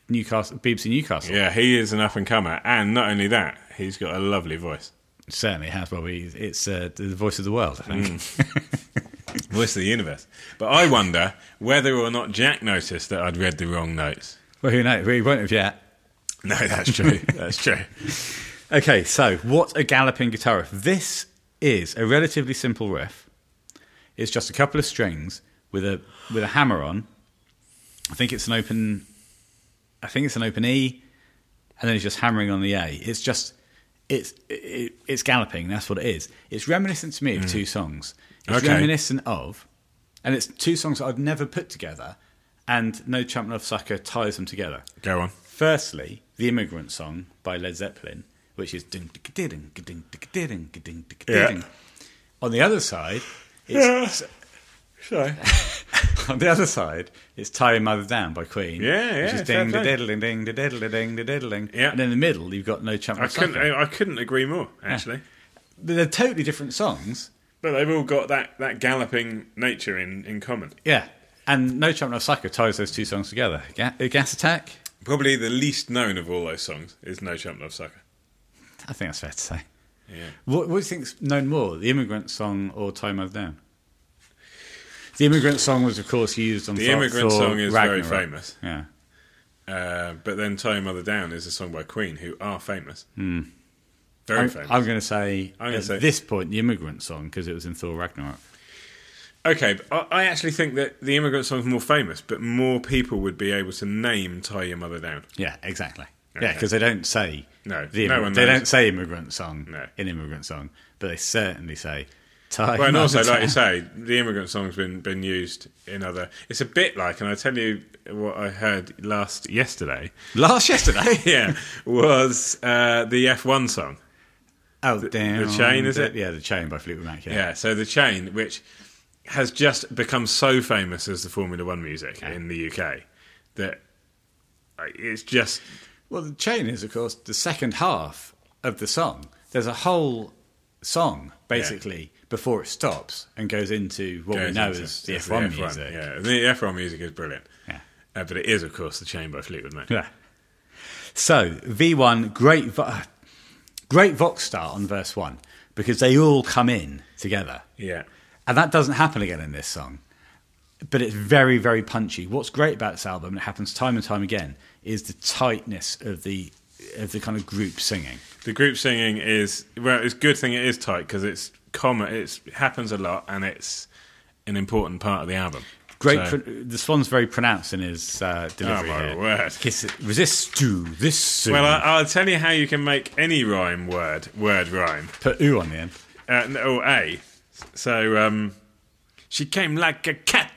[SPEAKER 1] Newcastle, BBC Newcastle.
[SPEAKER 2] Yeah, he is an up and comer, and not only that, he's got a lovely voice.
[SPEAKER 1] Certainly has. Well, we, it's uh, the voice of the world. I think.
[SPEAKER 2] Voice of the universe. But I wonder whether or not Jack noticed that I'd read the wrong notes.
[SPEAKER 1] [LAUGHS]
[SPEAKER 2] [LAUGHS]
[SPEAKER 1] Well, who knows? We won't have yet.
[SPEAKER 2] No, that's true. that's true.
[SPEAKER 1] Okay, so what a galloping guitar riff. This is a relatively simple riff. It's just a couple of strings with a with a hammer on. I think it's an open I think it's an open E, and then it's just hammering on the A. It's just it's it, it's galloping. That's what it is. It's reminiscent to me of two songs. It's
[SPEAKER 2] Okay.
[SPEAKER 1] reminiscent of, and it's two songs that I've never put together, and No Chump Love Sucker ties them together.
[SPEAKER 2] Go on.
[SPEAKER 1] Firstly, the immigrant song by Led Zeppelin, which is ding ding ding ding ding ding ding.
[SPEAKER 2] Yeah.
[SPEAKER 1] On the other side, it's
[SPEAKER 2] Sorry.
[SPEAKER 1] on the other side, it's "Tying Mother Down" by Queen.
[SPEAKER 2] Yeah, yeah,
[SPEAKER 1] Which is
[SPEAKER 2] fair
[SPEAKER 1] ding da
[SPEAKER 2] play.
[SPEAKER 1] diddling, ding da diddling, ding da diddling.
[SPEAKER 2] Yeah.
[SPEAKER 1] And in the middle, you've got no chump.
[SPEAKER 2] I
[SPEAKER 1] Love
[SPEAKER 2] couldn't.
[SPEAKER 1] Sucker.
[SPEAKER 2] I, I couldn't agree more. Actually,
[SPEAKER 1] They're totally different songs.
[SPEAKER 2] but they've all got that, that galloping nature in, in common.
[SPEAKER 1] Yeah. And "No Chump Love Sucker" ties those two songs together. Ga- uh, Gas Attack.
[SPEAKER 2] Probably the least known of all those songs is "No Chump Love Sucker."
[SPEAKER 1] I think that's fair to say.
[SPEAKER 2] Yeah.
[SPEAKER 1] What, what do you think's known more, the immigrant song or "Time Mother Down"? The immigrant song was, of course, used on
[SPEAKER 2] The
[SPEAKER 1] Thor-
[SPEAKER 2] immigrant
[SPEAKER 1] Thor
[SPEAKER 2] song is very
[SPEAKER 1] Ragnarok.
[SPEAKER 2] famous.
[SPEAKER 1] Yeah.
[SPEAKER 2] Uh, but then "Tie Your Mother Down" is a song by Queen, who are famous.
[SPEAKER 1] Hmm.
[SPEAKER 2] Very
[SPEAKER 1] I'm,
[SPEAKER 2] famous.
[SPEAKER 1] I'm going to say
[SPEAKER 2] I'm gonna
[SPEAKER 1] at
[SPEAKER 2] say-
[SPEAKER 1] this point the immigrant song because it was in Thor Ragnarok.
[SPEAKER 2] Okay, but I, I actually think that the immigrant song's more famous, but more people would be able to name "Tie Your Mother Down."
[SPEAKER 1] Yeah, exactly. Yeah, 'cause
[SPEAKER 2] Okay.
[SPEAKER 1] Yeah, because they don't say
[SPEAKER 2] No,
[SPEAKER 1] the
[SPEAKER 2] no
[SPEAKER 1] immi-
[SPEAKER 2] one
[SPEAKER 1] they
[SPEAKER 2] knows.
[SPEAKER 1] don't say immigrant song
[SPEAKER 2] No.
[SPEAKER 1] in immigrant song, but they certainly say Thai.
[SPEAKER 2] Well, and also, like you say, the immigrant song's been been used in other. It's a bit like, and I tell you what I heard last yesterday. [LAUGHS]
[SPEAKER 1] last yesterday.
[SPEAKER 2] yeah, was uh, the F1 song.
[SPEAKER 1] oh, damn.
[SPEAKER 2] Chain, is
[SPEAKER 1] the-
[SPEAKER 2] it?
[SPEAKER 1] Yeah, the chain by Fleetwood Mac. Yeah.
[SPEAKER 2] Yeah, so the chain, which has just become so famous as the Formula One music in the UK, that uh, it's just
[SPEAKER 1] Well, the chain is, of course, the second half of the song. There's a whole song basically before it stops and goes into what we
[SPEAKER 2] goes
[SPEAKER 1] know
[SPEAKER 2] into-
[SPEAKER 1] as the
[SPEAKER 2] it's
[SPEAKER 1] F1 music.
[SPEAKER 2] Yeah, the F1 music is brilliant.
[SPEAKER 1] Yeah.
[SPEAKER 2] Uh, but it is, of course, the chain by Fleetwood Mac.
[SPEAKER 1] Yeah. So V1, great, vo- great Vox start on verse one because they all come in together,
[SPEAKER 2] Yeah.
[SPEAKER 1] and that doesn't happen again in this song. But it's very, very punchy. What's great about this album, and it happens time and time again, is the tightness of the of the kind of group singing.
[SPEAKER 2] The group singing is well. It's a good thing it is tight because it's common. It's it happens a lot, and it's an important part of the album.
[SPEAKER 1] Great,
[SPEAKER 2] So-
[SPEAKER 1] pro- the Swan's very pronounced in his uh, delivery.
[SPEAKER 2] Oh, my
[SPEAKER 1] here.
[SPEAKER 2] word.
[SPEAKER 1] Kiss it, resist to this. Soon.
[SPEAKER 2] well, I, I'll tell you how you can make any rhyme word word rhyme.
[SPEAKER 1] put ooh on the end.
[SPEAKER 2] Uh, no, oh, a. So um, she came like a catter.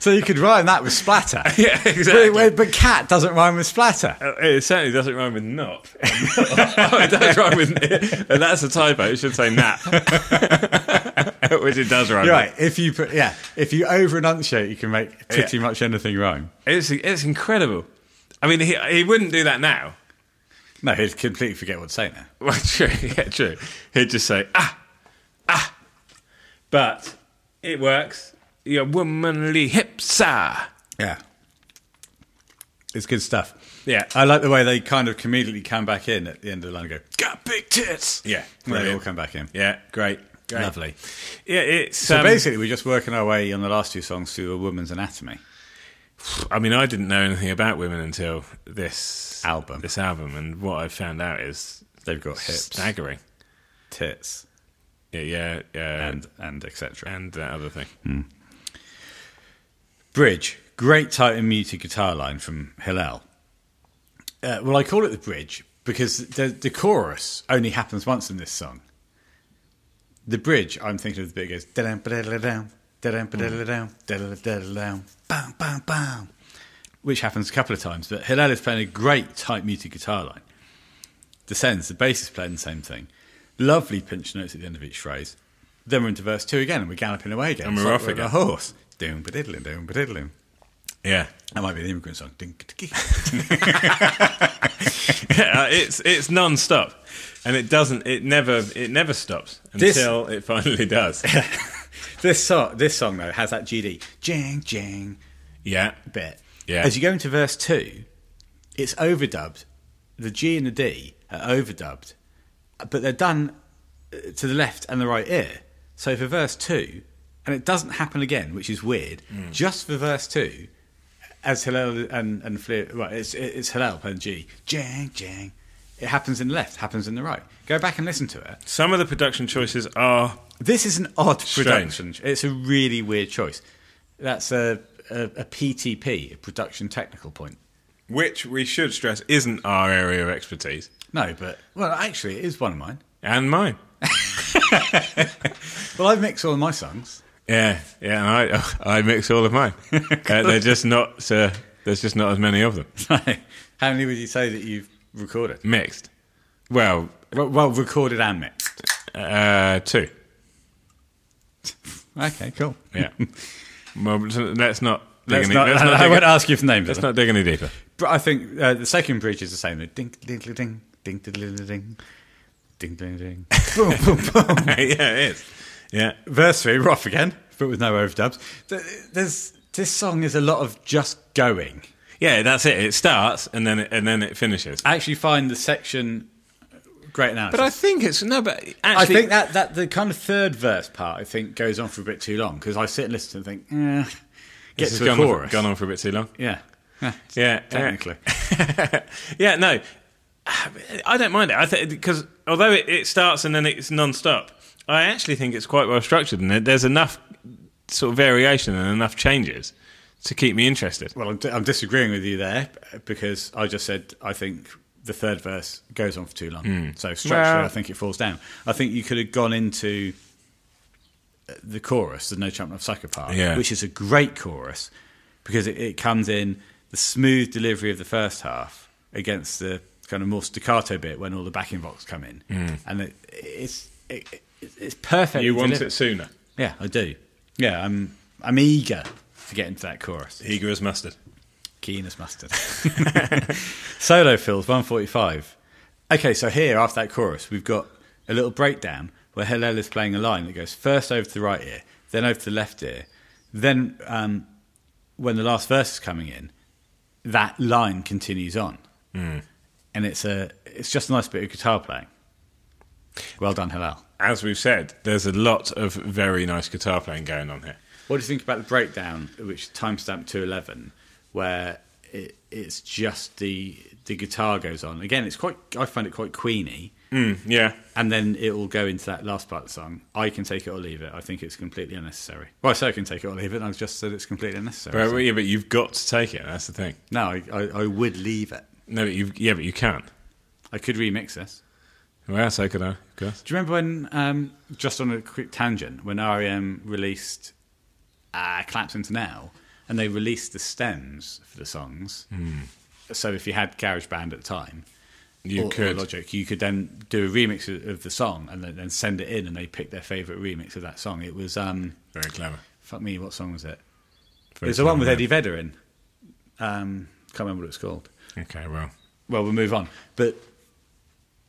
[SPEAKER 1] So you could rhyme that with
[SPEAKER 2] [LAUGHS]
[SPEAKER 1] splatter.
[SPEAKER 2] [LAUGHS]
[SPEAKER 1] [LAUGHS]
[SPEAKER 2] Yeah, exactly.
[SPEAKER 1] But, but- but cat doesn't rhyme with
[SPEAKER 2] [LAUGHS]
[SPEAKER 1] splatter.
[SPEAKER 2] Uh, It certainly doesn't rhyme with not. oh, it does
[SPEAKER 1] [LAUGHS]
[SPEAKER 2] rhyme with. [LAUGHS] And that's a typo. It should say nap, [LAUGHS] which it does rhyme.
[SPEAKER 1] You're
[SPEAKER 2] with.
[SPEAKER 1] right. If you put, yeah, if you over enunciate, you can make pretty much anything rhyme.
[SPEAKER 2] It's it's incredible. I mean, he he wouldn't do that now. [LAUGHS]
[SPEAKER 1] No, he'd completely forget what's saying there.
[SPEAKER 2] Well, true, yeah, true. He'd just say, ah, ah. But it works. Your womanly hips ah.
[SPEAKER 1] Yeah, it's good stuff.
[SPEAKER 2] Yeah.
[SPEAKER 1] I like the way they kind of comedically come back in at the end of the line and go,
[SPEAKER 2] Got big tits. Yeah.
[SPEAKER 1] and they all
[SPEAKER 2] brilliant.
[SPEAKER 1] come back in.
[SPEAKER 2] Yeah, great. great.
[SPEAKER 1] Lovely.
[SPEAKER 2] Yeah, it's.
[SPEAKER 1] So
[SPEAKER 2] um,
[SPEAKER 1] basically, we're just working our way on the last two songs through a woman's anatomy.
[SPEAKER 2] I mean, I didn't know anything about women until this
[SPEAKER 1] Album.
[SPEAKER 2] This album, and what I found out is
[SPEAKER 1] They've got hips,
[SPEAKER 2] staggering.
[SPEAKER 1] tits,
[SPEAKER 2] Yeah, yeah, yeah.
[SPEAKER 1] and and etc.
[SPEAKER 2] and that other
[SPEAKER 1] [LAUGHS]
[SPEAKER 2] thing.
[SPEAKER 1] Bridge, great tight and muted guitar line from Hillel. Uh, well, I call it the bridge because the, the chorus only happens once in this song. The bridge, I'm thinking of the bit that goes da-dam, ba-da-da-da, down, da-dam, ba-da-da-da-down, da-da-da-da-da-down, bam, bam, bam, which happens a couple of times. But Hillel is playing a great tight muted guitar line. Descends, the bass is playing the same thing. Lovely pinch notes at the end of each phrase. Then we're into verse two again, and we're galloping away again.
[SPEAKER 2] And
[SPEAKER 1] It's
[SPEAKER 2] we're
[SPEAKER 1] like
[SPEAKER 2] off
[SPEAKER 1] on A
[SPEAKER 2] again.
[SPEAKER 1] horse. Doom, ba-diddling, doom, ba-diddling.
[SPEAKER 2] Yeah,
[SPEAKER 1] That might be the immigrant song. Ding, ding, ding.
[SPEAKER 2] [LAUGHS] Uh, it's it's non-stop, and it doesn't. It never it never stops
[SPEAKER 1] This-
[SPEAKER 2] until it finally
[SPEAKER 1] [LAUGHS]
[SPEAKER 2] does.
[SPEAKER 1] This song, this song though, has that GD jang jang
[SPEAKER 2] yeah,
[SPEAKER 1] bit.
[SPEAKER 2] Yeah.
[SPEAKER 1] As you go into verse two, it's overdubbed. The G and the D are overdubbed, but they're done uh, to the left and the right ear. So for verse two, and it doesn't happen again, which is weird. Just for verse two, as Hillel and and Fle- well, it's it's Hillel playing G jang jang. It happens in the left, happens in the right. Go back and listen to it.
[SPEAKER 2] some of the production choices are
[SPEAKER 1] This is an odd production. It's a really weird choice. That's a, a, a PTP, a production technical point.
[SPEAKER 2] Which we should stress isn't our area of expertise
[SPEAKER 1] No, but well, actually, it is one of mine.
[SPEAKER 2] and mine.
[SPEAKER 1] Well, I've mixed all of my songs. [LAUGHS]
[SPEAKER 2] Yeah, yeah, and I [LAUGHS] I mix all of mine. uh, they're just not uh, there's just not as many of them
[SPEAKER 1] How many would you say that you've recorded?
[SPEAKER 2] mixed. Well,
[SPEAKER 1] Well, well recorded and mixed.
[SPEAKER 2] uh, two.
[SPEAKER 1] Okay, cool. [LAUGHS]
[SPEAKER 2] Yeah. well, let's not. Dig
[SPEAKER 1] Let's
[SPEAKER 2] any,
[SPEAKER 1] not,
[SPEAKER 2] let's,
[SPEAKER 1] I, [LAUGHS]
[SPEAKER 2] not
[SPEAKER 1] I
[SPEAKER 2] dig,
[SPEAKER 1] won't ask you for names.
[SPEAKER 2] let's
[SPEAKER 1] of them.
[SPEAKER 2] not dig any deeper.
[SPEAKER 1] But I think uh, the second bridge is the same. The Ding, ding, ding, ding, ding, ding, ding, ding, ding, ding, ding. boom,
[SPEAKER 2] [LAUGHS]
[SPEAKER 1] boom, boom.
[SPEAKER 2] [LAUGHS] yeah, it is. Yeah,
[SPEAKER 1] Verse three, we're off again, but with no overdubs. Th- There's this song is a lot of just going.
[SPEAKER 2] yeah, that's it. It starts and then it, and then it finishes.
[SPEAKER 1] I actually find the section great analysis.
[SPEAKER 2] But I think it's no, but actually,
[SPEAKER 1] I think that, that the kind of third verse part, I think, goes on for a bit too long because I sit and listen and think, eh, get
[SPEAKER 2] this
[SPEAKER 1] to
[SPEAKER 2] has
[SPEAKER 1] the
[SPEAKER 2] gone on,
[SPEAKER 1] chorus.
[SPEAKER 2] gone on for a bit too long.
[SPEAKER 1] Yeah.
[SPEAKER 2] Yeah,
[SPEAKER 1] Technically.
[SPEAKER 2] Yeah, yeah no, I don't mind it. I think because although it, it starts and then it's non-stop, I actually think it's quite well structured and it- there's enough sort of variation and enough changes to keep me interested.
[SPEAKER 1] Well, I'm, di- I'm disagreeing with you there because I just said I think the third verse goes on for too long.
[SPEAKER 2] Hmm.
[SPEAKER 1] So structurally,
[SPEAKER 2] Well-
[SPEAKER 1] I think it falls down. I think you could have gone into uh, the chorus, the No Chapman of Sucker part,
[SPEAKER 2] Yeah.
[SPEAKER 1] which is a great chorus because it, it comes in the smooth delivery of the first half against the kind of more staccato bit when all the backing vocals come in, and it, it's it, it's perfect.
[SPEAKER 2] Hmm. You want it sooner.
[SPEAKER 1] yeah, I do. Yeah, I'm I'm eager to get into that chorus.
[SPEAKER 2] Eager as mustard.
[SPEAKER 1] Keen as mustard. [LAUGHS] Solo fills 145. Okay, so here after that chorus, we've got a little breakdown where Hillel is playing a line that goes first over to the right ear, then over to the left ear. Then, um, when the last verse is coming in, that line continues on, and it's a it's just a nice bit of guitar playing. Well done, Hillel.
[SPEAKER 2] As we've said, there's a lot of very nice guitar playing going on here.
[SPEAKER 1] What do you think about the breakdown, which is timestamp two eleven, where it, it's just the the guitar goes on again? It's quite I find it quite Queeny,
[SPEAKER 2] Yeah,
[SPEAKER 1] and then it will go into that last part of the song. I can take it or leave it. I think it's completely unnecessary. Well, I say I can take it or leave it. and I've just said it's completely unnecessary.
[SPEAKER 2] but,
[SPEAKER 1] so-
[SPEAKER 2] yeah, but you've got to take it. That's the thing.
[SPEAKER 1] No, I, I, I would leave it.
[SPEAKER 2] No, but you yeah, but you can't.
[SPEAKER 1] I could remix this.
[SPEAKER 2] Well, so could I, of course.
[SPEAKER 1] Do you remember when, um, just on a quick tangent, when REM released uh, Claps Into Now and they released the stems for the songs?
[SPEAKER 2] Hmm.
[SPEAKER 1] So if you had GarageBand at the time,
[SPEAKER 2] You
[SPEAKER 1] or, or
[SPEAKER 2] could.
[SPEAKER 1] Logic, you could then do a remix of- of the song and then, then send it in and they picked their favourite remix of that song. It was, um,
[SPEAKER 2] Very clever.
[SPEAKER 1] fuck me, what song was it? It
[SPEAKER 2] Very
[SPEAKER 1] was the one with
[SPEAKER 2] clever.
[SPEAKER 1] Eddie Vedder in. Um, can't remember what it's called
[SPEAKER 2] Okay, well,
[SPEAKER 1] well, we'll move on. But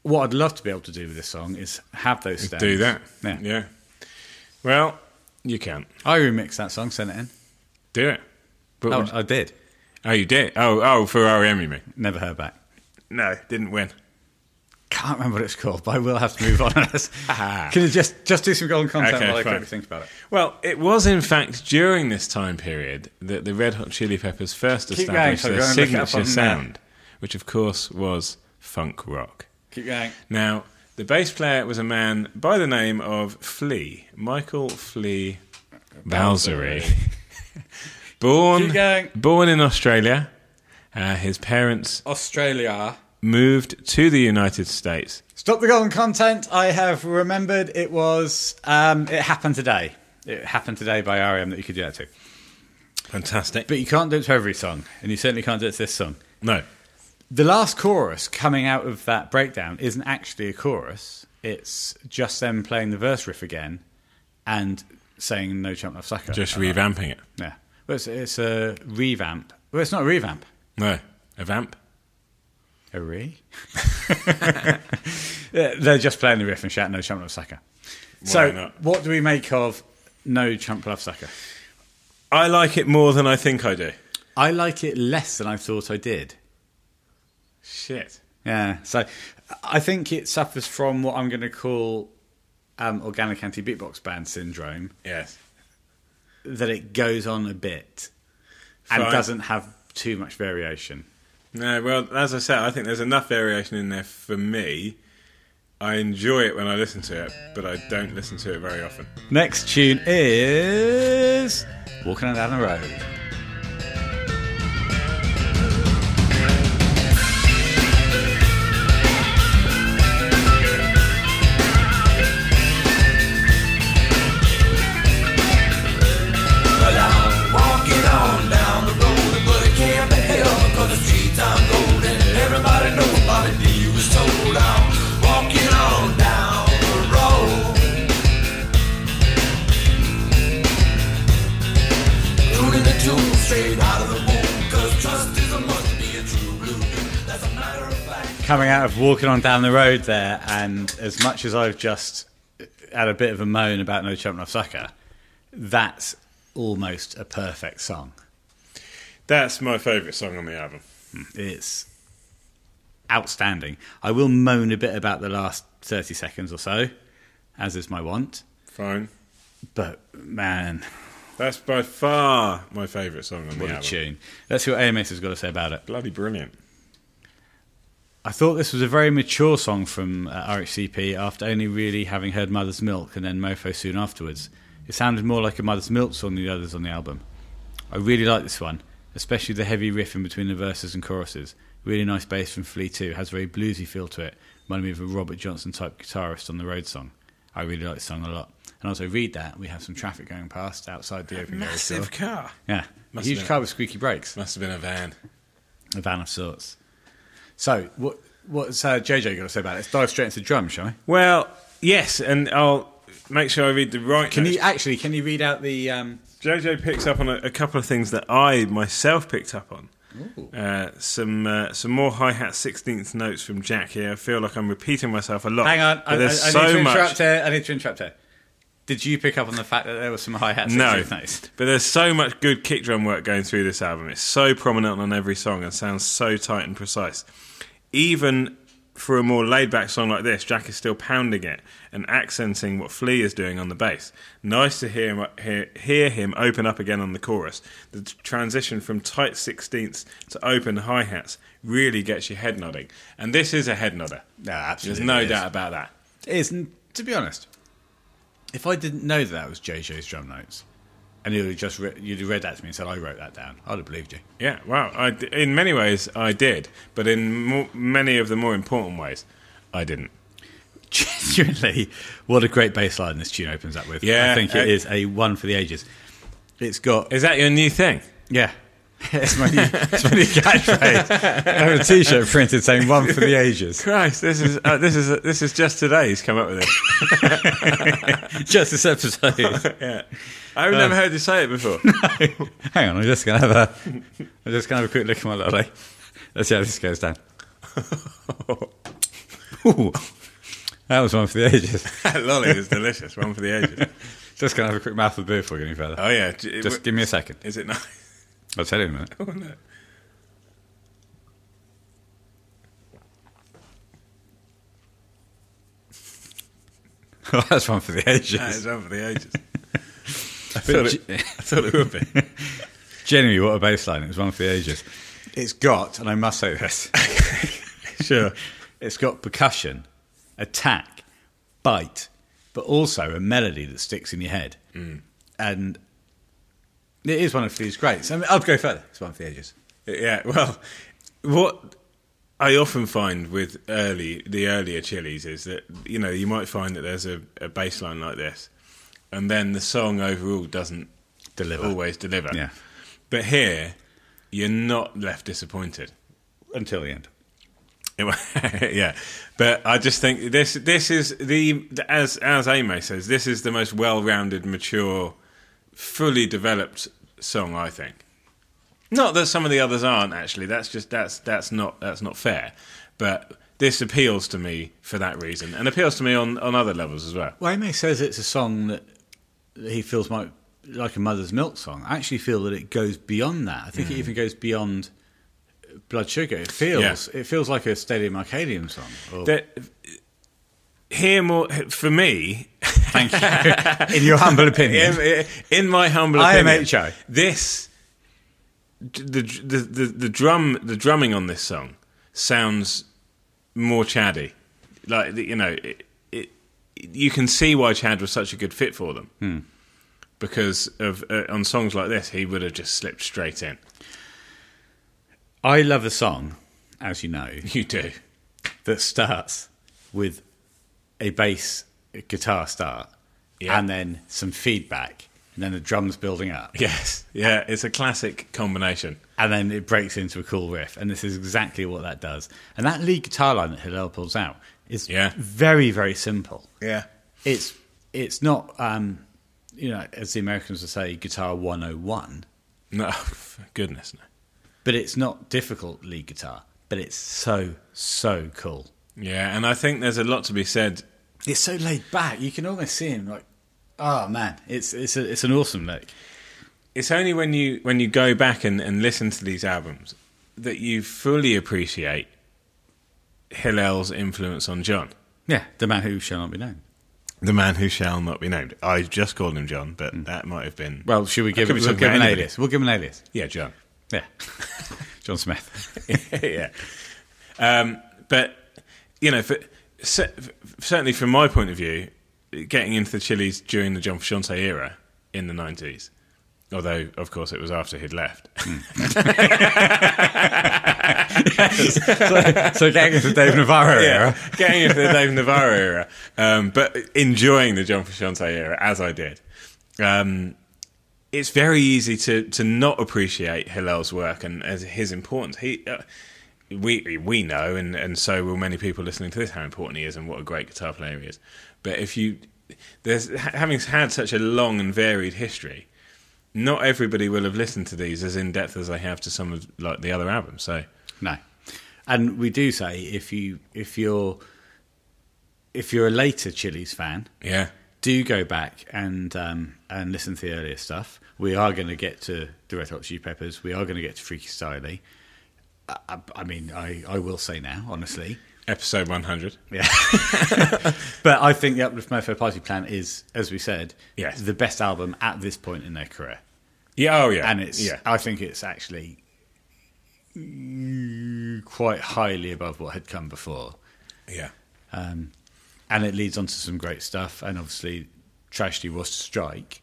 [SPEAKER 1] what I'd love to be able to do with this song is have those stems.
[SPEAKER 2] do that.
[SPEAKER 1] Yeah.
[SPEAKER 2] yeah. Well, you can't.
[SPEAKER 1] I remixed that song, sent it in.
[SPEAKER 2] Do it. But
[SPEAKER 1] Oh,
[SPEAKER 2] would-
[SPEAKER 1] I did.
[SPEAKER 2] oh, you did. Oh, oh, for REM, you mean?
[SPEAKER 1] Never heard back.
[SPEAKER 2] No, didn't win.
[SPEAKER 1] Can't remember what it's called, but I will have to move on. [LAUGHS] Can you just just do some golden content
[SPEAKER 2] Ah. Okay,
[SPEAKER 1] while I
[SPEAKER 2] fine.
[SPEAKER 1] quickly think about it?
[SPEAKER 2] Well, it was in fact during this time period that the Red Hot Chili Peppers first
[SPEAKER 1] going,
[SPEAKER 2] established
[SPEAKER 1] so
[SPEAKER 2] their
[SPEAKER 1] go and look it up
[SPEAKER 2] signature
[SPEAKER 1] on there.
[SPEAKER 2] sound, which of course was funk rock.
[SPEAKER 1] Keep going.
[SPEAKER 2] Now, the bass player was a man by the name of Flea, Michael Flea Bowsery. [LAUGHS] born,
[SPEAKER 1] Keep going.
[SPEAKER 2] born in Australia, uh, his parents
[SPEAKER 1] Australia.
[SPEAKER 2] moved to the United States.
[SPEAKER 1] Stop the golden content. I have remembered it was um, It Happened Today. It Happened Today by REM that you could do that to.
[SPEAKER 2] Fantastic.
[SPEAKER 1] But you can't do it to every song, and you certainly can't do it to this song.
[SPEAKER 2] No.
[SPEAKER 1] The last chorus coming out of that breakdown isn't actually a chorus. It's just them playing the verse riff again and saying "No Chump Love Sucker."
[SPEAKER 2] Just
[SPEAKER 1] Like that.
[SPEAKER 2] revamping it.
[SPEAKER 1] Yeah, well, it's, it's a revamp. Well, it's not a revamp.
[SPEAKER 2] No. A vamp?
[SPEAKER 1] A [LAUGHS] re? Yeah, They're just playing the riff and shouting "No Chump Love Sucker." so,
[SPEAKER 2] not?
[SPEAKER 1] what do we make of "No Chump Love Sucker"?
[SPEAKER 2] I like it more than I think I do.
[SPEAKER 1] I like it less than I thought I did.
[SPEAKER 2] Shit.
[SPEAKER 1] Yeah. So I think it suffers from what I'm going to call um, organic anti beatbox band syndrome
[SPEAKER 2] Yes.
[SPEAKER 1] that it goes on a bit and
[SPEAKER 2] Fine.
[SPEAKER 1] doesn't have too much variation.
[SPEAKER 2] No, well, as I said, I think there's enough variation in there for me. I enjoy it when I listen to it, but I don't listen to it very often.
[SPEAKER 1] Next tune is Walking Down the Road. coming out of walking on down the road there, and as much as I've just had a bit of a moan about No Chump Love Sucker, that's almost a perfect song.
[SPEAKER 2] That's my favourite song on the album.
[SPEAKER 1] It's outstanding. I will moan a bit about the last 30 seconds or so, as is my want,
[SPEAKER 2] Fine.
[SPEAKER 1] but man,
[SPEAKER 2] That's by far my favourite song on
[SPEAKER 1] what
[SPEAKER 2] the
[SPEAKER 1] a
[SPEAKER 2] album.
[SPEAKER 1] tune. Let's see what AMS has got to say about it.
[SPEAKER 2] Bloody brilliant.
[SPEAKER 1] I thought this was a very mature song from uh, RHCP after only really having heard Mother's Milk and then Mofo soon afterwards. It sounded more like a Mother's Milk song than the others on the album. I really like this one, especially the heavy riff in between the verses and choruses. Really nice bass from Flea 2, has a very bluesy feel to it. Reminded me of a Robert Johnson type guitarist on the road song. I really like the song a lot. And also, read that, we have some traffic going past outside the opening area store.
[SPEAKER 2] Massive car.
[SPEAKER 1] Yeah, a
[SPEAKER 2] Must have
[SPEAKER 1] huge
[SPEAKER 2] been-
[SPEAKER 1] car with squeaky brakes
[SPEAKER 2] Must have been a van.
[SPEAKER 1] a van of sorts. So, what what's uh, JJ got to say about it? Let's dive straight into the drum, shall we?
[SPEAKER 2] Well, yes, and I'll make sure I read the right.
[SPEAKER 1] Can
[SPEAKER 2] notes.
[SPEAKER 1] you actually can you read out the? Um,
[SPEAKER 2] JoJo picks up on a, a couple of things that I myself picked up on. Uh, some uh, some more hi hat sixteenth notes from Jack here. I feel like I'm repeating myself a lot.
[SPEAKER 1] hang on,
[SPEAKER 2] but
[SPEAKER 1] I, I, I need
[SPEAKER 2] there's
[SPEAKER 1] to
[SPEAKER 2] so
[SPEAKER 1] interrupt
[SPEAKER 2] much.
[SPEAKER 1] here. I need to interrupt here. Did you pick up on the fact that there was some hi hats?
[SPEAKER 2] No, but there's so much good kick drum work going through this album. It's so prominent on every song and sounds so tight and precise. Even for a more laid back song like this, Jack is still pounding it and accenting what Flea is doing on the bass. Nice to hear him, hear, hear him open up again on the chorus. The t- transition from tight sixteenths to open hi hats really gets your head nodding. And this is a head nodder.
[SPEAKER 1] No, Ah, absolutely.
[SPEAKER 2] There's no
[SPEAKER 1] it is.
[SPEAKER 2] doubt about that.
[SPEAKER 1] It is, and to be honest, if I didn't know that, that was JJ's drum notes, and you'd have just re- you'd have read that to me and said I wrote that down, I'd have believed you.
[SPEAKER 2] Yeah, wow. I d in many ways, I did, but in mo- many of the more important ways, I didn't.
[SPEAKER 1] [LAUGHS] genuinely, what a great bass line this tune opens up with.
[SPEAKER 2] Yeah,
[SPEAKER 1] I think it
[SPEAKER 2] uh,
[SPEAKER 1] is a one for the ages. It's got
[SPEAKER 2] Is that your new thing?
[SPEAKER 1] Yeah. it's my new, it's my new catchphrase. I have a t-shirt printed saying one for the ages.
[SPEAKER 2] Christ, this is uh, this is this is just today. He's come up [LAUGHS] with it.
[SPEAKER 1] Just this episode.
[SPEAKER 2] I've never heard you say it before.
[SPEAKER 1] [LAUGHS] Hang on, I'm just gonna have a I'm just gonna have a quick look at my lolly. Let's see how this goes
[SPEAKER 2] [LAUGHS]
[SPEAKER 1] down. Ooh, that was one for the ages.
[SPEAKER 2] that [LAUGHS] lolly is delicious. One for the ages.
[SPEAKER 1] Just gonna have a quick mouth of beer before we go any further.
[SPEAKER 2] Oh yeah. J-
[SPEAKER 1] just
[SPEAKER 2] w-
[SPEAKER 1] give me a second.
[SPEAKER 2] Is it nice? [LAUGHS]
[SPEAKER 1] I'll tell you in a minute.
[SPEAKER 2] Oh, no.
[SPEAKER 1] [LAUGHS] That's one for the
[SPEAKER 2] That is
[SPEAKER 1] ages.
[SPEAKER 2] one for the ages. I
[SPEAKER 1] But
[SPEAKER 2] thought, it,
[SPEAKER 1] ge-
[SPEAKER 2] I thought it would be.
[SPEAKER 1] [LAUGHS] Genuinely, what a bass line. It was one for the ages. It's got, and I must say this. [LAUGHS] sure. It's got percussion, attack, bite, but also a melody that sticks in your head.
[SPEAKER 2] Mm.
[SPEAKER 1] And it is one of these greats. I mean, I'll go further. It's one for the ages.
[SPEAKER 2] Yeah, well, what I often find with early the earlier chilies is that you know you might find that there's a, a bass line like this, and then the song overall doesn't
[SPEAKER 1] Deliver.
[SPEAKER 2] always deliver.
[SPEAKER 1] Yeah.
[SPEAKER 2] but here you're not left disappointed.
[SPEAKER 1] Until the end.
[SPEAKER 2] It wa- [LAUGHS] yeah, but I just think this this is the as as Ame says this is the most well-rounded, mature, fully developed song I think. Not that some of the others aren't actually. That's just that's that's not that's not fair. But this appeals to me for that reason, and appeals to me on on other levels as well.
[SPEAKER 1] Well, Amy says it's a song that that he feels might like a mother's milk song. I actually feel that it goes beyond that. I think it even goes beyond Blood Sugar. It feels it feels like a Stadium Arcadium song. [LAUGHS] Or,
[SPEAKER 2] That here more for me
[SPEAKER 1] thank you. [LAUGHS] In your humble opinion,
[SPEAKER 2] in, [LAUGHS] in my humble
[SPEAKER 1] I am
[SPEAKER 2] opinion,
[SPEAKER 1] HO.
[SPEAKER 2] This the, the the the drum the drumming on this song sounds more Chaddy. Like you know, it, it, you can see why Chad was such a good fit for them because of uh, on songs like this, he would have just slipped straight in. [LAUGHS]
[SPEAKER 1] I love a song, as you [LAUGHS] know,
[SPEAKER 2] You do,
[SPEAKER 1] that starts with a bass guitar start,
[SPEAKER 2] Yeah.
[SPEAKER 1] and then some feedback, and then the drums building up,
[SPEAKER 2] yes, yeah. It's a classic combination.
[SPEAKER 1] and then it breaks into a cool riff. And this is exactly what that does. And that lead guitar line that Hillel pulls out is
[SPEAKER 2] Yeah.
[SPEAKER 1] very, very simple.
[SPEAKER 2] [LAUGHS] Yeah,
[SPEAKER 1] It's it's not um, you know, as the Americans would say, guitar one oh one,
[SPEAKER 2] no, goodness no.
[SPEAKER 1] but it's not difficult lead guitar. but it's so so cool.
[SPEAKER 2] Yeah, and I think there's a lot to be said.
[SPEAKER 1] It's so laid back. You can almost see him like, oh man, it's it's a, it's an awesome look.
[SPEAKER 2] It's only when you when you go back and, and listen to these albums that you fully appreciate Hillel's influence on John,
[SPEAKER 1] Yeah, the man who shall not be known.
[SPEAKER 2] the man who shall not be named. I just called him John, but that might have been
[SPEAKER 1] Well, should we give,
[SPEAKER 2] could
[SPEAKER 1] it,
[SPEAKER 2] be
[SPEAKER 1] we'll
[SPEAKER 2] talking
[SPEAKER 1] give
[SPEAKER 2] about
[SPEAKER 1] him an
[SPEAKER 2] anybody.
[SPEAKER 1] alias? We'll give him an alias.
[SPEAKER 2] yeah, John.
[SPEAKER 1] Yeah, [LAUGHS] John Smith.
[SPEAKER 2] [LAUGHS] yeah. Um, but you know, for, cer- certainly from my point of view, getting into the Chili's during the John Frusciante era in the nineties, although of course it was after he'd left.
[SPEAKER 1] so getting into Dave Navarro era.
[SPEAKER 2] getting into the Dave Navarro era, um, but enjoying the John Frusciante era as I did. Um, it's very easy to to not appreciate Hillel's work and as his importance. He. Uh, we we know, and, and so will many people listening to this, how important he is and what a great guitar player he is. But if you, there's ha- having had such a long and varied history, not everybody will have listened to these as in depth as they have to some of like the other albums. So
[SPEAKER 1] No, and we do say if you if you're if you're a later Chili's fan,
[SPEAKER 2] yeah,
[SPEAKER 1] do go back and um, and listen to the earlier stuff. We are going to get to the Red Hot Chili Peppers. We are going to get to Freaky Styley. I, I, I mean, I, I will say now, honestly,
[SPEAKER 2] episode one hundred.
[SPEAKER 1] yeah. but I think the Uplift Mofo Party Plan is, as we said,
[SPEAKER 2] Yes.
[SPEAKER 1] the best album at this point in their career,
[SPEAKER 2] Yeah, oh yeah,
[SPEAKER 1] and it's
[SPEAKER 2] yeah.
[SPEAKER 1] I think it's actually mm, quite highly above what had come before.
[SPEAKER 2] Yeah.
[SPEAKER 1] Um, and it leads on to some great stuff. And obviously, tragedy was to strike,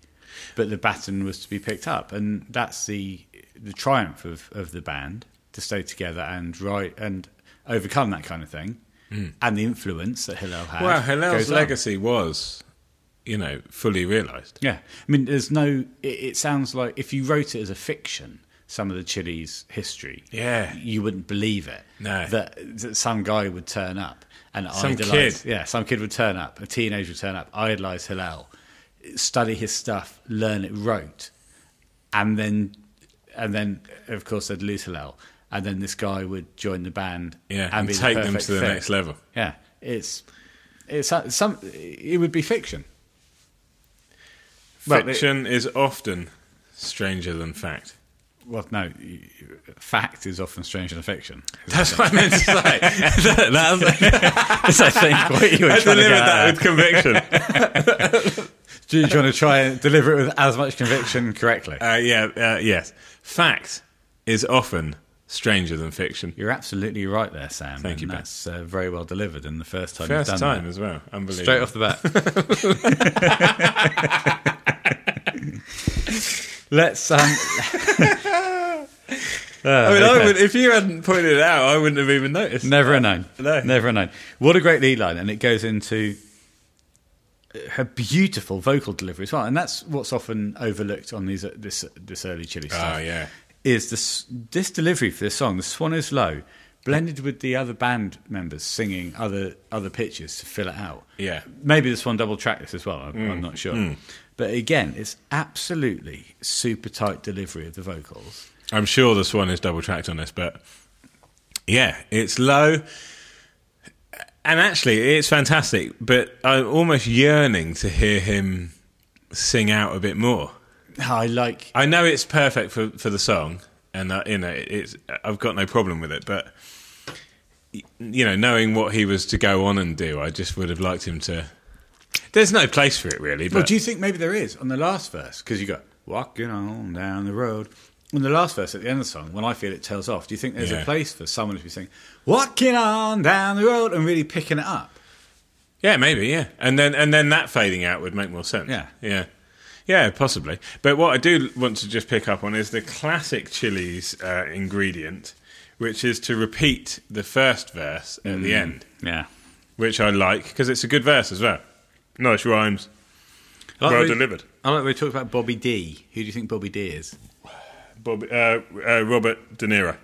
[SPEAKER 1] but the baton was to be picked up, and that's the the triumph of, of the band to stay together and write and overcome that kind of thing, and the influence that Hillel had.
[SPEAKER 2] Hmm. Well,
[SPEAKER 1] goes
[SPEAKER 2] Hillel's
[SPEAKER 1] on.
[SPEAKER 2] legacy was, you know, fully realised.
[SPEAKER 1] Yeah, I mean, there's no. It, it sounds like if you wrote it as a fiction, some of the Chile's history,
[SPEAKER 2] Yeah.
[SPEAKER 1] you wouldn't believe it.
[SPEAKER 2] No.
[SPEAKER 1] that, that some guy would turn up and
[SPEAKER 2] Some
[SPEAKER 1] idolize.
[SPEAKER 2] kid.
[SPEAKER 1] Yeah, some kid would turn up, a teenager would turn up, idolize Hillel, study his stuff, learn it rote, and then, and then of course they'd lose Hillel, and then this guy would join the band.
[SPEAKER 2] Yeah, and
[SPEAKER 1] be the
[SPEAKER 2] take them
[SPEAKER 1] perfect
[SPEAKER 2] to the
[SPEAKER 1] fit.
[SPEAKER 2] next level.
[SPEAKER 1] Yeah, it's. It's uh, some. It would be fiction. Well, it-
[SPEAKER 2] Fiction is often stranger than fact.
[SPEAKER 1] Well, no, you- you- fact is often stranger than fiction. [LAUGHS]
[SPEAKER 2] That's what I meant to say. [LAUGHS]
[SPEAKER 1] I think what you were
[SPEAKER 2] I
[SPEAKER 1] trying to
[SPEAKER 2] delivered that with conviction.
[SPEAKER 1] Do you want to try and deliver it with as much conviction correctly?
[SPEAKER 2] [LAUGHS] Uh, yeah, uh, yes. Fact is often stranger than fiction.
[SPEAKER 1] You're absolutely right there, Sam.
[SPEAKER 2] Thank you,
[SPEAKER 1] and
[SPEAKER 2] Ben.
[SPEAKER 1] That's uh, very well delivered. And the first time
[SPEAKER 2] First
[SPEAKER 1] you've done
[SPEAKER 2] time
[SPEAKER 1] that,
[SPEAKER 2] as well. Unbelievable.
[SPEAKER 1] straight off the bat. [LAUGHS] Let's. [LAUGHS] Um, Ah,
[SPEAKER 2] I
[SPEAKER 1] [LAUGHS]
[SPEAKER 2] mean, I would, if you hadn't pointed it out, I wouldn't have even noticed.
[SPEAKER 1] Never a known.
[SPEAKER 2] No.
[SPEAKER 1] Never a known. What a great lead line. And it goes into her beautiful vocal delivery as well. And that's what's often overlooked on these uh, this this early Chili stuff.
[SPEAKER 2] Ah, yeah.
[SPEAKER 1] Is this this delivery for this song, The Swan is Low, blended with the other band members singing other other pitches to fill it out.
[SPEAKER 2] Yeah. Mm.
[SPEAKER 1] Maybe the Swan double track this as well. I'm, I'm not sure. But again, it's absolutely super tight delivery of the vocals.
[SPEAKER 2] I'm sure the Swan is double tracked on this, but yeah, it's low. And actually, it's fantastic, but I'm almost yearning to hear him sing out a bit more.
[SPEAKER 1] I like
[SPEAKER 2] I know it's perfect for, for the song, and uh, you know it's I've got no problem with it. But y- you know, knowing what he was to go on and do, I just would have liked him to. There's no place for it really. But
[SPEAKER 1] Well, do you think maybe there is on the last verse? Because you got walking on down the road. On the last verse at the end of the song, when I feel it tails off, do you think there's a
[SPEAKER 2] Yeah.
[SPEAKER 1] place for someone to be saying, walking on down the road and really picking it up?
[SPEAKER 2] Yeah, maybe. Yeah, and then and then that fading out would make more sense.
[SPEAKER 1] Yeah.
[SPEAKER 2] yeah, yeah, possibly. But what I do want to just pick up on is the classic Chili's uh, ingredient, which is to repeat the first verse at the end,
[SPEAKER 1] Mm. Yeah.
[SPEAKER 2] which I like because it's a good verse as well. Nice rhymes, well delivered.
[SPEAKER 1] I like we talked about Bobby D. Who do you think Bobby D is?
[SPEAKER 2] Bob, uh, uh, Robert De Niro.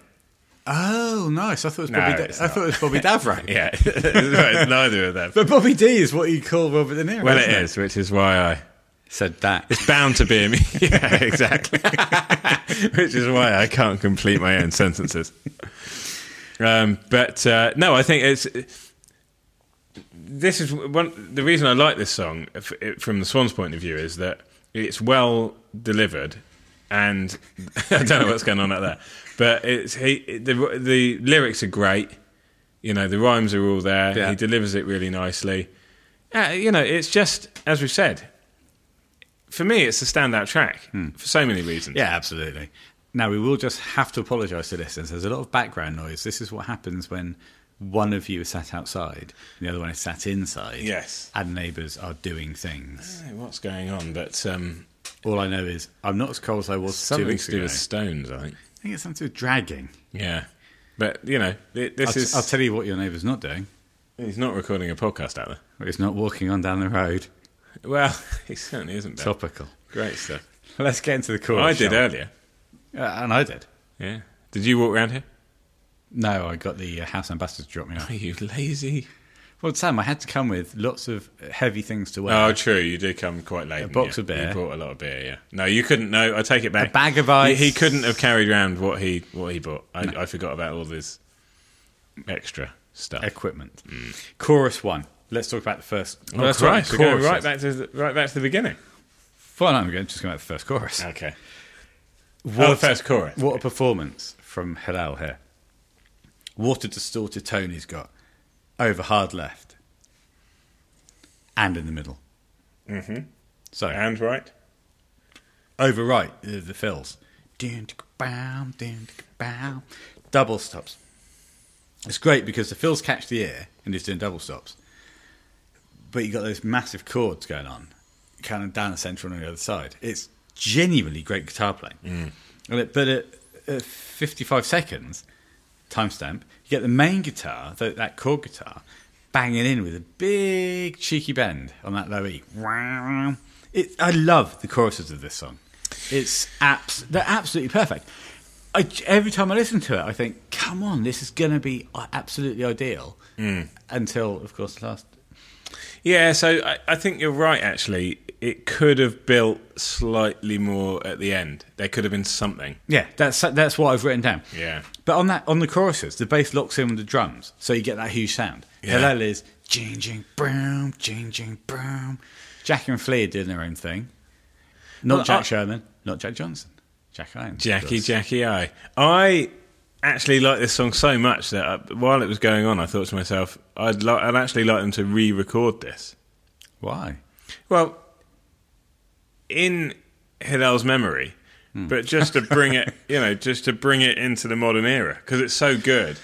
[SPEAKER 1] Oh, nice. I thought it was
[SPEAKER 2] No,
[SPEAKER 1] Bobby. D-
[SPEAKER 2] it's
[SPEAKER 1] I
[SPEAKER 2] not.
[SPEAKER 1] thought it was Bobby
[SPEAKER 2] [LAUGHS]
[SPEAKER 1] Davro.
[SPEAKER 2] Yeah, it's neither of [LAUGHS] them.
[SPEAKER 1] But Bobby D is what you call Robert De Niro.
[SPEAKER 2] Well, it
[SPEAKER 1] isn't
[SPEAKER 2] is, which is why I
[SPEAKER 1] Said that.
[SPEAKER 2] bound to be me. [LAUGHS] yeah, [LAUGHS] exactly. which is why I can't complete my own sentences. Um, but uh, no, I think it's. This is one. The reason I like this song f- it- from the Swans' point of view is that it's well delivered, and [LAUGHS] I don't know what's going on out there, but it's he. The the lyrics are great. You know, the rhymes are all there.
[SPEAKER 1] Yeah.
[SPEAKER 2] He delivers it really nicely. Uh, you know, it's just as we've said. For me, it's a standout track for so many
[SPEAKER 1] [LAUGHS]
[SPEAKER 2] reasons.
[SPEAKER 1] Yeah, absolutely. Now we will just have to apologise to listeners. There's a lot of background noise. This is what happens when one of you is sat outside, and the other one is sat inside.
[SPEAKER 2] Yes.
[SPEAKER 1] and neighbours are doing things.
[SPEAKER 2] I don't know what's going on? But um,
[SPEAKER 1] All I know is I'm not as cold as I was two
[SPEAKER 2] something
[SPEAKER 1] weeks
[SPEAKER 2] to do
[SPEAKER 1] ago.
[SPEAKER 2] with Stones, I think.
[SPEAKER 1] I think it's something to do with dragging.
[SPEAKER 2] Yeah, but you know, th-
[SPEAKER 1] I'll,
[SPEAKER 2] this
[SPEAKER 1] t-
[SPEAKER 2] is
[SPEAKER 1] I'll tell you what your neighbour's not doing.
[SPEAKER 2] he's not recording a podcast out there.
[SPEAKER 1] It's not walking on down the road.
[SPEAKER 2] Well, [LAUGHS] he certainly isn't. Bill.
[SPEAKER 1] Topical.
[SPEAKER 2] Great stuff.
[SPEAKER 1] Let's get into the chorus.
[SPEAKER 2] I did
[SPEAKER 1] shall
[SPEAKER 2] earlier.
[SPEAKER 1] we? Uh, and I did.
[SPEAKER 2] Yeah. Did you walk around here?
[SPEAKER 1] No, I got the uh, house ambassador to drop me off.
[SPEAKER 2] Are you lazy?
[SPEAKER 1] Well, Sam, I had to come with lots of heavy things to wear.
[SPEAKER 2] Oh, true. You did come quite late. A
[SPEAKER 1] box
[SPEAKER 2] you?
[SPEAKER 1] of beer.
[SPEAKER 2] You bought a lot of beer. Yeah. No, you couldn't. No, I take it back.
[SPEAKER 1] A bag of ice.
[SPEAKER 2] He, he couldn't have carried around what he what he bought. I, I forgot about all this Oh, extra stuff. Mm.
[SPEAKER 1] equipment. Chorus one. Let's talk about the first.
[SPEAKER 2] Oh, Christ, We're going
[SPEAKER 1] chorus.
[SPEAKER 2] right back to the, right back to the beginning.
[SPEAKER 1] Well, no, I'm going to just go back to the first chorus.
[SPEAKER 2] Okay. What, the first chorus.
[SPEAKER 1] What a performance from Hillel here. Water distorted tone he's got. Over hard left. And in the middle. Mm-hmm. So,
[SPEAKER 2] And right.
[SPEAKER 1] over right, the, the fills. Dun, tick, bow, dun, tick, bow. Double stops. It's great because the fills catch the ear and he's doing double stops. But you've got those massive chords going on, kind of down the central and on the other side. It's genuinely great guitar playing. And it- But at, at 55 seconds, timestamp, you get the main guitar, tho- that chord guitar, banging in with a big cheeky bend on that low E. It, I love the choruses of this song. It's abs- they're absolutely perfect. I j every time I listen to it, I think, come on, this is going to be uh, absolutely ideal. Until, of course, the last.
[SPEAKER 2] Yeah, so I, I think you're right, actually. It could have built slightly more at the end. There could have been something.
[SPEAKER 1] Yeah, that's that's what I've written down.
[SPEAKER 2] Yeah.
[SPEAKER 1] But on that on the choruses, the bass locks in with the drums, so you get that huge sound.
[SPEAKER 2] Yeah.
[SPEAKER 1] Hillel is jing jing boom, jing jing boom. Jack and Flea are doing their own thing. Not
[SPEAKER 2] Well,
[SPEAKER 1] Jack
[SPEAKER 2] I-
[SPEAKER 1] Sherman, not Jack Johnson. Jack Irons. of
[SPEAKER 2] Jackie,
[SPEAKER 1] course.
[SPEAKER 2] Jackie, I. I actually like this song so much that I, while it was going on, I thought to myself, I'd, li- I'd actually like them to re record this.
[SPEAKER 1] Why?
[SPEAKER 2] Well, in Hillel's memory, but just to bring it, you know, just to bring it into the modern era, because it's so good.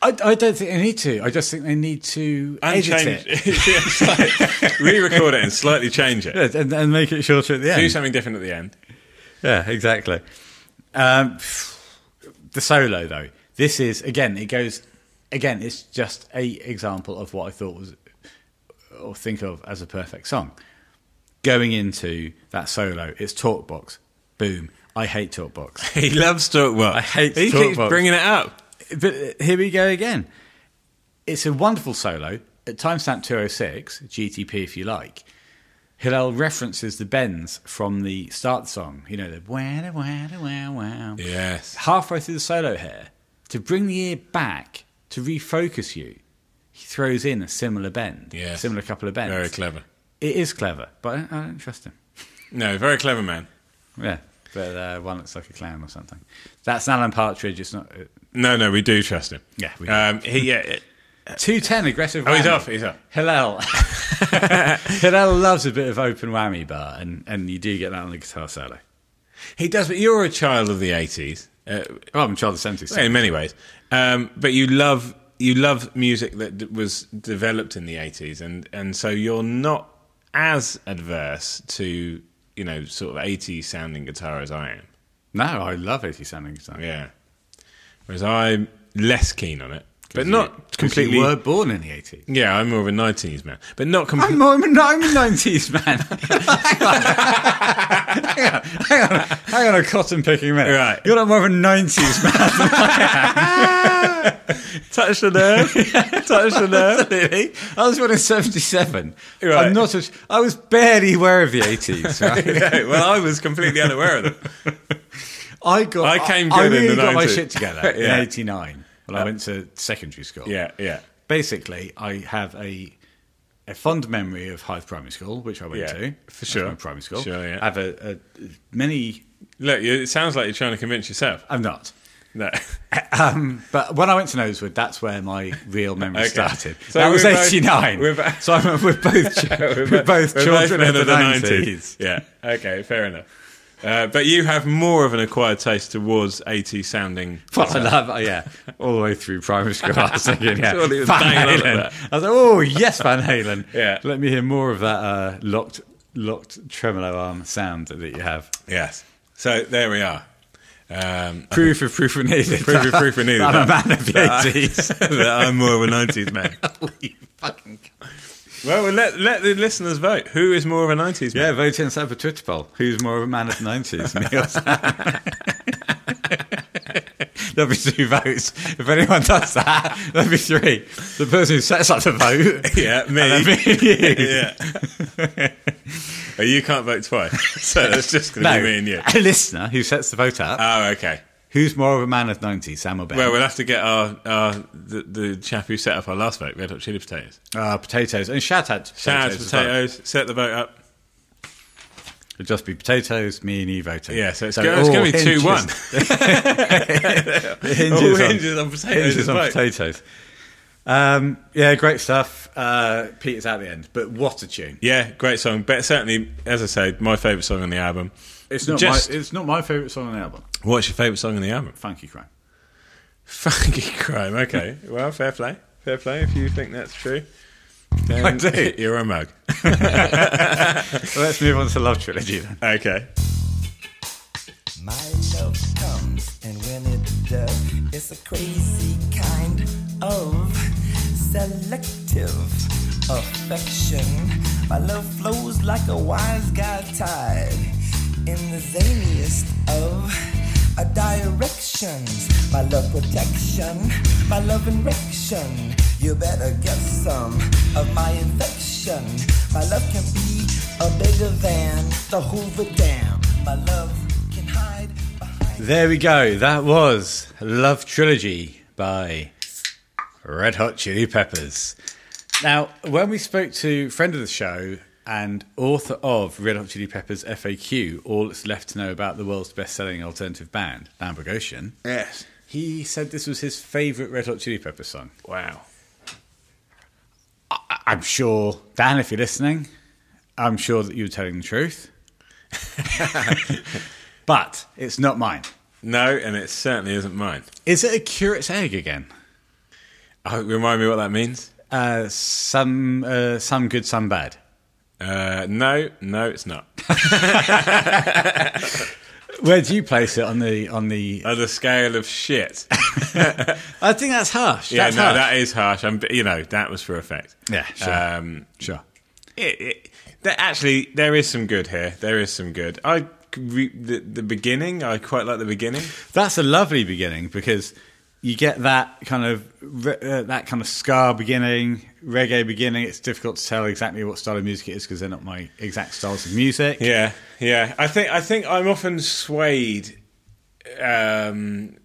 [SPEAKER 1] I, I don't think they need to. I just think they need to edit
[SPEAKER 2] change [LAUGHS] it. re record it and slightly change it.
[SPEAKER 1] it [LAUGHS] and, and make it shorter at the end.
[SPEAKER 2] Do something different at the end. [LAUGHS]
[SPEAKER 1] Yeah, exactly. Um, the solo, though, this is again. It goes again. It's just a example of what I thought was or think of as a perfect song. Going into that solo, it's Talkbox. Boom. I hate Talkbox.
[SPEAKER 2] He loves talk [LAUGHS] box. I
[SPEAKER 1] hate
[SPEAKER 2] He
[SPEAKER 1] talk
[SPEAKER 2] keeps
[SPEAKER 1] box.
[SPEAKER 2] bringing it up.
[SPEAKER 1] But uh, here we go again. It's a wonderful solo at timestamp 206, GTP if you like. Hillel references the bends from the start song. You know, the wow, wow, wow, wow.
[SPEAKER 2] Yes.
[SPEAKER 1] Halfway through the solo here, to bring the ear back to refocus you, he throws in a similar bend,
[SPEAKER 2] Yes.
[SPEAKER 1] similar couple of bends.
[SPEAKER 2] Very clever.
[SPEAKER 1] It is clever, but I don't, I don't trust him.
[SPEAKER 2] No, very clever man.
[SPEAKER 1] Yeah, but uh, one looks like a clown or something. That's Alan Partridge. It's not uh,
[SPEAKER 2] No, no, we do trust him.
[SPEAKER 1] Yeah, we do.
[SPEAKER 2] um, he, yeah, it-
[SPEAKER 1] two ten aggressive.
[SPEAKER 2] oh, he's
[SPEAKER 1] whammy.
[SPEAKER 2] off. He's off. [LAUGHS]
[SPEAKER 1] Hillel. Hillel loves a bit of open whammy bar, and, and you do get that on the guitar solo.
[SPEAKER 2] He does, but you're a child of the 80s uh,
[SPEAKER 1] Oh, I'm child of the 70s.
[SPEAKER 2] in many ways. Um, but you love you love music that d- was developed in the 80s, and, and so you're not as adverse to you know sort of 80s sounding guitar as I am.
[SPEAKER 1] No, I love 80 sounding guitar.
[SPEAKER 2] Yeah. Whereas I'm less keen on it, but
[SPEAKER 1] 'Cause you-
[SPEAKER 2] not
[SPEAKER 1] 'cause
[SPEAKER 2] completely.
[SPEAKER 1] You were born in the 80s.
[SPEAKER 2] Yeah, I'm more of a 90s man, but not completely.
[SPEAKER 1] I'm, I'm, I'm a 90s man. [LAUGHS] hang, on. hang on. Hang on. Hang on a cotton picking minute.
[SPEAKER 2] Right.
[SPEAKER 1] You're not more of a 90s
[SPEAKER 2] [LAUGHS]
[SPEAKER 1] man.
[SPEAKER 2] Touch the nerve.
[SPEAKER 1] [LAUGHS]
[SPEAKER 2] Touch the nerve.
[SPEAKER 1] Really? I was born in 77.
[SPEAKER 2] Right.
[SPEAKER 1] I'm not a, I was barely aware of the 80s, right?
[SPEAKER 2] No, well, I was
[SPEAKER 1] [LAUGHS]
[SPEAKER 2] completely unaware of them.
[SPEAKER 1] I got.
[SPEAKER 2] I came
[SPEAKER 1] I
[SPEAKER 2] good in
[SPEAKER 1] really
[SPEAKER 2] the
[SPEAKER 1] got my
[SPEAKER 2] 90s.
[SPEAKER 1] shit together
[SPEAKER 2] [LAUGHS] Yeah. Uh,
[SPEAKER 1] in '89. Well, I went to secondary school.
[SPEAKER 2] Yeah, yeah.
[SPEAKER 1] Basically, I have a a fond memory of Hythe Primary School, which I went
[SPEAKER 2] Yeah,
[SPEAKER 1] to.
[SPEAKER 2] for
[SPEAKER 1] That's
[SPEAKER 2] sure.
[SPEAKER 1] my primary school.
[SPEAKER 2] Sure, yeah.
[SPEAKER 1] I have a, a many.
[SPEAKER 2] Look, you- it sounds like you're trying to convince yourself.
[SPEAKER 1] I'm not.
[SPEAKER 2] No.
[SPEAKER 1] But when I went to Knowleswood, that's where my real memory
[SPEAKER 2] [LAUGHS] Okay.
[SPEAKER 1] started.
[SPEAKER 2] So
[SPEAKER 1] that was
[SPEAKER 2] we're both-
[SPEAKER 1] 89.
[SPEAKER 2] we're bo-
[SPEAKER 1] so I'm, we're
[SPEAKER 2] [LAUGHS]
[SPEAKER 1] both, ch- [LAUGHS] we're
[SPEAKER 2] We're
[SPEAKER 1] both
[SPEAKER 2] both
[SPEAKER 1] children
[SPEAKER 2] men
[SPEAKER 1] of the, 90s.
[SPEAKER 2] Yeah. Okay. Fair enough. Uh, but you have more of an acquired taste towards 80 sounding.
[SPEAKER 1] Well, I love, oh, yeah, all the way through primary school. I was thinking, yeah,
[SPEAKER 2] Surely it was
[SPEAKER 1] Van
[SPEAKER 2] bang on at
[SPEAKER 1] Halen.
[SPEAKER 2] that.
[SPEAKER 1] I was like, oh yes, Van Halen.
[SPEAKER 2] Yeah.
[SPEAKER 1] let me hear more of that uh, locked, locked tremolo arm sound that you [LAUGHS] have.
[SPEAKER 2] Yes. So there we are. Um,
[SPEAKER 1] Proof of proof of needed.
[SPEAKER 2] Proof of proof
[SPEAKER 1] [LAUGHS]
[SPEAKER 2] of needed.
[SPEAKER 1] I'm a man of the [LAUGHS]
[SPEAKER 2] That-
[SPEAKER 1] eighties.
[SPEAKER 2] that I'm more of a 90s man. Well, we'll let, let the listeners vote. Who is more of a 90s man?
[SPEAKER 1] Yeah, vote inside for Twitter poll. Who's more of a man of the nineties? [LAUGHS] There'll be two votes. If anyone does that, there'll be three. The person who sets up the [LAUGHS] vote.
[SPEAKER 2] Yeah, me.
[SPEAKER 1] and then me.
[SPEAKER 2] yeah. Well, [LAUGHS] you can't vote twice. [LAUGHS] So that's just going to
[SPEAKER 1] No,
[SPEAKER 2] be me and
[SPEAKER 1] a
[SPEAKER 2] you.
[SPEAKER 1] listener who sets the vote up.
[SPEAKER 2] Oh, okay.
[SPEAKER 1] Who's more of a man of 90, Sam or Ben?
[SPEAKER 2] Well, we'll have to get our, our the, the chap who set up our last vote, Red Hot Chili Potatoes.
[SPEAKER 1] uh, potatoes. And shout out to
[SPEAKER 2] Shout out
[SPEAKER 1] potatoes.
[SPEAKER 2] to
[SPEAKER 1] as well.
[SPEAKER 2] potatoes. Set the vote up.
[SPEAKER 1] It'll just be potatoes, me and you voting.
[SPEAKER 2] Yeah, so it's go- it's
[SPEAKER 1] it [LAUGHS] all
[SPEAKER 2] gonna be 2-1.
[SPEAKER 1] hinges- it hinges
[SPEAKER 2] All
[SPEAKER 1] on-
[SPEAKER 2] hinges on potatoes.
[SPEAKER 1] hinges on
[SPEAKER 2] vote.
[SPEAKER 1] potatoes. Um, yeah, great stuff. Uh, Peter's at the end, but what a tune!
[SPEAKER 2] Yeah, great song. But certainly, as I say, my favourite song on the album.
[SPEAKER 1] It's not
[SPEAKER 2] Just-
[SPEAKER 1] my it's not my favourite song on the album.
[SPEAKER 2] What's your favourite song on the album?
[SPEAKER 1] Funky Crime.
[SPEAKER 2] Funky [LAUGHS] crime. Okay. well, fair play. Fair play if you think that's true. Then
[SPEAKER 1] [LAUGHS] I do.
[SPEAKER 2] [LAUGHS] You're a mug.
[SPEAKER 1] Well, let's move on to Love Trilogy then.
[SPEAKER 2] Okay.
[SPEAKER 3] My love comes, and when it does, it's a crazy kind of selective affection. My love flows like a wise guy tide in the zaniest of uh, directions. My love protection, my love erection. You better get some of my infection. My love can be a bigger than the Hoover Dam. My love can hide behind.
[SPEAKER 1] There we go. That was Love Trilogy by Red Hot Chili Peppers. Now, when we spoke to friend of the show and author of Red Hot Chili Peppers FAQ, all that's left to know about the world's best-selling alternative band, Lambert Goshen,
[SPEAKER 2] Yes.
[SPEAKER 1] he said this was his favourite Red Hot Chili Peppers song.
[SPEAKER 2] Wow.
[SPEAKER 1] I- I'm sure, Dan, if you're listening, I'm sure that you were telling the [LAUGHS] truth. but it's not mine.
[SPEAKER 2] No, and it certainly isn't mine.
[SPEAKER 1] Is it a curate's egg again?
[SPEAKER 2] Oh, remind me what that means.
[SPEAKER 1] Uh, some uh, some good, some bad.
[SPEAKER 2] Uh, no, no,
[SPEAKER 1] [LAUGHS]
[SPEAKER 2] it's not.
[SPEAKER 1] Where do you place it on the on the?
[SPEAKER 2] On the scale
[SPEAKER 1] [LAUGHS]
[SPEAKER 2] of shit. [LAUGHS]
[SPEAKER 1] I think that's harsh.
[SPEAKER 2] Yeah,
[SPEAKER 1] That's
[SPEAKER 2] no,
[SPEAKER 1] harsh.
[SPEAKER 2] that is harsh. I'm, you know, that was for effect.
[SPEAKER 1] Yeah, sure.
[SPEAKER 2] Um,
[SPEAKER 1] sure.
[SPEAKER 2] it, it, there, actually, there is some good here. There is some good. I re, the, the beginning. I quite like the beginning.
[SPEAKER 1] That's a lovely beginning because you get that kind of re- uh, that kind of scar beginning, reggae beginning. It's difficult to tell exactly what style of music it is because they're not my exact styles of music.
[SPEAKER 2] Yeah, yeah. I think I think I'm often swayed um,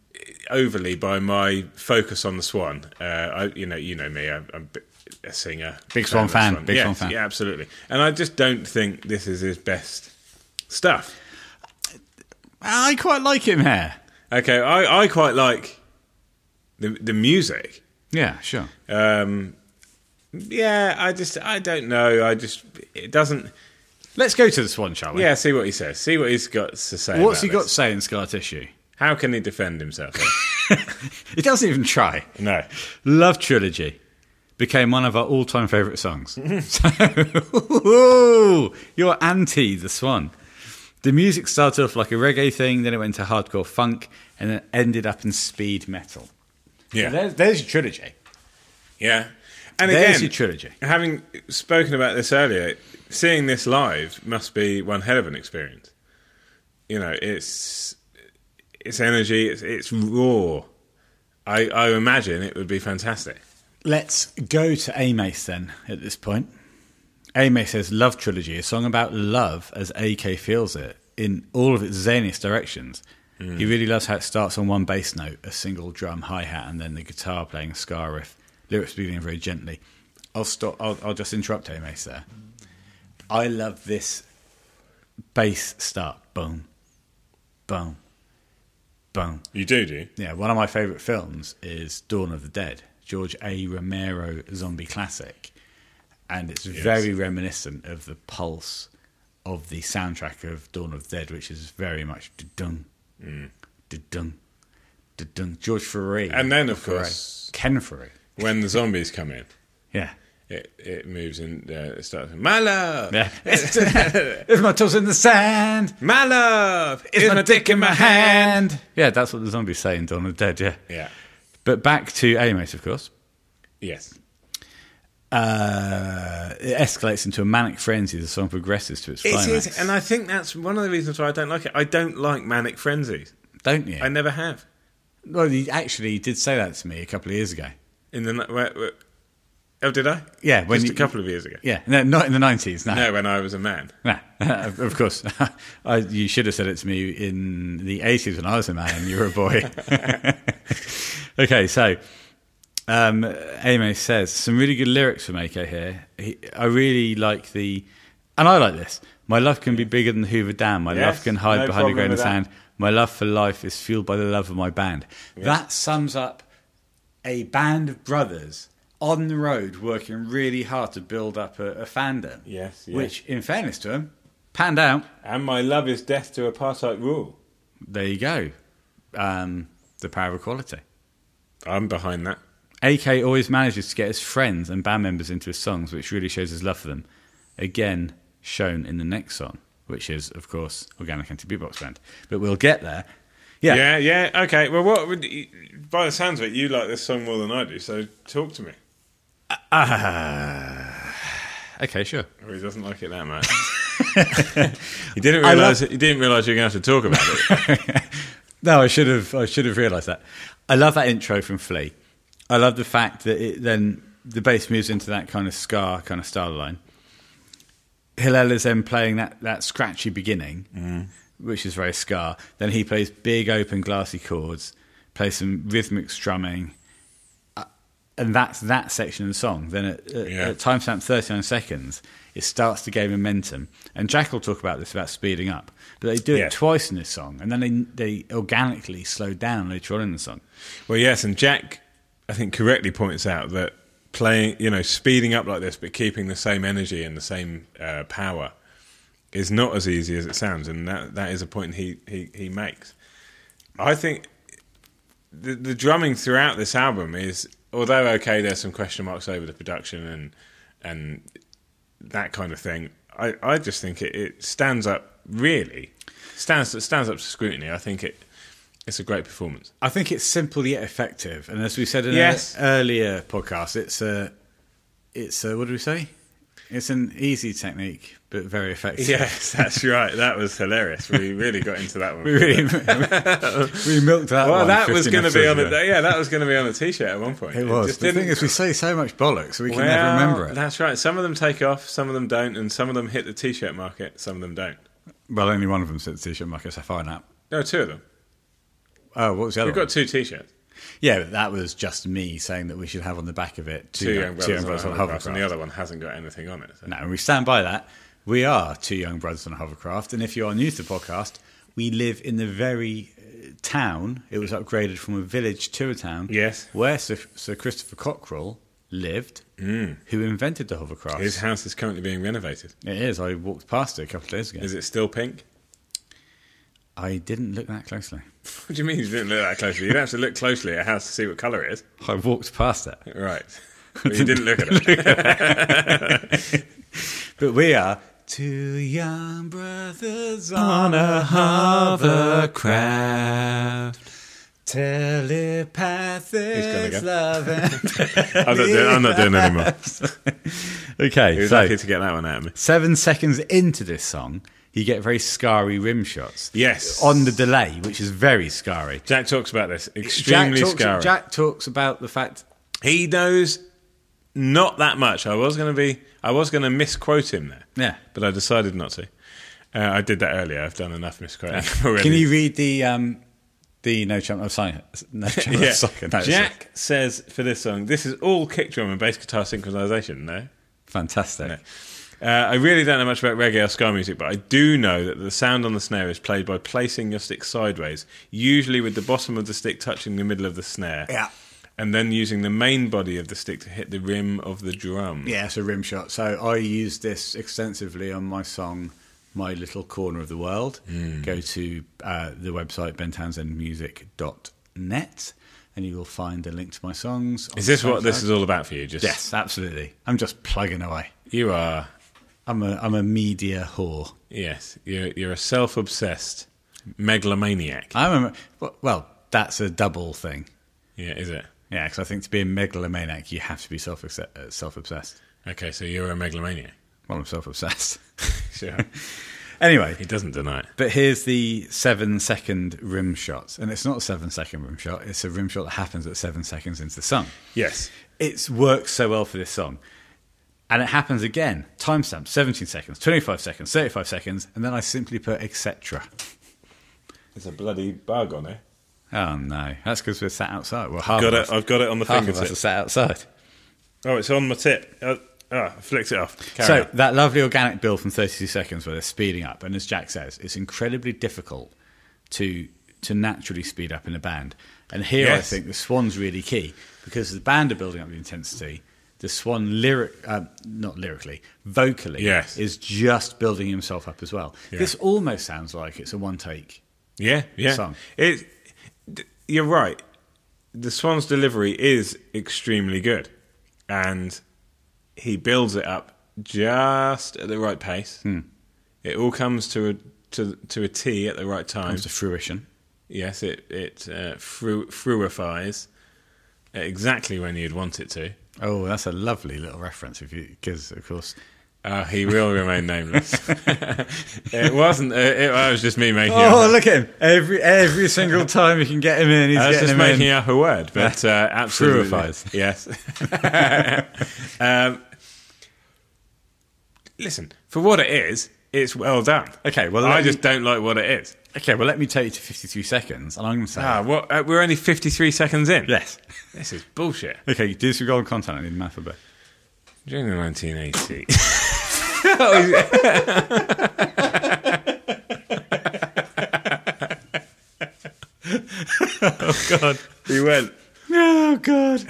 [SPEAKER 2] overly by my focus on the Swan. Uh, I, you know, you know me. I'm, I'm a bit- a singer,
[SPEAKER 1] Big Swan
[SPEAKER 2] of the
[SPEAKER 1] fan, big
[SPEAKER 2] yeah,
[SPEAKER 1] Swan fan.
[SPEAKER 2] Yeah, absolutely. And I just don't think this is his best stuff.
[SPEAKER 1] I quite like him here.
[SPEAKER 2] Okay, I, I quite like the the music.
[SPEAKER 1] Yeah, sure.
[SPEAKER 2] Um, yeah, I just I don't know. I just it doesn't.
[SPEAKER 1] Let's go to this one, shall we?
[SPEAKER 2] Yeah, see what he says. See what he's got to say.
[SPEAKER 1] What's
[SPEAKER 2] about
[SPEAKER 1] he got to
[SPEAKER 2] this.
[SPEAKER 1] say in Scar Tissue?
[SPEAKER 2] How can he defend himself?
[SPEAKER 1] He doesn't even try. [LAUGHS]
[SPEAKER 2] no.
[SPEAKER 1] Love Trilogy became one of our all time favourite songs. [LAUGHS] so, you're anti The Swan. The music started off like a reggae thing, then it went to hardcore funk, and then ended up in speed metal.
[SPEAKER 2] Yeah.
[SPEAKER 1] There's, there's your trilogy.
[SPEAKER 2] Yeah. And
[SPEAKER 1] There's
[SPEAKER 2] again,
[SPEAKER 1] your trilogy.
[SPEAKER 2] having spoken about this earlier, seeing this live must be one hell of an experience. You know, it's it's energy, it's, it's raw. I, I imagine it would be fantastic.
[SPEAKER 1] Let's go to Amace then at this point. Amace says Love Trilogy, a song about love as AK feels it in all of its zaniest directions. He really loves how it starts on one bass note, a single drum, hi hat, and then the guitar playing a scar riff. Lyrics beginning very gently. I'll stop. I'll, I'll just interrupt Hey Mace there. I love this bass start. Boom, boom, boom.
[SPEAKER 2] You do, do you?
[SPEAKER 1] Yeah, one of my favourite films is Dawn of the Dead, George A. Romero zombie classic. And it's very reminiscent of the pulse of the soundtrack of Dawn of the Dead, which is very much dun Mm. dun dun George Ferrari.
[SPEAKER 2] And then, of
[SPEAKER 1] Ferrari.
[SPEAKER 2] course-
[SPEAKER 1] Ken Ferrari.
[SPEAKER 2] When the zombies come in,
[SPEAKER 1] Yeah.
[SPEAKER 2] it, it moves and uh, it starts, My
[SPEAKER 1] [LAUGHS]
[SPEAKER 2] love!
[SPEAKER 1] yeah. it's my toes in the sand.
[SPEAKER 2] My love!
[SPEAKER 1] It's my dick in my hand. Yeah, that's what the zombies say in Dawn of the Dead, yeah.
[SPEAKER 2] Yeah.
[SPEAKER 1] But back to Amos, of course.
[SPEAKER 2] Yes.
[SPEAKER 1] uh, it escalates into a manic frenzy as the song progresses to its
[SPEAKER 2] It
[SPEAKER 1] climax.
[SPEAKER 2] is, and I think that's one of the reasons why I don't like it. I don't like manic frenzies.
[SPEAKER 1] Don't you?
[SPEAKER 2] I never have.
[SPEAKER 1] well, you actually did say that to me a couple of years ago.
[SPEAKER 2] In the ni- where, where- oh, did I?
[SPEAKER 1] Yeah, when
[SPEAKER 2] just
[SPEAKER 1] you-
[SPEAKER 2] a couple of years ago.
[SPEAKER 1] Yeah, no, not in the nineties. No,
[SPEAKER 2] No, when I was a man.
[SPEAKER 1] Nah. [LAUGHS] of course. [LAUGHS] I, you should have said it to me in the eighties when I was a man and you were a boy. [LAUGHS] okay, so um, Amo says some really good lyrics from AK here. He, I really like the, and I like this. My love can be bigger than the Hoover Dam. My love
[SPEAKER 2] Yes,
[SPEAKER 1] can hide
[SPEAKER 2] no
[SPEAKER 1] behind a
[SPEAKER 2] problem
[SPEAKER 1] grain of
[SPEAKER 2] with that.
[SPEAKER 1] sand. My love for life is fueled by the love of my band. That sums up a band of brothers on the road working really hard to build up a, a fandom.
[SPEAKER 2] Yes, yes.
[SPEAKER 1] Which, in fairness to them, panned out.
[SPEAKER 2] And my love is death to apartheid rule.
[SPEAKER 1] There you go. Um, the power of equality.
[SPEAKER 2] I'm behind that.
[SPEAKER 1] AK always manages to get his friends and band members into his songs, which really shows his love for them. Again, shown in the next song, which is, of course, Organic Anti Beatbox Band. But we'll get there. Yeah.
[SPEAKER 2] Yeah, yeah. Okay. Well, what would you, by the sounds of it, you like this song more than I do. So talk to me.
[SPEAKER 1] Okay, sure.
[SPEAKER 2] Or Oh, he doesn't like it
[SPEAKER 1] [LAUGHS]
[SPEAKER 2] that much. you didn't
[SPEAKER 1] I
[SPEAKER 2] realize. you didn't realize you were going to have to talk about it.
[SPEAKER 1] No, I should have. I should have realised that. I love that intro from Flea. I love the fact that it then the bass moves into that kind of scar kind of style line. Hillel is then playing that, that scratchy beginning, which is very scar. Then he plays big open glassy chords, plays some rhythmic strumming, Uh, and that's that section of the song. Then at, at,
[SPEAKER 2] Yeah.
[SPEAKER 1] at timestamp 39 seconds, it starts to gain momentum. And Jack will talk about this about speeding up, but they do it
[SPEAKER 2] Yeah.
[SPEAKER 1] twice in this song, and then they, they organically slow down later on in the song.
[SPEAKER 2] well, yes, and Jack, I think correctly points out that playing, you know, speeding up like this but keeping the same energy and the same uh, power is not as easy as it sounds, and that that is a point he he, he makes. I think the the drumming throughout this album is, although okay, there's some question marks over the production and and that kind of thing. I, I just think it, it stands up really stands stands up to scrutiny. I think it it's a great performance.
[SPEAKER 1] I think it's simple yet effective, and as we said in
[SPEAKER 2] Yes.
[SPEAKER 1] an earlier podcast, it's a, it's a, what do we say? It's an easy technique, but very
[SPEAKER 2] [LAUGHS]
[SPEAKER 1] effective.
[SPEAKER 2] Yes, that's right. That was hilarious. We really got into [LAUGHS] that one.
[SPEAKER 1] [LAUGHS] we really, we milked that.
[SPEAKER 2] well,
[SPEAKER 1] one
[SPEAKER 2] that was
[SPEAKER 1] 15
[SPEAKER 2] going to be on
[SPEAKER 1] episodes
[SPEAKER 2] a
[SPEAKER 1] ago.
[SPEAKER 2] yeah, that was going to be on a t-shirt at one point.
[SPEAKER 1] It was.
[SPEAKER 2] just
[SPEAKER 1] the
[SPEAKER 2] didn't-
[SPEAKER 1] thing is, we say so much bollocks, we can
[SPEAKER 2] Well,
[SPEAKER 1] never remember it.
[SPEAKER 2] That's right. Some of them take off, some of them don't, and some of them hit the t-shirt market, some of them don't.
[SPEAKER 1] well, only one of them said t-shirt market. I find that.
[SPEAKER 2] No, two of them.
[SPEAKER 1] Uh, Oh, what was the other?
[SPEAKER 2] We've got two t-shirts.
[SPEAKER 1] one? Yeah, but that was just me saying that we should have on the back of it
[SPEAKER 2] Two, young brothers,
[SPEAKER 1] two young brothers
[SPEAKER 2] on,
[SPEAKER 1] on
[SPEAKER 2] a
[SPEAKER 1] hovercraft.
[SPEAKER 2] hovercraft, and the other one hasn't got anything on it. so-
[SPEAKER 1] No, and we stand by that. We are two young brothers on a hovercraft, and if you are new to the podcast, we live in the very uh, town. It was upgraded from a village to a town.
[SPEAKER 2] Yes.
[SPEAKER 1] where Sir, Sir Christopher Cockerell lived, who invented the hovercraft.
[SPEAKER 2] Mm. His house is currently being renovated.
[SPEAKER 1] It is. I walked past it a couple of days ago.
[SPEAKER 2] Is it still pink? [LAUGHS]
[SPEAKER 1] I didn't look that closely.
[SPEAKER 2] What do you mean you didn't look that closely? You'd have to look closely at a house to see what colour it is.
[SPEAKER 1] I walked past it.
[SPEAKER 2] Right. [LAUGHS] But you didn't look at it.
[SPEAKER 1] But we are two young brothers on a hovercraft. Telepathic
[SPEAKER 2] go.
[SPEAKER 1] love and
[SPEAKER 2] [LAUGHS] [LAUGHS] I'm not doing, I'm not doing [LAUGHS] anymore.
[SPEAKER 1] [LAUGHS]
[SPEAKER 2] He
[SPEAKER 1] Okay,
[SPEAKER 2] was
[SPEAKER 1] so
[SPEAKER 2] lucky to get that one out of me.
[SPEAKER 1] seven seconds into this song, you get very scary rim shots.
[SPEAKER 2] Yes.
[SPEAKER 1] On the delay, which is very scary.
[SPEAKER 2] Jack talks about this. Extremely
[SPEAKER 1] Jack talks,
[SPEAKER 2] scary.
[SPEAKER 1] Jack talks about the fact
[SPEAKER 2] He knows not that much. I was going to be. I was going to misquote him there.
[SPEAKER 1] Yeah.
[SPEAKER 2] But I decided not to. Uh, I did that earlier. I've done enough misquoting [LAUGHS] already.
[SPEAKER 1] Can you read the um, The No Chump of Science. [LAUGHS] No
[SPEAKER 2] [LAUGHS]
[SPEAKER 1] Chump of Science. No, it's
[SPEAKER 2] Jack says for this song, this is all kick drum and bass guitar synchronization, no?
[SPEAKER 1] Fantastic.
[SPEAKER 2] Uh, I really don't know much about reggae or ska music, but I do know that the sound on the snare is played by placing your stick sideways, usually with the bottom of the stick touching the middle of the snare.
[SPEAKER 1] Yeah.
[SPEAKER 2] And then using the main body of the stick to hit the rim of the drum.
[SPEAKER 1] Yeah, it's a rim shot. So I used this extensively on my song My Little Corner of the World.
[SPEAKER 2] Hmm.
[SPEAKER 1] Go to uh, the website bentownsendmusic.net and you will find a link to my songs.
[SPEAKER 2] Is this what this is all about for you? Just
[SPEAKER 1] Yes, absolutely. I'm just plugging away.
[SPEAKER 2] you are.
[SPEAKER 1] I'm a I'm a media whore.
[SPEAKER 2] Yes, you're, you're a self-obsessed megalomaniac.
[SPEAKER 1] I'm a well, that's a double thing.
[SPEAKER 2] Yeah, is it?
[SPEAKER 1] Yeah, because I think to be a megalomaniac, you have to be self self obsessed.
[SPEAKER 2] Okay, so you're
[SPEAKER 1] [LAUGHS]
[SPEAKER 2] a megalomaniac.
[SPEAKER 1] Well, I'm self obsessed.
[SPEAKER 2] Sure,
[SPEAKER 1] [LAUGHS] anyway,
[SPEAKER 2] he doesn't deny it.
[SPEAKER 1] But here's the seven second rim shot. And it's not a seven second rim shot, it's a rim shot that happens at seven seconds into the song.
[SPEAKER 2] Yes,
[SPEAKER 1] It's works so well for this song. And it happens again. Timestamp 17 seconds, 25 seconds, 35 seconds, and then I simply put etc.
[SPEAKER 2] there's a bloody bug on it.
[SPEAKER 1] Oh no, that's because we're sat outside. Well, half
[SPEAKER 2] Got
[SPEAKER 1] of us,
[SPEAKER 2] it. I've got it on the
[SPEAKER 1] half of us are
[SPEAKER 2] fingertips.
[SPEAKER 1] sat outside.
[SPEAKER 2] Oh, it's on my tip. Uh, ah, I flicked it off. Carry
[SPEAKER 1] so
[SPEAKER 2] on.
[SPEAKER 1] that lovely organic build from 32 seconds where they're speeding up and as jack says it's incredibly difficult to to naturally speed up in a band and here i
[SPEAKER 2] Yes.
[SPEAKER 1] think the swan's really key because the band are building up the intensity the swan lyric uh, not lyrically vocally
[SPEAKER 2] Yes.
[SPEAKER 1] is just building himself up as well
[SPEAKER 2] Yeah.
[SPEAKER 1] this almost sounds like it's a one take
[SPEAKER 2] yeah, yeah.
[SPEAKER 1] song.
[SPEAKER 2] It. d- You're right. The Swan's delivery is extremely good, and he builds it up just at the right pace.
[SPEAKER 1] Hmm.
[SPEAKER 2] It all comes to a to to a T at the right time.
[SPEAKER 1] comes to fruition
[SPEAKER 2] Yes, it it uh, fru- fruifies at exactly when you'd want it to.
[SPEAKER 1] oh that's a lovely little reference if you because of course
[SPEAKER 2] Uh, he will remain
[SPEAKER 1] [LAUGHS]
[SPEAKER 2] nameless. [LAUGHS] it wasn't. Uh, it, that was just me making.
[SPEAKER 1] oh
[SPEAKER 2] up,
[SPEAKER 1] look at him every every single time you can get him in he's
[SPEAKER 2] I was
[SPEAKER 1] getting
[SPEAKER 2] just
[SPEAKER 1] him in
[SPEAKER 2] making up a word, but uh, absolutely.
[SPEAKER 1] Fruifies.
[SPEAKER 2] Yes. um, listen, for what it is, it's well done.
[SPEAKER 1] Okay, well,
[SPEAKER 2] I
[SPEAKER 1] let me-
[SPEAKER 2] just don't like what it is.
[SPEAKER 1] Okay, well, let me take you to 53 seconds, and I'm going to say.
[SPEAKER 2] Ah, what, uh, we're only fifty-three seconds in.
[SPEAKER 1] yes. [LAUGHS]
[SPEAKER 2] This is bullshit.
[SPEAKER 1] Okay, disregard content. I need math a bit.
[SPEAKER 2] During the [LAUGHS] 1980s. oh, God. He went.
[SPEAKER 1] Oh, God.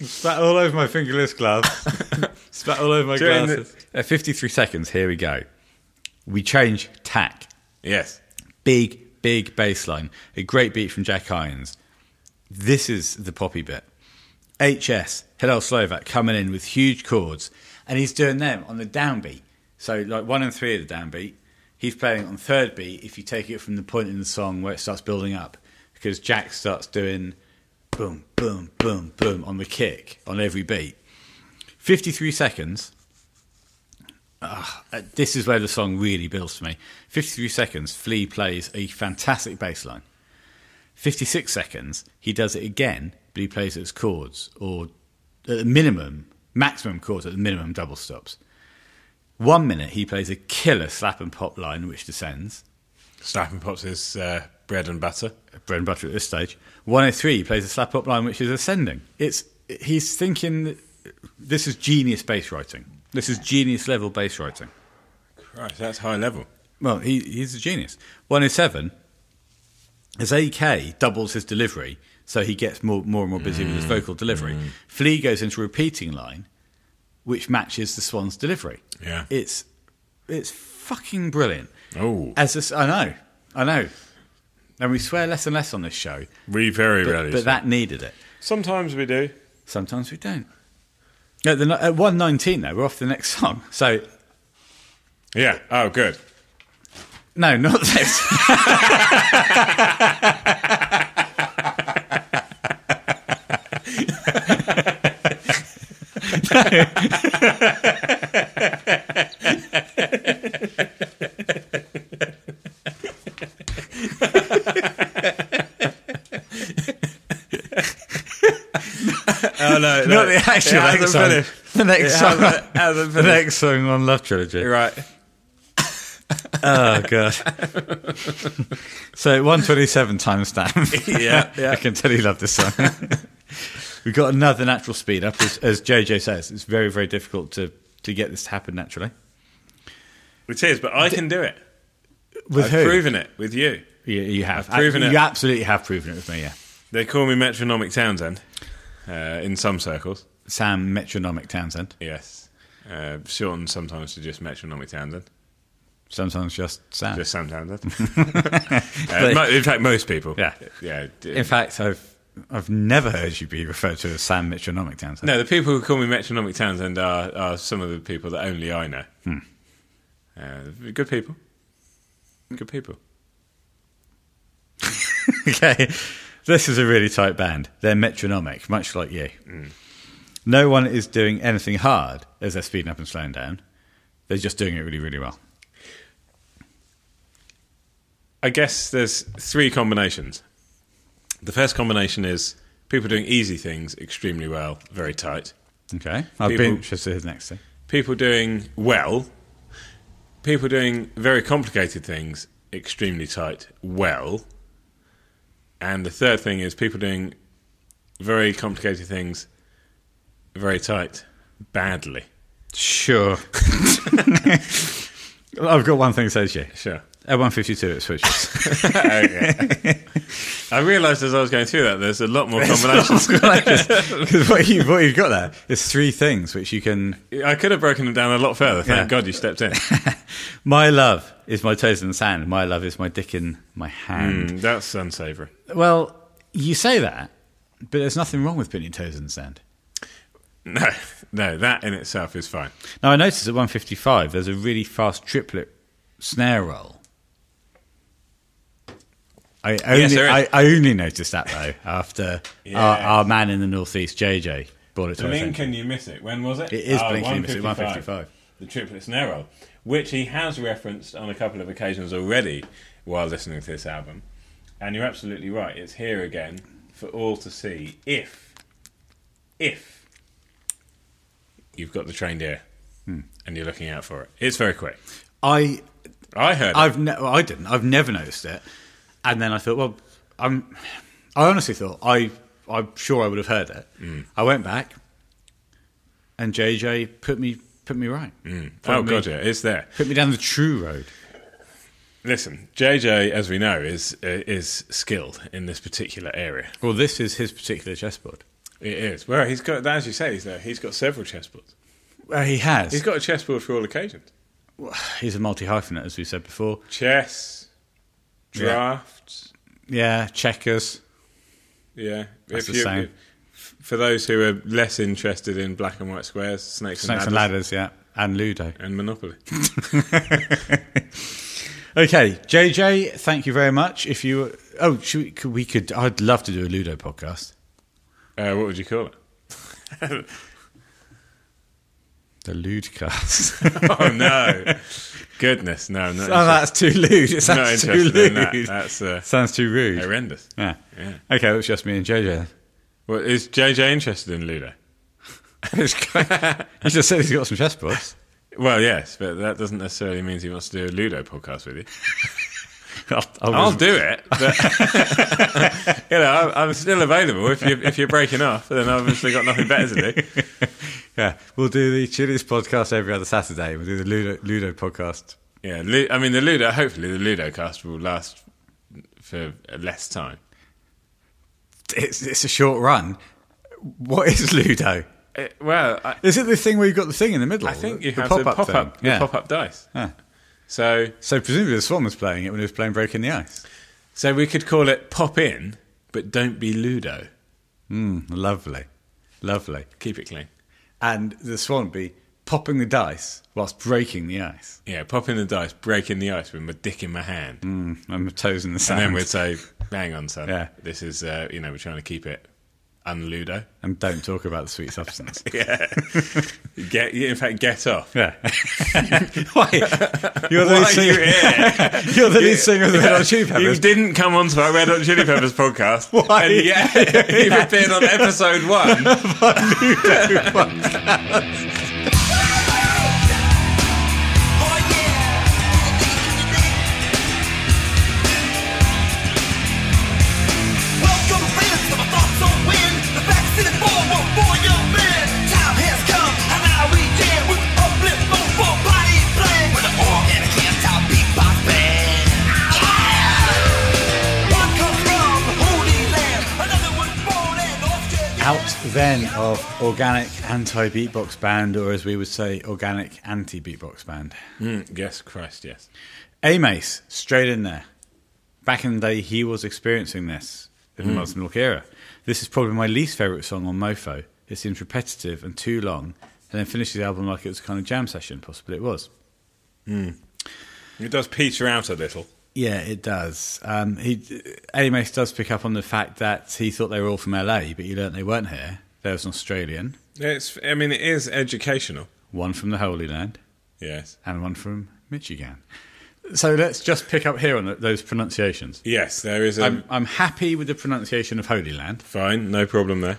[SPEAKER 1] Spat all over my fingerless [LAUGHS] gloves. Spat all over my
[SPEAKER 2] During the-
[SPEAKER 1] glasses. At 53 seconds, here we go. We change tack.
[SPEAKER 2] Yes.
[SPEAKER 1] Big, big bass line. A great beat from Jack Irons. This is the poppy bit. HS, Hillel Slovak, coming in with huge chords, and he's doing them on the downbeat. So, like one and three of the downbeat, he's playing it on third beat if you take it from the point in the song where it starts building up, because Jack starts doing boom, boom, boom, boom on the kick on every beat. 53 seconds. Ah, uh, this is where the song really builds for me. 53 seconds, Flea plays a fantastic bass line. 56 seconds, he does it again, but he plays it as chords, or at the minimum, maximum chords, at the minimum, double stops. One minute, he plays a killer slap and pop line, which descends.
[SPEAKER 2] Slap and Pops is uh, bread and butter.
[SPEAKER 1] Bread and butter at this stage. 103, he plays a slap up line, which is ascending. It's He's thinking that this is genius bass writing. This is genius level bass writing.
[SPEAKER 2] Right, that's high level.
[SPEAKER 1] Well, he, he's a genius. 107, his AK doubles his delivery, so he gets more, more and more busy with his
[SPEAKER 2] Mm.
[SPEAKER 1] vocal delivery. Flea goes into a repeating line, which matches the Swan's delivery.
[SPEAKER 2] Yeah.
[SPEAKER 1] It's, it's fucking brilliant.
[SPEAKER 2] Oh.
[SPEAKER 1] As this, I know, I know. And we swear less and less on this show,
[SPEAKER 2] We very
[SPEAKER 1] but,
[SPEAKER 2] rarely.
[SPEAKER 1] but
[SPEAKER 2] see-
[SPEAKER 1] that needed it.
[SPEAKER 5] Sometimes we do.
[SPEAKER 1] Sometimes we don't. At, the, at 119, though, we're off to the next [LAUGHS] song. So,
[SPEAKER 2] Yeah. Oh, good.
[SPEAKER 1] no, not this.
[SPEAKER 2] Oh, Oh, no.
[SPEAKER 1] not the actual
[SPEAKER 2] it hasn't
[SPEAKER 1] next song.
[SPEAKER 2] finished.
[SPEAKER 1] The next
[SPEAKER 2] It
[SPEAKER 1] song.
[SPEAKER 2] hasn't- it hasn't
[SPEAKER 1] the next song on Love Trilogy.
[SPEAKER 2] Right.
[SPEAKER 1] Oh god. [LAUGHS] so one twenty seven [LAUGHS] timestamp.
[SPEAKER 2] Yeah,
[SPEAKER 1] I can tell you love this [LAUGHS] song. We've got another natural speed up, as, as JJ says. It's very, very difficult to, to get this to happen naturally.
[SPEAKER 2] It is, but I can do it.
[SPEAKER 1] With
[SPEAKER 2] I've
[SPEAKER 1] who?
[SPEAKER 2] proven it with you.
[SPEAKER 1] you, you have Uh,
[SPEAKER 2] I've proven
[SPEAKER 1] you
[SPEAKER 2] it.
[SPEAKER 1] absolutely have proven it with me. Yeah,
[SPEAKER 2] They call me Metronomic Townsend uh, in some circles.
[SPEAKER 1] Sam Metronomic Townsend.
[SPEAKER 2] Yes. Uh, shortened sometimes to just Metronomic Townsend.
[SPEAKER 1] Sometimes just Sam.
[SPEAKER 2] Just Sam
[SPEAKER 1] [LAUGHS]
[SPEAKER 2] Townsend. uh, mo- in fact, most people.
[SPEAKER 1] Yeah.
[SPEAKER 2] Yeah. d-
[SPEAKER 1] In fact, I've I've never heard you be referred to as Sam Metronomic Townsend.
[SPEAKER 2] no, the people who call me Metronomic Townsend are, are some of the people that only I know.
[SPEAKER 1] Hmm.
[SPEAKER 2] Uh, good people. Good people.
[SPEAKER 1] [LAUGHS] okay. This is a really tight band. They're metronomic, much like you. No one is doing anything hard as they're speeding up and slowing down. They're just doing it really, really well.
[SPEAKER 2] I guess there's three combinations. The first combination is people doing easy things extremely well, very tight.
[SPEAKER 1] Okay. I've
[SPEAKER 2] People-
[SPEAKER 1] been interested in the next thing.
[SPEAKER 2] People doing well. People doing very complicated things extremely tight, well. And the third thing is people doing very complicated things very tight, badly.
[SPEAKER 1] Sure. [LAUGHS] I've got one thing to say to you.
[SPEAKER 2] Sure.
[SPEAKER 1] At 152, it switches.
[SPEAKER 2] I realised as I was going through that there's a lot more combinations.
[SPEAKER 1] Because [LAUGHS] what, you, what you've got there is three things which you can.
[SPEAKER 2] I could have broken them down a lot further. Thank
[SPEAKER 1] Yeah.
[SPEAKER 2] God you stepped [LAUGHS] in.
[SPEAKER 1] My love is my toes in the sand. My love is my dick in my hand.
[SPEAKER 2] Mm, That's unsavoury.
[SPEAKER 1] Well, you say that, but there's nothing wrong with putting your toes in the sand.
[SPEAKER 2] No, [LAUGHS] no, that in itself is fine.
[SPEAKER 1] Now I noticed at 155 there's a really fast triplet snare roll. I
[SPEAKER 2] Yes,
[SPEAKER 1] only
[SPEAKER 2] there
[SPEAKER 1] I,
[SPEAKER 2] is.
[SPEAKER 1] I only noticed that though
[SPEAKER 2] [LAUGHS]
[SPEAKER 1] after our,
[SPEAKER 2] Yeah.
[SPEAKER 1] our man in the northeast JJ brought it to me.
[SPEAKER 2] Blink and you miss it. When was it?
[SPEAKER 1] It is
[SPEAKER 2] Ah,
[SPEAKER 1] Blink and you miss it, 155.
[SPEAKER 2] The triplet snare roll, which he has referenced on a couple of occasions already while listening to this album. And you're absolutely right. It's here again for all to see if, if you've got the trained ear and you're looking out for it. It's very quick.
[SPEAKER 1] I
[SPEAKER 2] I heard it.
[SPEAKER 1] I've ne- well, I didn't I've never noticed it, and then I thought well I'm I honestly thought I I'm sure I would have heard it.
[SPEAKER 2] Mm.
[SPEAKER 1] I went back, and JJ put me put me right.
[SPEAKER 2] Oh,
[SPEAKER 1] Put me-
[SPEAKER 2] God, yeah, it's there.
[SPEAKER 1] Put me down the true road.
[SPEAKER 2] Listen, JJ, as we know, is uh, is skilled in this particular area.
[SPEAKER 1] Well, this is his particular chessboard.
[SPEAKER 2] It is. Well, he's got, as you say, he's there. He's got several chessboards.
[SPEAKER 1] Well, Uh, he has.
[SPEAKER 2] He's got a chessboard for all occasions.
[SPEAKER 1] He's a multi hyphenate, as we said before.
[SPEAKER 2] Chess, drafts.
[SPEAKER 1] Yeah, checkers.
[SPEAKER 2] Yeah.
[SPEAKER 1] That's the same.
[SPEAKER 2] For those who are less interested in black and white squares, snakes,
[SPEAKER 1] Snakes
[SPEAKER 2] and
[SPEAKER 1] and ladders,
[SPEAKER 2] ladders,
[SPEAKER 1] yeah. And Ludo.
[SPEAKER 2] and, Monopoly.
[SPEAKER 1] Okay, JJ, thank you very much. If you, oh, should we, could, we could, I'd love to do a Ludo podcast.
[SPEAKER 2] Uh, what would you call it? [LAUGHS]
[SPEAKER 1] The Ludecast.
[SPEAKER 2] [LAUGHS] Oh no! Goodness, no, I'm
[SPEAKER 1] [LAUGHS]
[SPEAKER 2] not.
[SPEAKER 1] oh, that's too lewd. It
[SPEAKER 2] interested- not
[SPEAKER 1] sounds too
[SPEAKER 2] interested in that.
[SPEAKER 1] lewd.
[SPEAKER 2] That's uh,
[SPEAKER 1] Sounds too rude.
[SPEAKER 2] horrendous.
[SPEAKER 1] yeah.
[SPEAKER 2] Yeah.
[SPEAKER 1] Okay, it was just me and [LAUGHS] JJ.
[SPEAKER 2] Well, is JJ interested
[SPEAKER 1] [LAUGHS]
[SPEAKER 2] in Ludo? [LAUGHS]
[SPEAKER 1] I just said he's got some chessboards.
[SPEAKER 2] Well, yes, but that doesn't necessarily mean he wants to do a Ludo podcast with you.
[SPEAKER 1] [LAUGHS] I'll,
[SPEAKER 2] I'll do it. But, [LAUGHS] you know, I'm, I'm still available. If you if you're breaking off, then I've obviously got nothing better to do.
[SPEAKER 1] [LAUGHS] Yeah, we'll do the Chili's podcast every other Saturday. We'll do the Ludo, Ludo podcast.
[SPEAKER 2] Yeah, Lu- I mean the Ludo. Hopefully, the Ludo cast will last for less time.
[SPEAKER 1] It's, it's a short run. What is Ludo?
[SPEAKER 2] Uh, well, I,
[SPEAKER 1] Is it the thing where you've got the thing in the middle?
[SPEAKER 2] I think you
[SPEAKER 1] the
[SPEAKER 2] have
[SPEAKER 1] pop-up
[SPEAKER 2] the pop
[SPEAKER 1] thing?
[SPEAKER 2] up,
[SPEAKER 1] Yeah.
[SPEAKER 2] the pop up dice.
[SPEAKER 1] Yeah.
[SPEAKER 2] So,
[SPEAKER 1] So presumably the Swan was playing it when he was playing Breaking the Ice.
[SPEAKER 2] so we could call it pop in, but don't be Ludo.
[SPEAKER 1] Lovely, lovely.
[SPEAKER 2] Keep it clean.
[SPEAKER 1] And the Swan would be popping the dice whilst breaking the ice.
[SPEAKER 2] Yeah, pop in the dice, break in the ice with my dick in my hand,
[SPEAKER 1] And my toes in the
[SPEAKER 2] and
[SPEAKER 1] sand.
[SPEAKER 2] then we'd say, "Hang on, son.
[SPEAKER 1] Yeah.
[SPEAKER 2] This is uh, you know we're trying to keep it unludo."
[SPEAKER 1] and don't talk about the sweet substance.
[SPEAKER 2] [LAUGHS] Yeah. get in fact, get off.
[SPEAKER 1] yeah. [LAUGHS]
[SPEAKER 2] [LAUGHS]
[SPEAKER 1] Why? You're the lead
[SPEAKER 2] Why are you
[SPEAKER 1] singer.
[SPEAKER 2] [LAUGHS] here?
[SPEAKER 1] You are the lead singer of the Red Hot Chili
[SPEAKER 2] You
[SPEAKER 1] Peppers.
[SPEAKER 2] didn't come onto our Red Hot Chili Peppers [LAUGHS] podcast.
[SPEAKER 1] Why?
[SPEAKER 2] And yet, you've appeared on episode one.
[SPEAKER 3] Oh yeah.
[SPEAKER 1] then of organic anti beatbox band, or as we would say, organic anti beatbox band.
[SPEAKER 2] [LAUGHS] Yes, Christ, yes.
[SPEAKER 1] Amace, straight in there. Back in the day, he was experiencing this in the Milton Milk era. This is probably my least favourite song on Mofo. It seems repetitive and too long, and then finishes the album like it was a kind of jam session. Possibly it was.
[SPEAKER 2] It does peter out a little.
[SPEAKER 1] Yeah, it does. Um, he Eddie Mace does pick up on the fact that he thought they were all from LA, but he learnt they weren't here. There was an Australian,
[SPEAKER 2] It's, I mean, it is educational.
[SPEAKER 1] one from the Holy Land,
[SPEAKER 2] Yes.
[SPEAKER 1] and one from Michigan. So let's just pick up here on th those pronunciations.
[SPEAKER 2] Yes, there is a.
[SPEAKER 1] I'm, I'm happy with the pronunciation of Holy Land.
[SPEAKER 2] fine, no problem there.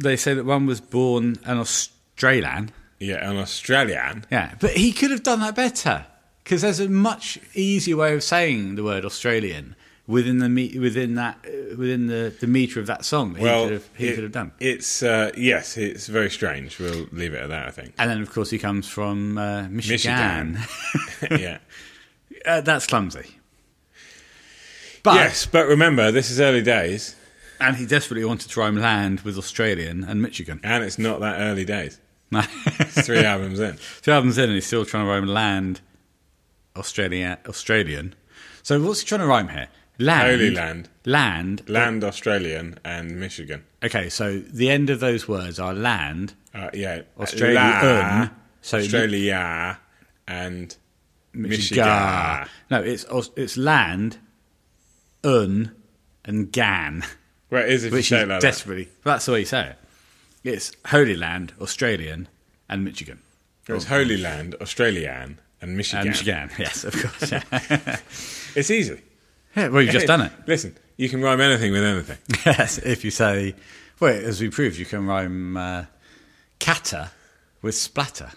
[SPEAKER 1] They say that one was born an Australian.
[SPEAKER 2] Yeah, an Australian.
[SPEAKER 1] Yeah, but he could have done that better because there's a much easier way of saying the word Australian within the me- within that uh, within the, the meter of that song. That he
[SPEAKER 2] Well,
[SPEAKER 1] could have, he
[SPEAKER 2] it-
[SPEAKER 1] could have done.
[SPEAKER 2] It's, uh, yes, it's very strange. We'll leave it at that, I [LAUGHS] think.
[SPEAKER 1] And then, of course, he comes from uh, Michigan.
[SPEAKER 2] Michigan. yeah.
[SPEAKER 1] [LAUGHS] uh, that's clumsy. But
[SPEAKER 2] yes, but remember, this is early days,
[SPEAKER 1] and he desperately wanted to rhyme land with Australian and Michigan. [LAUGHS]
[SPEAKER 2] and it's not that early days. It's
[SPEAKER 1] Two
[SPEAKER 2] [LAUGHS] three albums in.
[SPEAKER 1] albums in, and he's still trying to rhyme land Australia Australian. So what's he trying to rhyme here? Land,
[SPEAKER 2] Holy land.
[SPEAKER 1] land.
[SPEAKER 2] Land Australian and Michigan.
[SPEAKER 1] Okay, so the end of those words are land
[SPEAKER 2] Uh, yeah.
[SPEAKER 1] Australian.
[SPEAKER 2] La-
[SPEAKER 1] So-
[SPEAKER 2] Australia and
[SPEAKER 1] Michigan.
[SPEAKER 2] Michigan.
[SPEAKER 1] No, it's Aus- it's land, un, and gan.
[SPEAKER 2] Well, it is if
[SPEAKER 1] which
[SPEAKER 2] you
[SPEAKER 1] is
[SPEAKER 2] say it like that.
[SPEAKER 1] desperately. That's the way you say it. It's Holy Land, Australian, and Michigan.
[SPEAKER 2] It's Holy Land, Australian, and Michigan.
[SPEAKER 1] And Michigan, [LAUGHS] yes, of
[SPEAKER 2] [LAUGHS]
[SPEAKER 1] course. Yeah.
[SPEAKER 2] It's easy.
[SPEAKER 1] Yeah, well, you've just done it.
[SPEAKER 2] Listen, you can rhyme anything with anything. [LAUGHS]
[SPEAKER 1] Yes, if you say, well, as we proved, you can rhyme uh, "catter" with
[SPEAKER 2] [LAUGHS]
[SPEAKER 1] "splatter."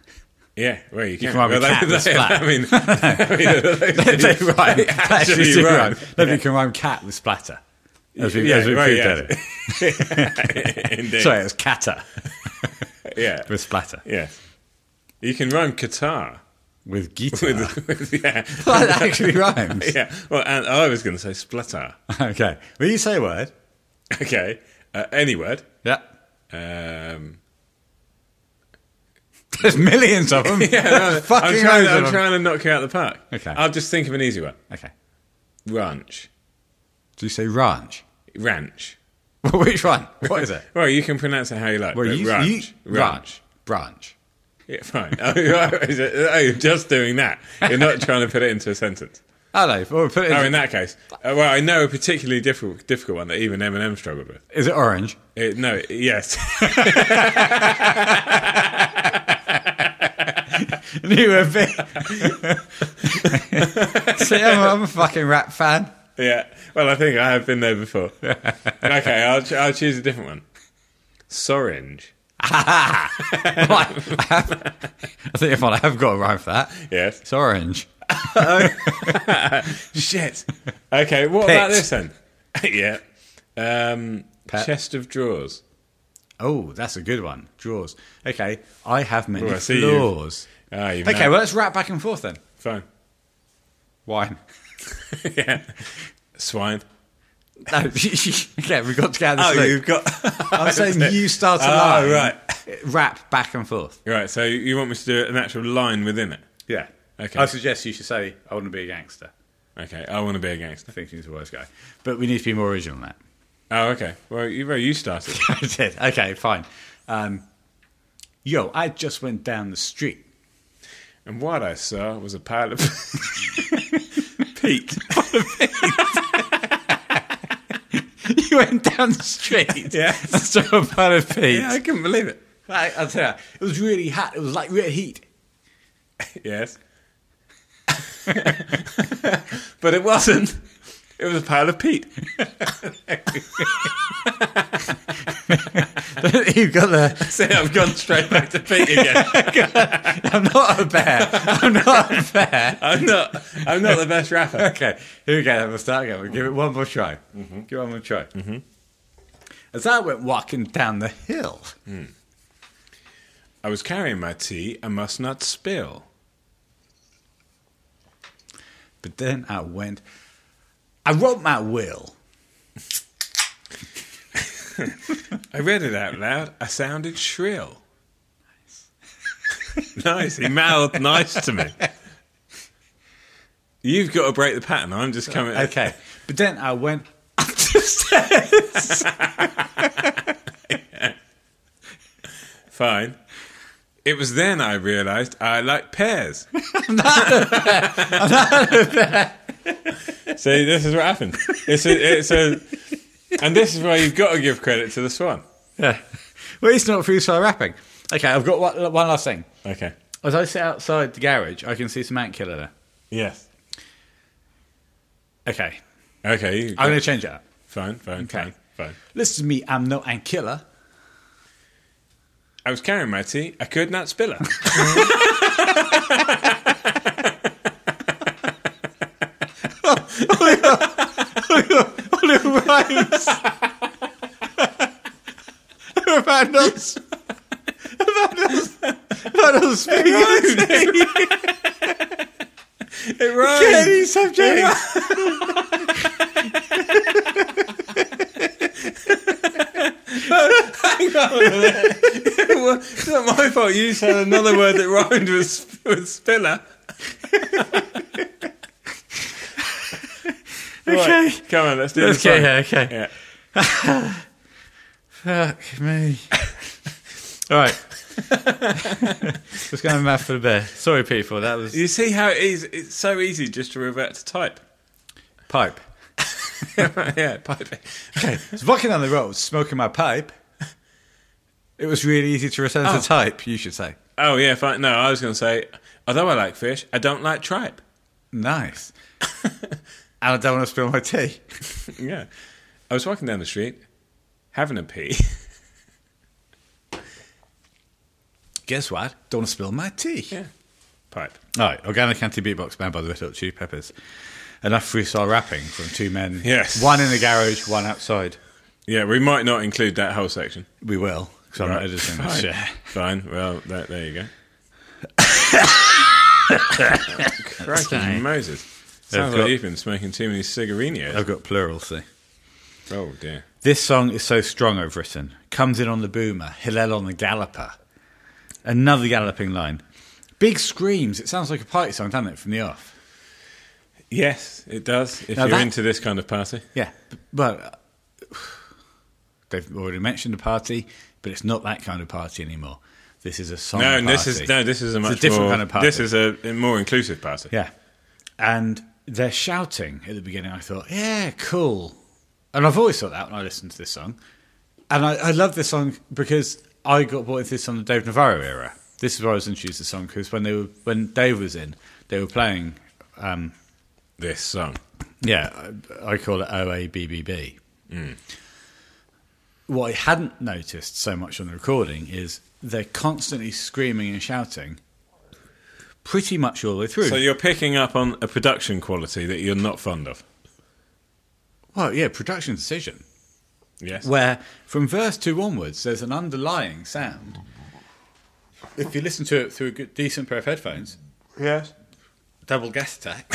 [SPEAKER 2] Yeah, well, you can.
[SPEAKER 1] can rhyme
[SPEAKER 2] well,
[SPEAKER 1] with cat with splat.
[SPEAKER 2] [LAUGHS]
[SPEAKER 1] [LAUGHS]
[SPEAKER 2] I mean, I mean,
[SPEAKER 1] they, they rhyme. They [LAUGHS] actually do
[SPEAKER 2] rhyme.
[SPEAKER 1] rhyme. No, but you can rhyme "cat" with "splatter," as we,
[SPEAKER 2] [LAUGHS] Yeah,
[SPEAKER 1] as we
[SPEAKER 2] right,
[SPEAKER 1] proved
[SPEAKER 2] yeah. [LAUGHS]
[SPEAKER 1] earlier.
[SPEAKER 2] Indeed.
[SPEAKER 1] Sorry, it was "catter"
[SPEAKER 2] Yeah.
[SPEAKER 1] with "splatter"
[SPEAKER 2] Yeah. You can rhyme Qatar.
[SPEAKER 1] with "guitar."
[SPEAKER 2] [LAUGHS]
[SPEAKER 1] [LAUGHS]
[SPEAKER 2] With, with, yeah.
[SPEAKER 1] Well, that actually rhymes.
[SPEAKER 2] [LAUGHS] Yeah. Well, and I was going to say splatter.
[SPEAKER 1] Okay, will you say a word?
[SPEAKER 2] Okay. Uh, any word.
[SPEAKER 1] Yeah.
[SPEAKER 2] Um,
[SPEAKER 1] There's millions of them. [LAUGHS]
[SPEAKER 2] [LAUGHS] yeah, I'm,
[SPEAKER 1] Fucking
[SPEAKER 2] trying,
[SPEAKER 1] loads of
[SPEAKER 2] I'm
[SPEAKER 1] them.
[SPEAKER 2] trying to knock you out of the park.
[SPEAKER 1] Okay.
[SPEAKER 2] I'll just think of an easy one.
[SPEAKER 1] Okay.
[SPEAKER 2] Ranch.
[SPEAKER 1] Do you say ranch? [LAUGHS]
[SPEAKER 2] Ranch.
[SPEAKER 1] Which one? What is it?
[SPEAKER 2] Well, you can pronounce it how you like.
[SPEAKER 1] Well,
[SPEAKER 2] but
[SPEAKER 1] you,
[SPEAKER 2] Uh, ranch.
[SPEAKER 1] you-
[SPEAKER 2] ranch.
[SPEAKER 1] Branch.
[SPEAKER 2] Yeah, fine. [LAUGHS] oh, you're just doing that. You're not trying to put it into
[SPEAKER 1] [LAUGHS]
[SPEAKER 2] a sentence.
[SPEAKER 1] Oh no! Well, put it
[SPEAKER 2] Oh,
[SPEAKER 1] in-
[SPEAKER 2] in that case, uh, well, I know a particularly difficult, difficult one that even Eminem struggled with.
[SPEAKER 1] is it orange?
[SPEAKER 2] It, no, it- yes, [LAUGHS]
[SPEAKER 1] [LAUGHS] New a bit. See, I'm, I'm a fucking rap fan.
[SPEAKER 2] yeah. Well, I think I have been
[SPEAKER 1] [LAUGHS]
[SPEAKER 2] there before. okay, I'll, ch- I'll choose a different one. Sorange.
[SPEAKER 1] Like, I, have, I think if I have got a rhyme for that,
[SPEAKER 2] Yes.
[SPEAKER 1] it's orange.
[SPEAKER 2] Shit. [LAUGHS] Okay, what about
[SPEAKER 1] Pit.
[SPEAKER 2] this then? [LAUGHS] yeah. Um,
[SPEAKER 1] Pet.
[SPEAKER 2] chest of drawers.
[SPEAKER 1] Oh, that's a good one. Drawers. Okay, I have many
[SPEAKER 2] Oh, I see you.
[SPEAKER 1] flaws.
[SPEAKER 2] Ah, you
[SPEAKER 1] Okay, well let's wrap back and forth then.
[SPEAKER 2] fine.
[SPEAKER 1] Wine.
[SPEAKER 2] yeah. Swine.
[SPEAKER 1] [LAUGHS] No, [LAUGHS] okay, we've got to get out of
[SPEAKER 2] Oh,
[SPEAKER 1] this loop.
[SPEAKER 2] you've
[SPEAKER 1] [LAUGHS]
[SPEAKER 2] got.
[SPEAKER 1] I'm saying you start a
[SPEAKER 2] Oh,
[SPEAKER 1] line.
[SPEAKER 2] right.
[SPEAKER 1] [LAUGHS] Rap back and forth.
[SPEAKER 2] right. So you want me to do an actual line within it?
[SPEAKER 1] Yeah.
[SPEAKER 2] Okay.
[SPEAKER 1] I suggest you should say, I want to be a gangster.
[SPEAKER 2] Okay. I want to be a gangster.
[SPEAKER 1] I think he's a wise guy. But we need to be more original than
[SPEAKER 2] Oh, okay. Well, you well, you started.
[SPEAKER 1] that. [LAUGHS] I did. Okay, fine. Um, yo, I just went down the street. [LAUGHS]
[SPEAKER 2] and what I saw was a pile of [LAUGHS] Pete.
[SPEAKER 1] you went down the street?
[SPEAKER 2] [LAUGHS] Yeah.
[SPEAKER 1] And saw a pile of peas.
[SPEAKER 2] Yeah, I couldn't believe it.
[SPEAKER 1] I, I'll tell you, it was really hot. It was like real heat.
[SPEAKER 2] [LAUGHS] Yes. [LAUGHS] but it wasn't. It was a pile of Pete.
[SPEAKER 1] [LAUGHS] You've got the.
[SPEAKER 2] [LAUGHS] See, I've gone straight back to Pete again.
[SPEAKER 1] I'm not a bear.
[SPEAKER 2] [LAUGHS]
[SPEAKER 1] I'm not a bear.
[SPEAKER 2] I'm not. I'm not [LAUGHS] the best rapper.
[SPEAKER 1] Okay, here we go. then We'll start again. We'll give it one more try.
[SPEAKER 2] Mm-hmm.
[SPEAKER 1] Give it one more try. As I went walking down the hill,
[SPEAKER 2] I was carrying my tea. I must not spill.
[SPEAKER 1] but then I went, I wrote my will.
[SPEAKER 2] I read it out loud. I sounded shrill. Nice. [LAUGHS] nice. He mouthed nice to me. You've got to break the pattern. I'm just coming.
[SPEAKER 1] Okay. But then I went up the stairs.
[SPEAKER 2] Fine. It was then I realised I like [LAUGHS] pears. [LAUGHS] See, this is what happened. It's a, it's a, and this is why you've got to give credit to the swan.
[SPEAKER 1] Yeah. [LAUGHS] Well, it's not freestyle rapping. Okay, I've got one, one last thing.
[SPEAKER 2] Okay.
[SPEAKER 1] As I sit outside the garage, I can see some ant killer there.
[SPEAKER 2] Yes.
[SPEAKER 1] Okay.
[SPEAKER 2] Okay. you-
[SPEAKER 1] I'm going to change that.
[SPEAKER 2] Fine, fine,
[SPEAKER 1] Okay.
[SPEAKER 2] fine, fine.
[SPEAKER 1] Listen to me, I'm no ant [LAUGHS] killer.
[SPEAKER 2] I was carrying my tea. I could not spill it.
[SPEAKER 1] Right. about us. About us. About us speaking [LAUGHS]
[SPEAKER 2] it rhymes.
[SPEAKER 1] any subjects.
[SPEAKER 2] Well, it's not my fault. You said another word that rhymed with, with spiller.
[SPEAKER 1] [LAUGHS] Okay.
[SPEAKER 2] Right, come on, let's do this.
[SPEAKER 1] Okay,
[SPEAKER 2] one.
[SPEAKER 1] yeah, okay.
[SPEAKER 2] Yeah.
[SPEAKER 1] Fuck me. All right. [LAUGHS] Let's go and math for the bear. Sorry, people. That was
[SPEAKER 2] You see how it is, it's so easy just to revert to type. [LAUGHS]
[SPEAKER 1] pipe.
[SPEAKER 2] yeah, pipe. Okay.
[SPEAKER 1] I was walking down the road, smoking my pipe. It was really easy to return to type, you should say.
[SPEAKER 2] Oh, yeah, fine. No, I was going to say, although I like fish, I don't like tripe.
[SPEAKER 1] Nice. and I don't want to spill my tea.
[SPEAKER 2] Yeah. I was walking down the street, having a pee. [LAUGHS]
[SPEAKER 1] Guess what? Don't want to spill my tea.
[SPEAKER 2] Yeah. Pipe.
[SPEAKER 1] All right, organic anti beatbox band by the Red Hot Chili Peppers. Enough freestyle rapping from two men.
[SPEAKER 2] Yes.
[SPEAKER 1] One in the garage, one outside.
[SPEAKER 2] Yeah, we might not include that whole section.
[SPEAKER 1] We will, because I'm not
[SPEAKER 2] Right.
[SPEAKER 1] editing this shit.
[SPEAKER 2] [LAUGHS] Fine. Well, that, there you go. Crikey
[SPEAKER 1] Sorry.
[SPEAKER 2] Moses. Sounds
[SPEAKER 1] I've got-
[SPEAKER 2] like you've been smoking too many cigarinos.
[SPEAKER 1] I've got plural, see.
[SPEAKER 2] Oh, dear.
[SPEAKER 1] This song is so strong, I've written. Comes in on the boomer, Hillel on the galloper. Another galloping line. Big screams. It sounds like a party song, doesn't it, from the off?
[SPEAKER 2] Yes, it does. If
[SPEAKER 1] Now
[SPEAKER 2] you're
[SPEAKER 1] that-
[SPEAKER 2] into this kind of party.
[SPEAKER 1] Yeah. b- But [SIGHS] uh, they've already mentioned a party, but it's not that kind of party anymore. This is a song.
[SPEAKER 2] No,
[SPEAKER 1] party.
[SPEAKER 2] and this is no, this is a
[SPEAKER 1] It's
[SPEAKER 2] much
[SPEAKER 1] a different
[SPEAKER 2] more,
[SPEAKER 1] kind of party.
[SPEAKER 2] This is a, a more inclusive party.
[SPEAKER 1] Yeah. And they're shouting at the beginning. I thought, yeah, cool. And I've always thought that when I listened to this song. And I, I love this song because I got bought into this on the Dave Navarro era. This is why I was introduced to the song because when they were when Dave was in, they were playing. Um,
[SPEAKER 2] This song.
[SPEAKER 1] yeah, I, I call it OABBB.
[SPEAKER 2] Mm.
[SPEAKER 1] What I hadn't noticed so much on the recording is they're constantly screaming and shouting, pretty much all the way through.
[SPEAKER 2] So you're picking up on a production quality that you're not fond of.
[SPEAKER 1] well, yeah, production decision.
[SPEAKER 2] Yes.
[SPEAKER 1] where from verse two onwards there's an underlying sound. If you listen to it through a good, decent pair of headphones,
[SPEAKER 2] yes.
[SPEAKER 1] double gas attack.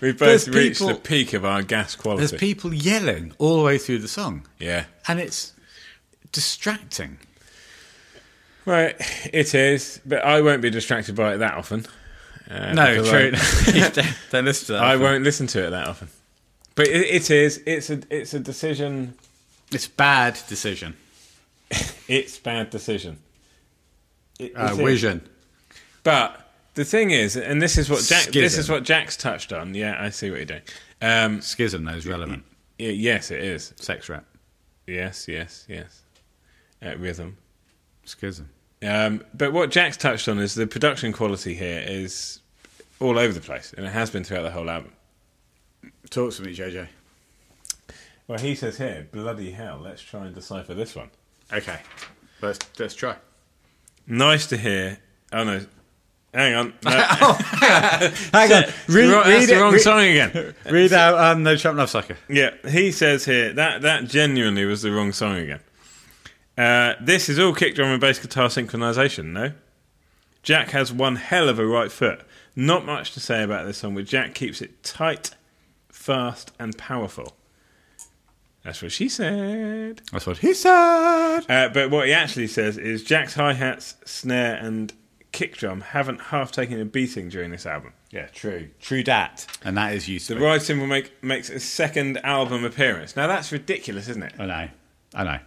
[SPEAKER 2] We've both
[SPEAKER 1] There's
[SPEAKER 2] reached the
[SPEAKER 1] people-
[SPEAKER 2] peak of our gas quality.
[SPEAKER 1] There's people yelling all the way through the song,
[SPEAKER 2] yeah.
[SPEAKER 1] and it's distracting.
[SPEAKER 2] Right, it is, but I won't be distracted by it that often. Uh, because I,
[SPEAKER 1] [LAUGHS] don't, listen to that. [LAUGHS]
[SPEAKER 2] I won't listen to it that often. But it, it is. It's a. It's a decision.
[SPEAKER 1] It's bad decision.
[SPEAKER 2] It's bad decision. It-
[SPEAKER 1] Uh,
[SPEAKER 2] it is.
[SPEAKER 1] vision.
[SPEAKER 2] But the thing is, and this is what Jack, this
[SPEAKER 1] Schism.
[SPEAKER 2] is what Jack's touched on. Yeah, I see what you're doing. Um,
[SPEAKER 1] Schism knows relevant.
[SPEAKER 2] y- yes, it is.
[SPEAKER 1] Sex rap.
[SPEAKER 2] Yes, yes, yes. Uh, rhythm.
[SPEAKER 1] Schism.
[SPEAKER 2] Um, but what Jack's touched on is the production quality here is all over the place, and it has been throughout the whole album.
[SPEAKER 1] Talk to me, JJ.
[SPEAKER 2] Well, he says here, bloody hell, let's try and decipher this one.
[SPEAKER 1] Okay, let's let's try.
[SPEAKER 2] Nice to hear. Oh no, hang on.
[SPEAKER 1] [LAUGHS]
[SPEAKER 2] No,
[SPEAKER 1] Hang on, read,
[SPEAKER 2] Right, that's
[SPEAKER 1] read,
[SPEAKER 2] the
[SPEAKER 1] it,
[SPEAKER 2] wrong
[SPEAKER 1] re-
[SPEAKER 2] song again.
[SPEAKER 1] read out. Um, no Trump Love Sucker.
[SPEAKER 2] Yeah, he says here that that genuinely was the wrong song again. Uh, this is all kick drum and bass guitar synchronization. No, Jack has one hell of a right foot. Not much to say about this song, but Jack keeps it tight, fast, and powerful. That's what she said.
[SPEAKER 1] That's what he said.
[SPEAKER 2] Uh, but what he actually says is Jack's hi hats, snare, and kick drum haven't half taken a beating during this album.
[SPEAKER 1] Yeah, true. True dat. And that is used to
[SPEAKER 2] The
[SPEAKER 1] be.
[SPEAKER 2] Ride Symbol make, makes a second album appearance. Now that's ridiculous, isn't it?
[SPEAKER 1] I know. I know.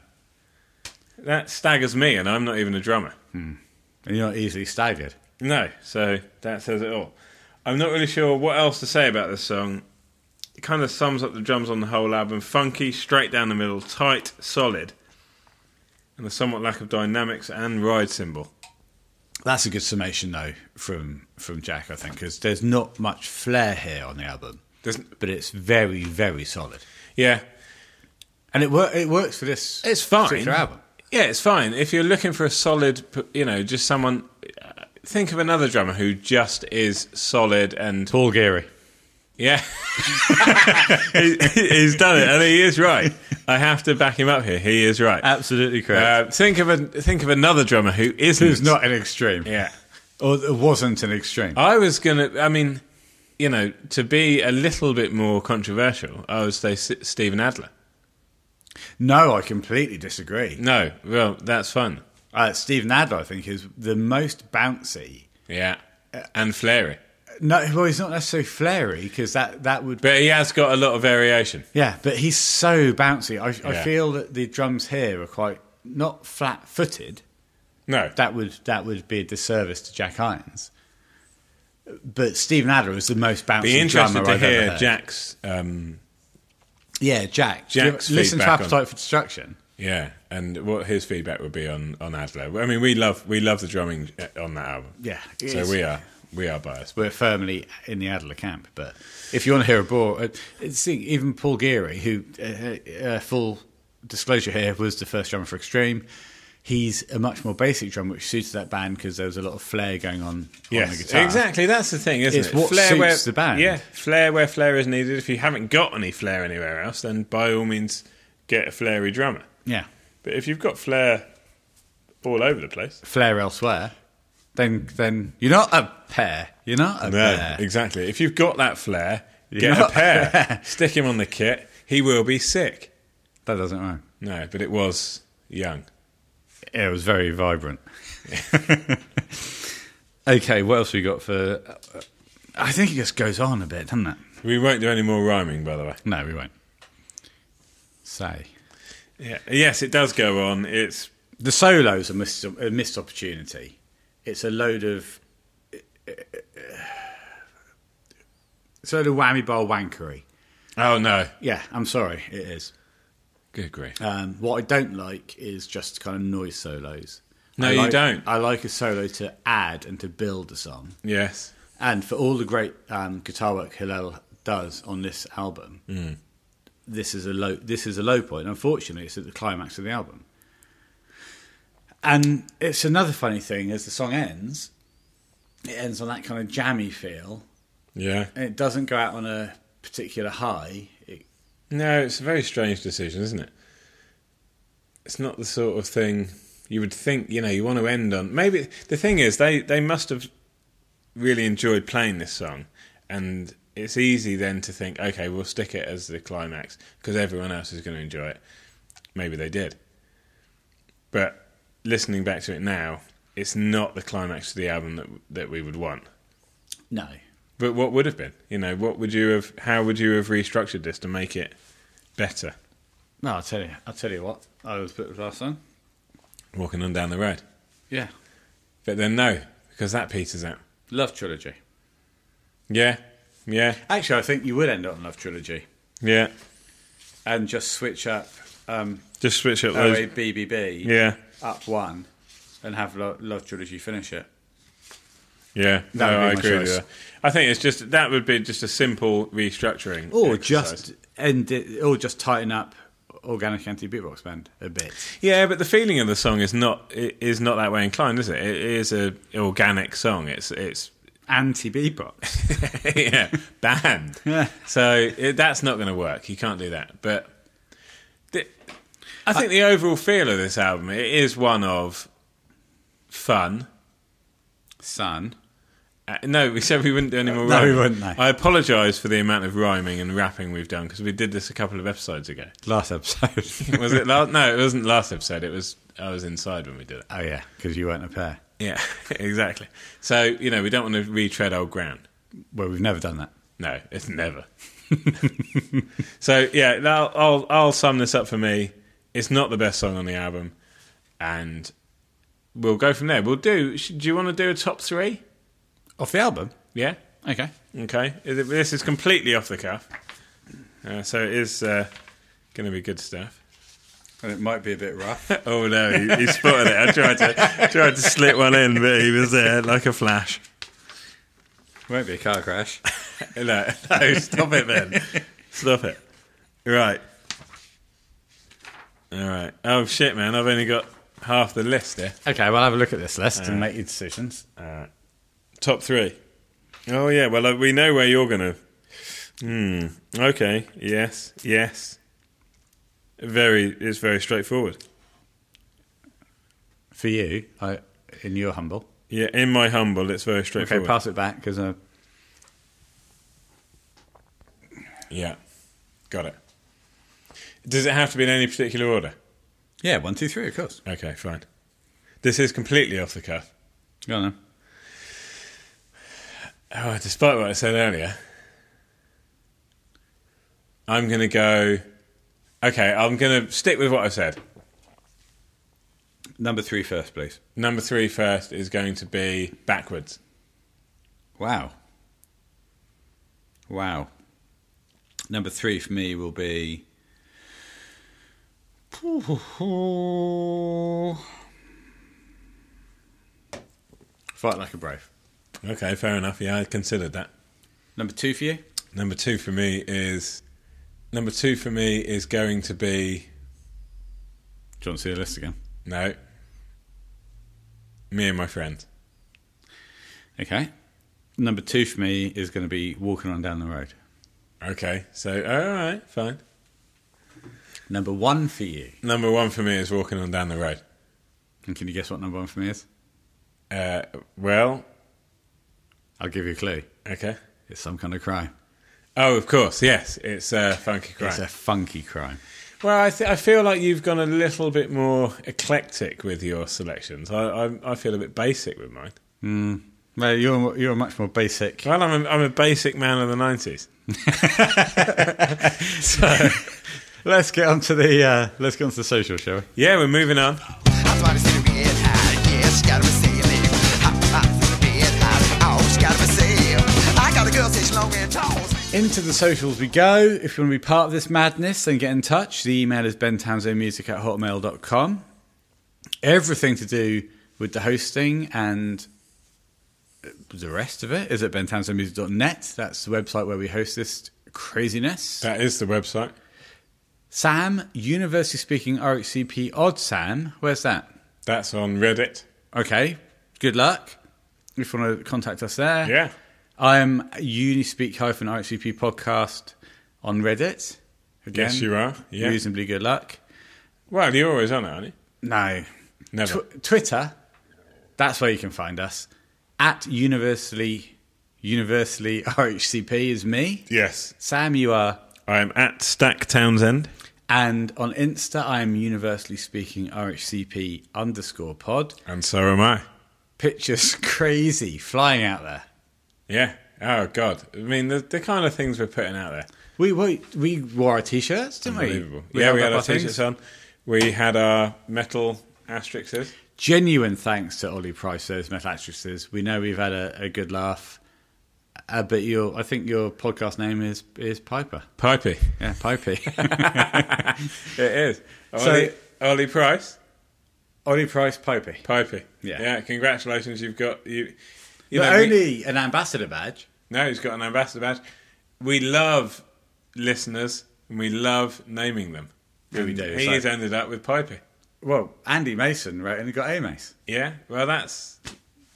[SPEAKER 2] That staggers me, and I'm not even a drummer.
[SPEAKER 1] And you're not easily staggered.
[SPEAKER 2] No, so that says it all. I'm not really sure what else to say about this song. It kind of sums up the drums on the whole album funky, straight down the middle, tight, solid, and a somewhat lack of dynamics and ride cymbal.
[SPEAKER 1] That's a good summation, though, from from Jack, I think, because there's not much flair here on the album,
[SPEAKER 2] There's,
[SPEAKER 1] but it's very, very solid.
[SPEAKER 2] yeah,
[SPEAKER 1] And it, wor- it works for this
[SPEAKER 2] It's fine.
[SPEAKER 1] particular album.
[SPEAKER 2] Yeah, it's fine. If you're looking for a solid, you know, just someone. Think of another drummer who just is solid and
[SPEAKER 1] Paul Geary.
[SPEAKER 2] yeah, [LAUGHS] He- he's done it and he is right. I have to back him up here. He is right.
[SPEAKER 1] Absolutely correct.
[SPEAKER 2] Uh, think of a think of another drummer who isn't.
[SPEAKER 1] Who's not an extreme.
[SPEAKER 2] Yeah,
[SPEAKER 1] Or it wasn't an extreme.
[SPEAKER 2] I was gonna. I mean, you know, to be a little bit more controversial, I would say S- Stephen Adler.
[SPEAKER 1] no, I completely disagree.
[SPEAKER 2] No, well, that's fun.
[SPEAKER 1] Uh, Stephen Adler, I think, is the most bouncy.
[SPEAKER 2] Yeah, and Flairy,
[SPEAKER 1] No, well, he's not necessarily flary because that, that would
[SPEAKER 2] but he has got a lot of variation.
[SPEAKER 1] Yeah, but he's so bouncy. I, I
[SPEAKER 2] Yeah.
[SPEAKER 1] feel that the drums here are quite not flat-footed.
[SPEAKER 2] No,
[SPEAKER 1] That would that would be a disservice to Jack Irons. But Stephen Adler is the most bouncy
[SPEAKER 2] be interested
[SPEAKER 1] drummer
[SPEAKER 2] to
[SPEAKER 1] I've ever
[SPEAKER 2] hear
[SPEAKER 1] heard.
[SPEAKER 2] Jack's. Um,
[SPEAKER 1] Yeah, Jack. Do you-
[SPEAKER 2] Jack's
[SPEAKER 1] listen to
[SPEAKER 2] feedback
[SPEAKER 1] Appetite for Destruction.
[SPEAKER 2] yeah, and what his feedback would be on on Adler. I mean, we love we love the drumming uh, on that album.
[SPEAKER 1] Yeah, it
[SPEAKER 2] so
[SPEAKER 1] is-
[SPEAKER 2] we are we are biased.
[SPEAKER 1] We're firmly in the Adler camp, but if you want to hear a bore, uh, see, even Paul Geary, who uh, uh, full disclosure here was the first drummer for Extreme. He's a much more basic drummer, which suited that band because there was a lot of flair going on on the
[SPEAKER 2] Yes,
[SPEAKER 1] guitar.
[SPEAKER 2] exactly. That's the thing, isn't
[SPEAKER 1] It's
[SPEAKER 2] it?
[SPEAKER 1] what suits
[SPEAKER 2] where,
[SPEAKER 1] the band.
[SPEAKER 2] Yeah, flair where flair is needed. If you haven't got any flair anywhere else, then by all means get a flairy drummer.
[SPEAKER 1] Yeah.
[SPEAKER 2] But if you've got flair all over the place,
[SPEAKER 1] flair elsewhere, then then you're not a pair. You're not a pair.
[SPEAKER 2] exactly. If you've got that flair,
[SPEAKER 1] You're
[SPEAKER 2] get a
[SPEAKER 1] not- [LAUGHS]
[SPEAKER 2] pair. Stick him on the kit. He will be sick.
[SPEAKER 1] That doesn't rhyme.
[SPEAKER 2] No, but it was young.
[SPEAKER 1] It was very vibrant. [LAUGHS] okay, what else we got for? uh, I think it just goes on a bit, doesn't it?
[SPEAKER 2] We won't do any more rhyming, by the way.
[SPEAKER 1] No, we won't. Say
[SPEAKER 2] Yeah. Yes, it does go on. It's
[SPEAKER 1] the solos are missed, a missed opportunity. It's a load of. It's a load of whammy bar wankery.
[SPEAKER 2] oh no,
[SPEAKER 1] Yeah, I'm sorry, it is.
[SPEAKER 2] good grief.
[SPEAKER 1] Um, what I don't like is just kind of noise solos.
[SPEAKER 2] No,
[SPEAKER 1] I
[SPEAKER 2] you
[SPEAKER 1] like-
[SPEAKER 2] don't.
[SPEAKER 1] I like a solo to add and to build a song.
[SPEAKER 2] yes,
[SPEAKER 1] And for all the great um, guitar work Hillel does on this album, this is a low. This is a low point. Unfortunately, it's at the climax of the album. And it's another funny thing as the song ends, it ends on that kind of jammy feel,
[SPEAKER 2] yeah.
[SPEAKER 1] and it doesn't go out on a particular high. It,
[SPEAKER 2] No, it's a very strange decision, isn't it? It's not the sort of thing you would think. You know, you want to end on. Maybe the thing is they they must have really enjoyed playing this song, and it's easy then to think, okay, we'll stick it as the climax because everyone else is going to enjoy it. Maybe they did, but listening back to it now, it's not the climax of the album that that we would want.
[SPEAKER 1] no,
[SPEAKER 2] But what would have been? You know, what would you have? How would you have restructured this to make it better?
[SPEAKER 1] no. I'll tell you. I'll tell you what. I was put with last song.
[SPEAKER 2] walking on down the road.
[SPEAKER 1] Yeah,
[SPEAKER 2] But then no, because that peters out.
[SPEAKER 1] Love Trilogy.
[SPEAKER 2] Yeah, yeah,
[SPEAKER 1] Actually, I think you would end up on Love Trilogy
[SPEAKER 2] yeah.
[SPEAKER 1] and just switch up um,
[SPEAKER 2] Just switch up those.
[SPEAKER 1] OABBB
[SPEAKER 2] Yeah,
[SPEAKER 1] up one and have Lo- Love Trilogy finish it.
[SPEAKER 2] yeah. No,
[SPEAKER 1] That would be
[SPEAKER 2] I
[SPEAKER 1] my
[SPEAKER 2] agree with
[SPEAKER 1] choice.
[SPEAKER 2] you. I think it's just that would be just a simple restructuring,
[SPEAKER 1] Or
[SPEAKER 2] exercise.
[SPEAKER 1] just end it, or just tighten up Organic Anti Beatbox Band a bit.
[SPEAKER 2] yeah. But the feeling of the song is not i- is not that way inclined, is it? It is a organic song. It's it's [LAUGHS]
[SPEAKER 1] Anti Beatbox. [LAUGHS]
[SPEAKER 2] yeah [LAUGHS] banned.
[SPEAKER 1] Yeah.
[SPEAKER 2] So it, that's not going to work. You can't do that. But the, I think the overall feel of this album it is one of fun.
[SPEAKER 1] Son.
[SPEAKER 2] Uh, no, we said we wouldn't do any more.
[SPEAKER 1] No, we
[SPEAKER 2] rhyming.
[SPEAKER 1] wouldn't, no.
[SPEAKER 2] I apologise for the amount of rhyming and rapping we've done because we did this a couple of episodes ago.
[SPEAKER 1] Last [LAUGHS] episode.
[SPEAKER 2] Was it last? No, it wasn't last episode. It was I was inside when we did it.
[SPEAKER 1] oh, yeah, because you weren't a pair. [LAUGHS]
[SPEAKER 2] Yeah, exactly. So you know we don't want to retread old ground.
[SPEAKER 1] Well, we've never done that.
[SPEAKER 2] No, it's
[SPEAKER 1] [LAUGHS]
[SPEAKER 2] never. so yeah, I'll, I'll I'll sum this up for me. It's not the best song on the album, and we'll go from there. We'll do. sh- Do you want to do a top three?
[SPEAKER 1] Off the album?
[SPEAKER 2] Yeah.
[SPEAKER 1] Okay.
[SPEAKER 2] Okay. Is it- This is completely off the cuff, uh, so it is uh, going to be good stuff.
[SPEAKER 1] And it might be a bit [LAUGHS] rough.
[SPEAKER 2] Oh no, he, he spotted it. I tried to tried to slip one in, but he was there like a flash.
[SPEAKER 1] won't be a car crash.
[SPEAKER 2] No, no, stop it then. Stop it. Right. All right. Oh shit, man! I've only got half the list there.
[SPEAKER 1] Okay, well, have a look at this list and make your decisions.
[SPEAKER 2] Top three. Oh yeah. Well, uh, we know where you're gonna. Hmm. Okay. Yes. Yes. Very. It's very straightforward.
[SPEAKER 1] For you, I, in your humble.
[SPEAKER 2] Yeah. In my humble, it's very
[SPEAKER 1] Okay,
[SPEAKER 2] straightforward.
[SPEAKER 1] pass it back because uh,
[SPEAKER 2] Yeah. Got it. Does it have to be in any particular order?
[SPEAKER 1] yeah, one, two, three, of course.
[SPEAKER 2] Okay. Fine. This is completely off the cuff.
[SPEAKER 1] Go on. Then.
[SPEAKER 2] Oh, despite what I said earlier, I'm going to go. Okay, I'm going to stick with what I said.
[SPEAKER 1] Number three first, please.
[SPEAKER 2] Number three first is going to be backwards.
[SPEAKER 1] Wow. Wow. Number three for me will be. Fight like a brave.
[SPEAKER 2] Okay, fair enough. Yeah, I considered that.
[SPEAKER 1] Number two for you?
[SPEAKER 2] Number two for me is number two for me is going to be
[SPEAKER 1] Do you want to see the list again?
[SPEAKER 2] no. Me and my friend.
[SPEAKER 1] Okay. Number two for me is going to be walking on down the road.
[SPEAKER 2] Okay, so all right, fine.
[SPEAKER 1] Number one for you.
[SPEAKER 2] Number one for me is walking on down the road.
[SPEAKER 1] And can you guess what number one for me is?
[SPEAKER 2] Uh, well,
[SPEAKER 1] I'll give you a clue.
[SPEAKER 2] okay.
[SPEAKER 1] It's some kind of crime.
[SPEAKER 2] Oh, of course, yes. It's uh, funky crime.
[SPEAKER 1] It's a funky crime.
[SPEAKER 2] Well, I, th- I feel like you've gone a little bit more eclectic with your selections. I, I, I feel a bit basic with mine.
[SPEAKER 1] Well, you're you're much more basic.
[SPEAKER 2] Well, I'm a, I'm a basic man of the 90s.
[SPEAKER 1] Let's get on to the uh, let's get on to the social, shall we?
[SPEAKER 2] Yeah, we're moving on.
[SPEAKER 3] That's why they say the red hot. Yes, gotta be saved. Hot, hot, red hot. Oh, gotta be saved. I got a girl, say she long and tall.
[SPEAKER 1] Into the socials we go. If you want to be part of this madness, then get in touch. The email is bentownsendmusic at hotmail.com. Everything to do with the hosting and the rest of it is at bentownsendmusic.net. That's the website where we host this craziness.
[SPEAKER 2] That is the website.
[SPEAKER 1] Sam, universally speaking, RHCP odd Sam. Where's that?
[SPEAKER 2] That's on Reddit.
[SPEAKER 1] Okay, good luck. If you want to contact us there.
[SPEAKER 2] Yeah.
[SPEAKER 1] I'm Unispeak hyphen RHCP podcast on Reddit. Again,
[SPEAKER 2] Yes, you are. Yeah.
[SPEAKER 1] Reasonably good luck.
[SPEAKER 2] Well, you're always on it, aren't you?
[SPEAKER 1] No.
[SPEAKER 2] Never.
[SPEAKER 1] Tw- Twitter, that's where you can find us. At universally, universally RHCP is me.
[SPEAKER 2] yes.
[SPEAKER 1] Sam, you are.
[SPEAKER 2] I am at Stack Townsend.
[SPEAKER 1] And on Insta, I am universally speaking RHCP underscore pod.
[SPEAKER 2] And so am I.
[SPEAKER 1] Pictures [LAUGHS] crazy flying out there.
[SPEAKER 2] Yeah. Oh, God. I mean, the, the kind of things we're putting out there.
[SPEAKER 1] We we, we wore our t-shirts, didn't we?
[SPEAKER 2] Unbelievable. yeah, we had
[SPEAKER 1] up
[SPEAKER 2] our t shirts
[SPEAKER 1] things.
[SPEAKER 2] on. We had our metal asterisks.
[SPEAKER 1] Genuine thanks to Ollie Price, those metal actresses. We know we've had a, a good laugh, uh, but your I think your podcast name is is Piper.
[SPEAKER 2] Pipey.
[SPEAKER 1] Yeah, Pipey. [LAUGHS]
[SPEAKER 2] It is.
[SPEAKER 1] So-
[SPEAKER 2] Ollie, Ollie Price,
[SPEAKER 1] Ollie Price Pipey.
[SPEAKER 2] Pipey.
[SPEAKER 1] Yeah.
[SPEAKER 2] Yeah, congratulations. You've got you. you
[SPEAKER 1] But
[SPEAKER 2] know, we-
[SPEAKER 1] only an ambassador badge.
[SPEAKER 2] now he's got an ambassador badge. We love listeners and we love naming them.
[SPEAKER 1] Yeah, we
[SPEAKER 2] And
[SPEAKER 1] do.
[SPEAKER 2] He's
[SPEAKER 1] It's like-
[SPEAKER 2] ended up with Pipey.
[SPEAKER 1] Well, Andy Mason wrote and he got A Mace.
[SPEAKER 2] Yeah. Well, that's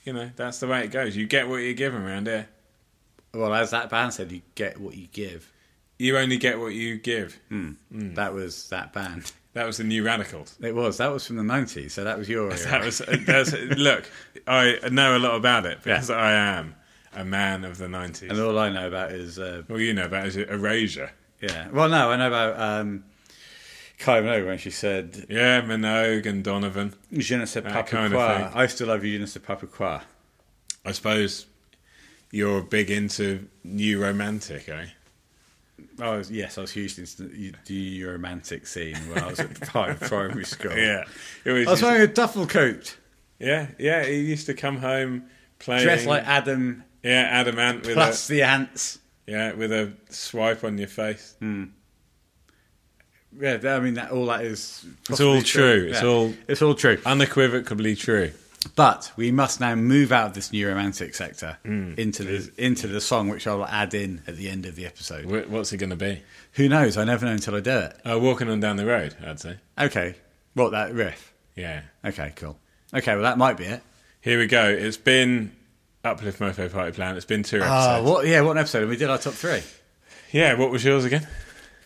[SPEAKER 2] you know that's the way it goes. You get what you give around here.
[SPEAKER 1] Well, as that band said, you get what you give.
[SPEAKER 2] You only get what you give.
[SPEAKER 1] That was that band.
[SPEAKER 2] That was the New Radicals.
[SPEAKER 1] It was. That was from the 90s, so that was uh, your era. [LAUGHS]
[SPEAKER 2] That was that's, look. I know a lot about it because I am a man of the 90s.
[SPEAKER 1] And all I know about is, uh,
[SPEAKER 2] All you know about is erasure.
[SPEAKER 1] yeah. Well, no, I know about um, Kylie Minogue when she said,
[SPEAKER 2] Yeah, Minogue and Donovan.
[SPEAKER 1] Je ne sais pas
[SPEAKER 2] That Uh, kind of
[SPEAKER 1] pourquoi.
[SPEAKER 2] thing.
[SPEAKER 1] I still love you, je ne sais pas pourquoi.
[SPEAKER 2] I suppose you're big into new romantic, eh?
[SPEAKER 1] I was, yes, I was hugely into the- the romantic scene when I was at [LAUGHS] pri- primary school.
[SPEAKER 2] Yeah. Oh, It was
[SPEAKER 1] I was
[SPEAKER 2] used-
[SPEAKER 1] wearing a duffel coat,
[SPEAKER 2] yeah, yeah, he used to come home playing
[SPEAKER 1] dressed like Adam
[SPEAKER 2] Yeah, adamant with
[SPEAKER 1] plus
[SPEAKER 2] a
[SPEAKER 1] the ants.
[SPEAKER 2] yeah, with a swipe on your face.
[SPEAKER 1] Yeah, that- I mean that all that is.
[SPEAKER 2] It's
[SPEAKER 1] possibly
[SPEAKER 2] all true. It's
[SPEAKER 1] Yeah.
[SPEAKER 2] all
[SPEAKER 1] It's all true.
[SPEAKER 2] unequivocally true.
[SPEAKER 1] But we must now move out of this new romantic sector
[SPEAKER 2] Hmm.
[SPEAKER 1] into the into the song, which I'll add in at the end of the episode.
[SPEAKER 2] Wh- What's it going to be?
[SPEAKER 1] Who knows? I never know until I do it.
[SPEAKER 2] Uh, walking on down the road, I'd say.
[SPEAKER 1] Okay. What that riff?
[SPEAKER 2] Yeah.
[SPEAKER 1] Okay, cool. Okay, well that might be it.
[SPEAKER 2] Here we go. It's been Uplift Mofo Party Plan. It's been two
[SPEAKER 1] Ah,
[SPEAKER 2] episodes.
[SPEAKER 1] what? Yeah, what an episode? And we did our top three.
[SPEAKER 2] Yeah, what was yours again?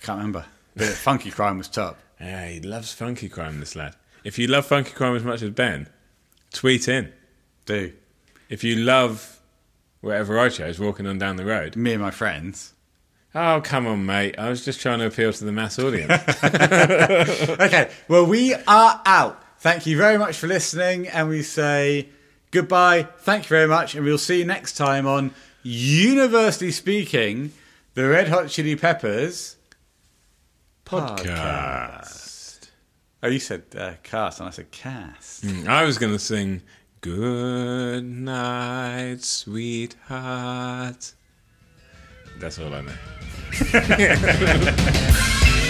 [SPEAKER 1] Can't remember. But Funky Crime was top.
[SPEAKER 2] Yeah, he loves funky crime, this lad. If you love funky crime as much as Ben, tweet in.
[SPEAKER 1] Do
[SPEAKER 2] If you love whatever I chose, walking on down the road.
[SPEAKER 1] me and my friends.
[SPEAKER 2] Oh, come on, mate. I was just trying to appeal to the mass audience.
[SPEAKER 1] Okay. Well, we are out. Thank you very much for listening, and we say goodbye. Thank you very much, and we'll see you next time on Universally Speaking, the Red Hot Chili Peppers
[SPEAKER 2] Cast.
[SPEAKER 1] Oh, you said uh, cast, and I said cast.
[SPEAKER 2] I was going to sing Good Night, Sweetheart. That's all I know.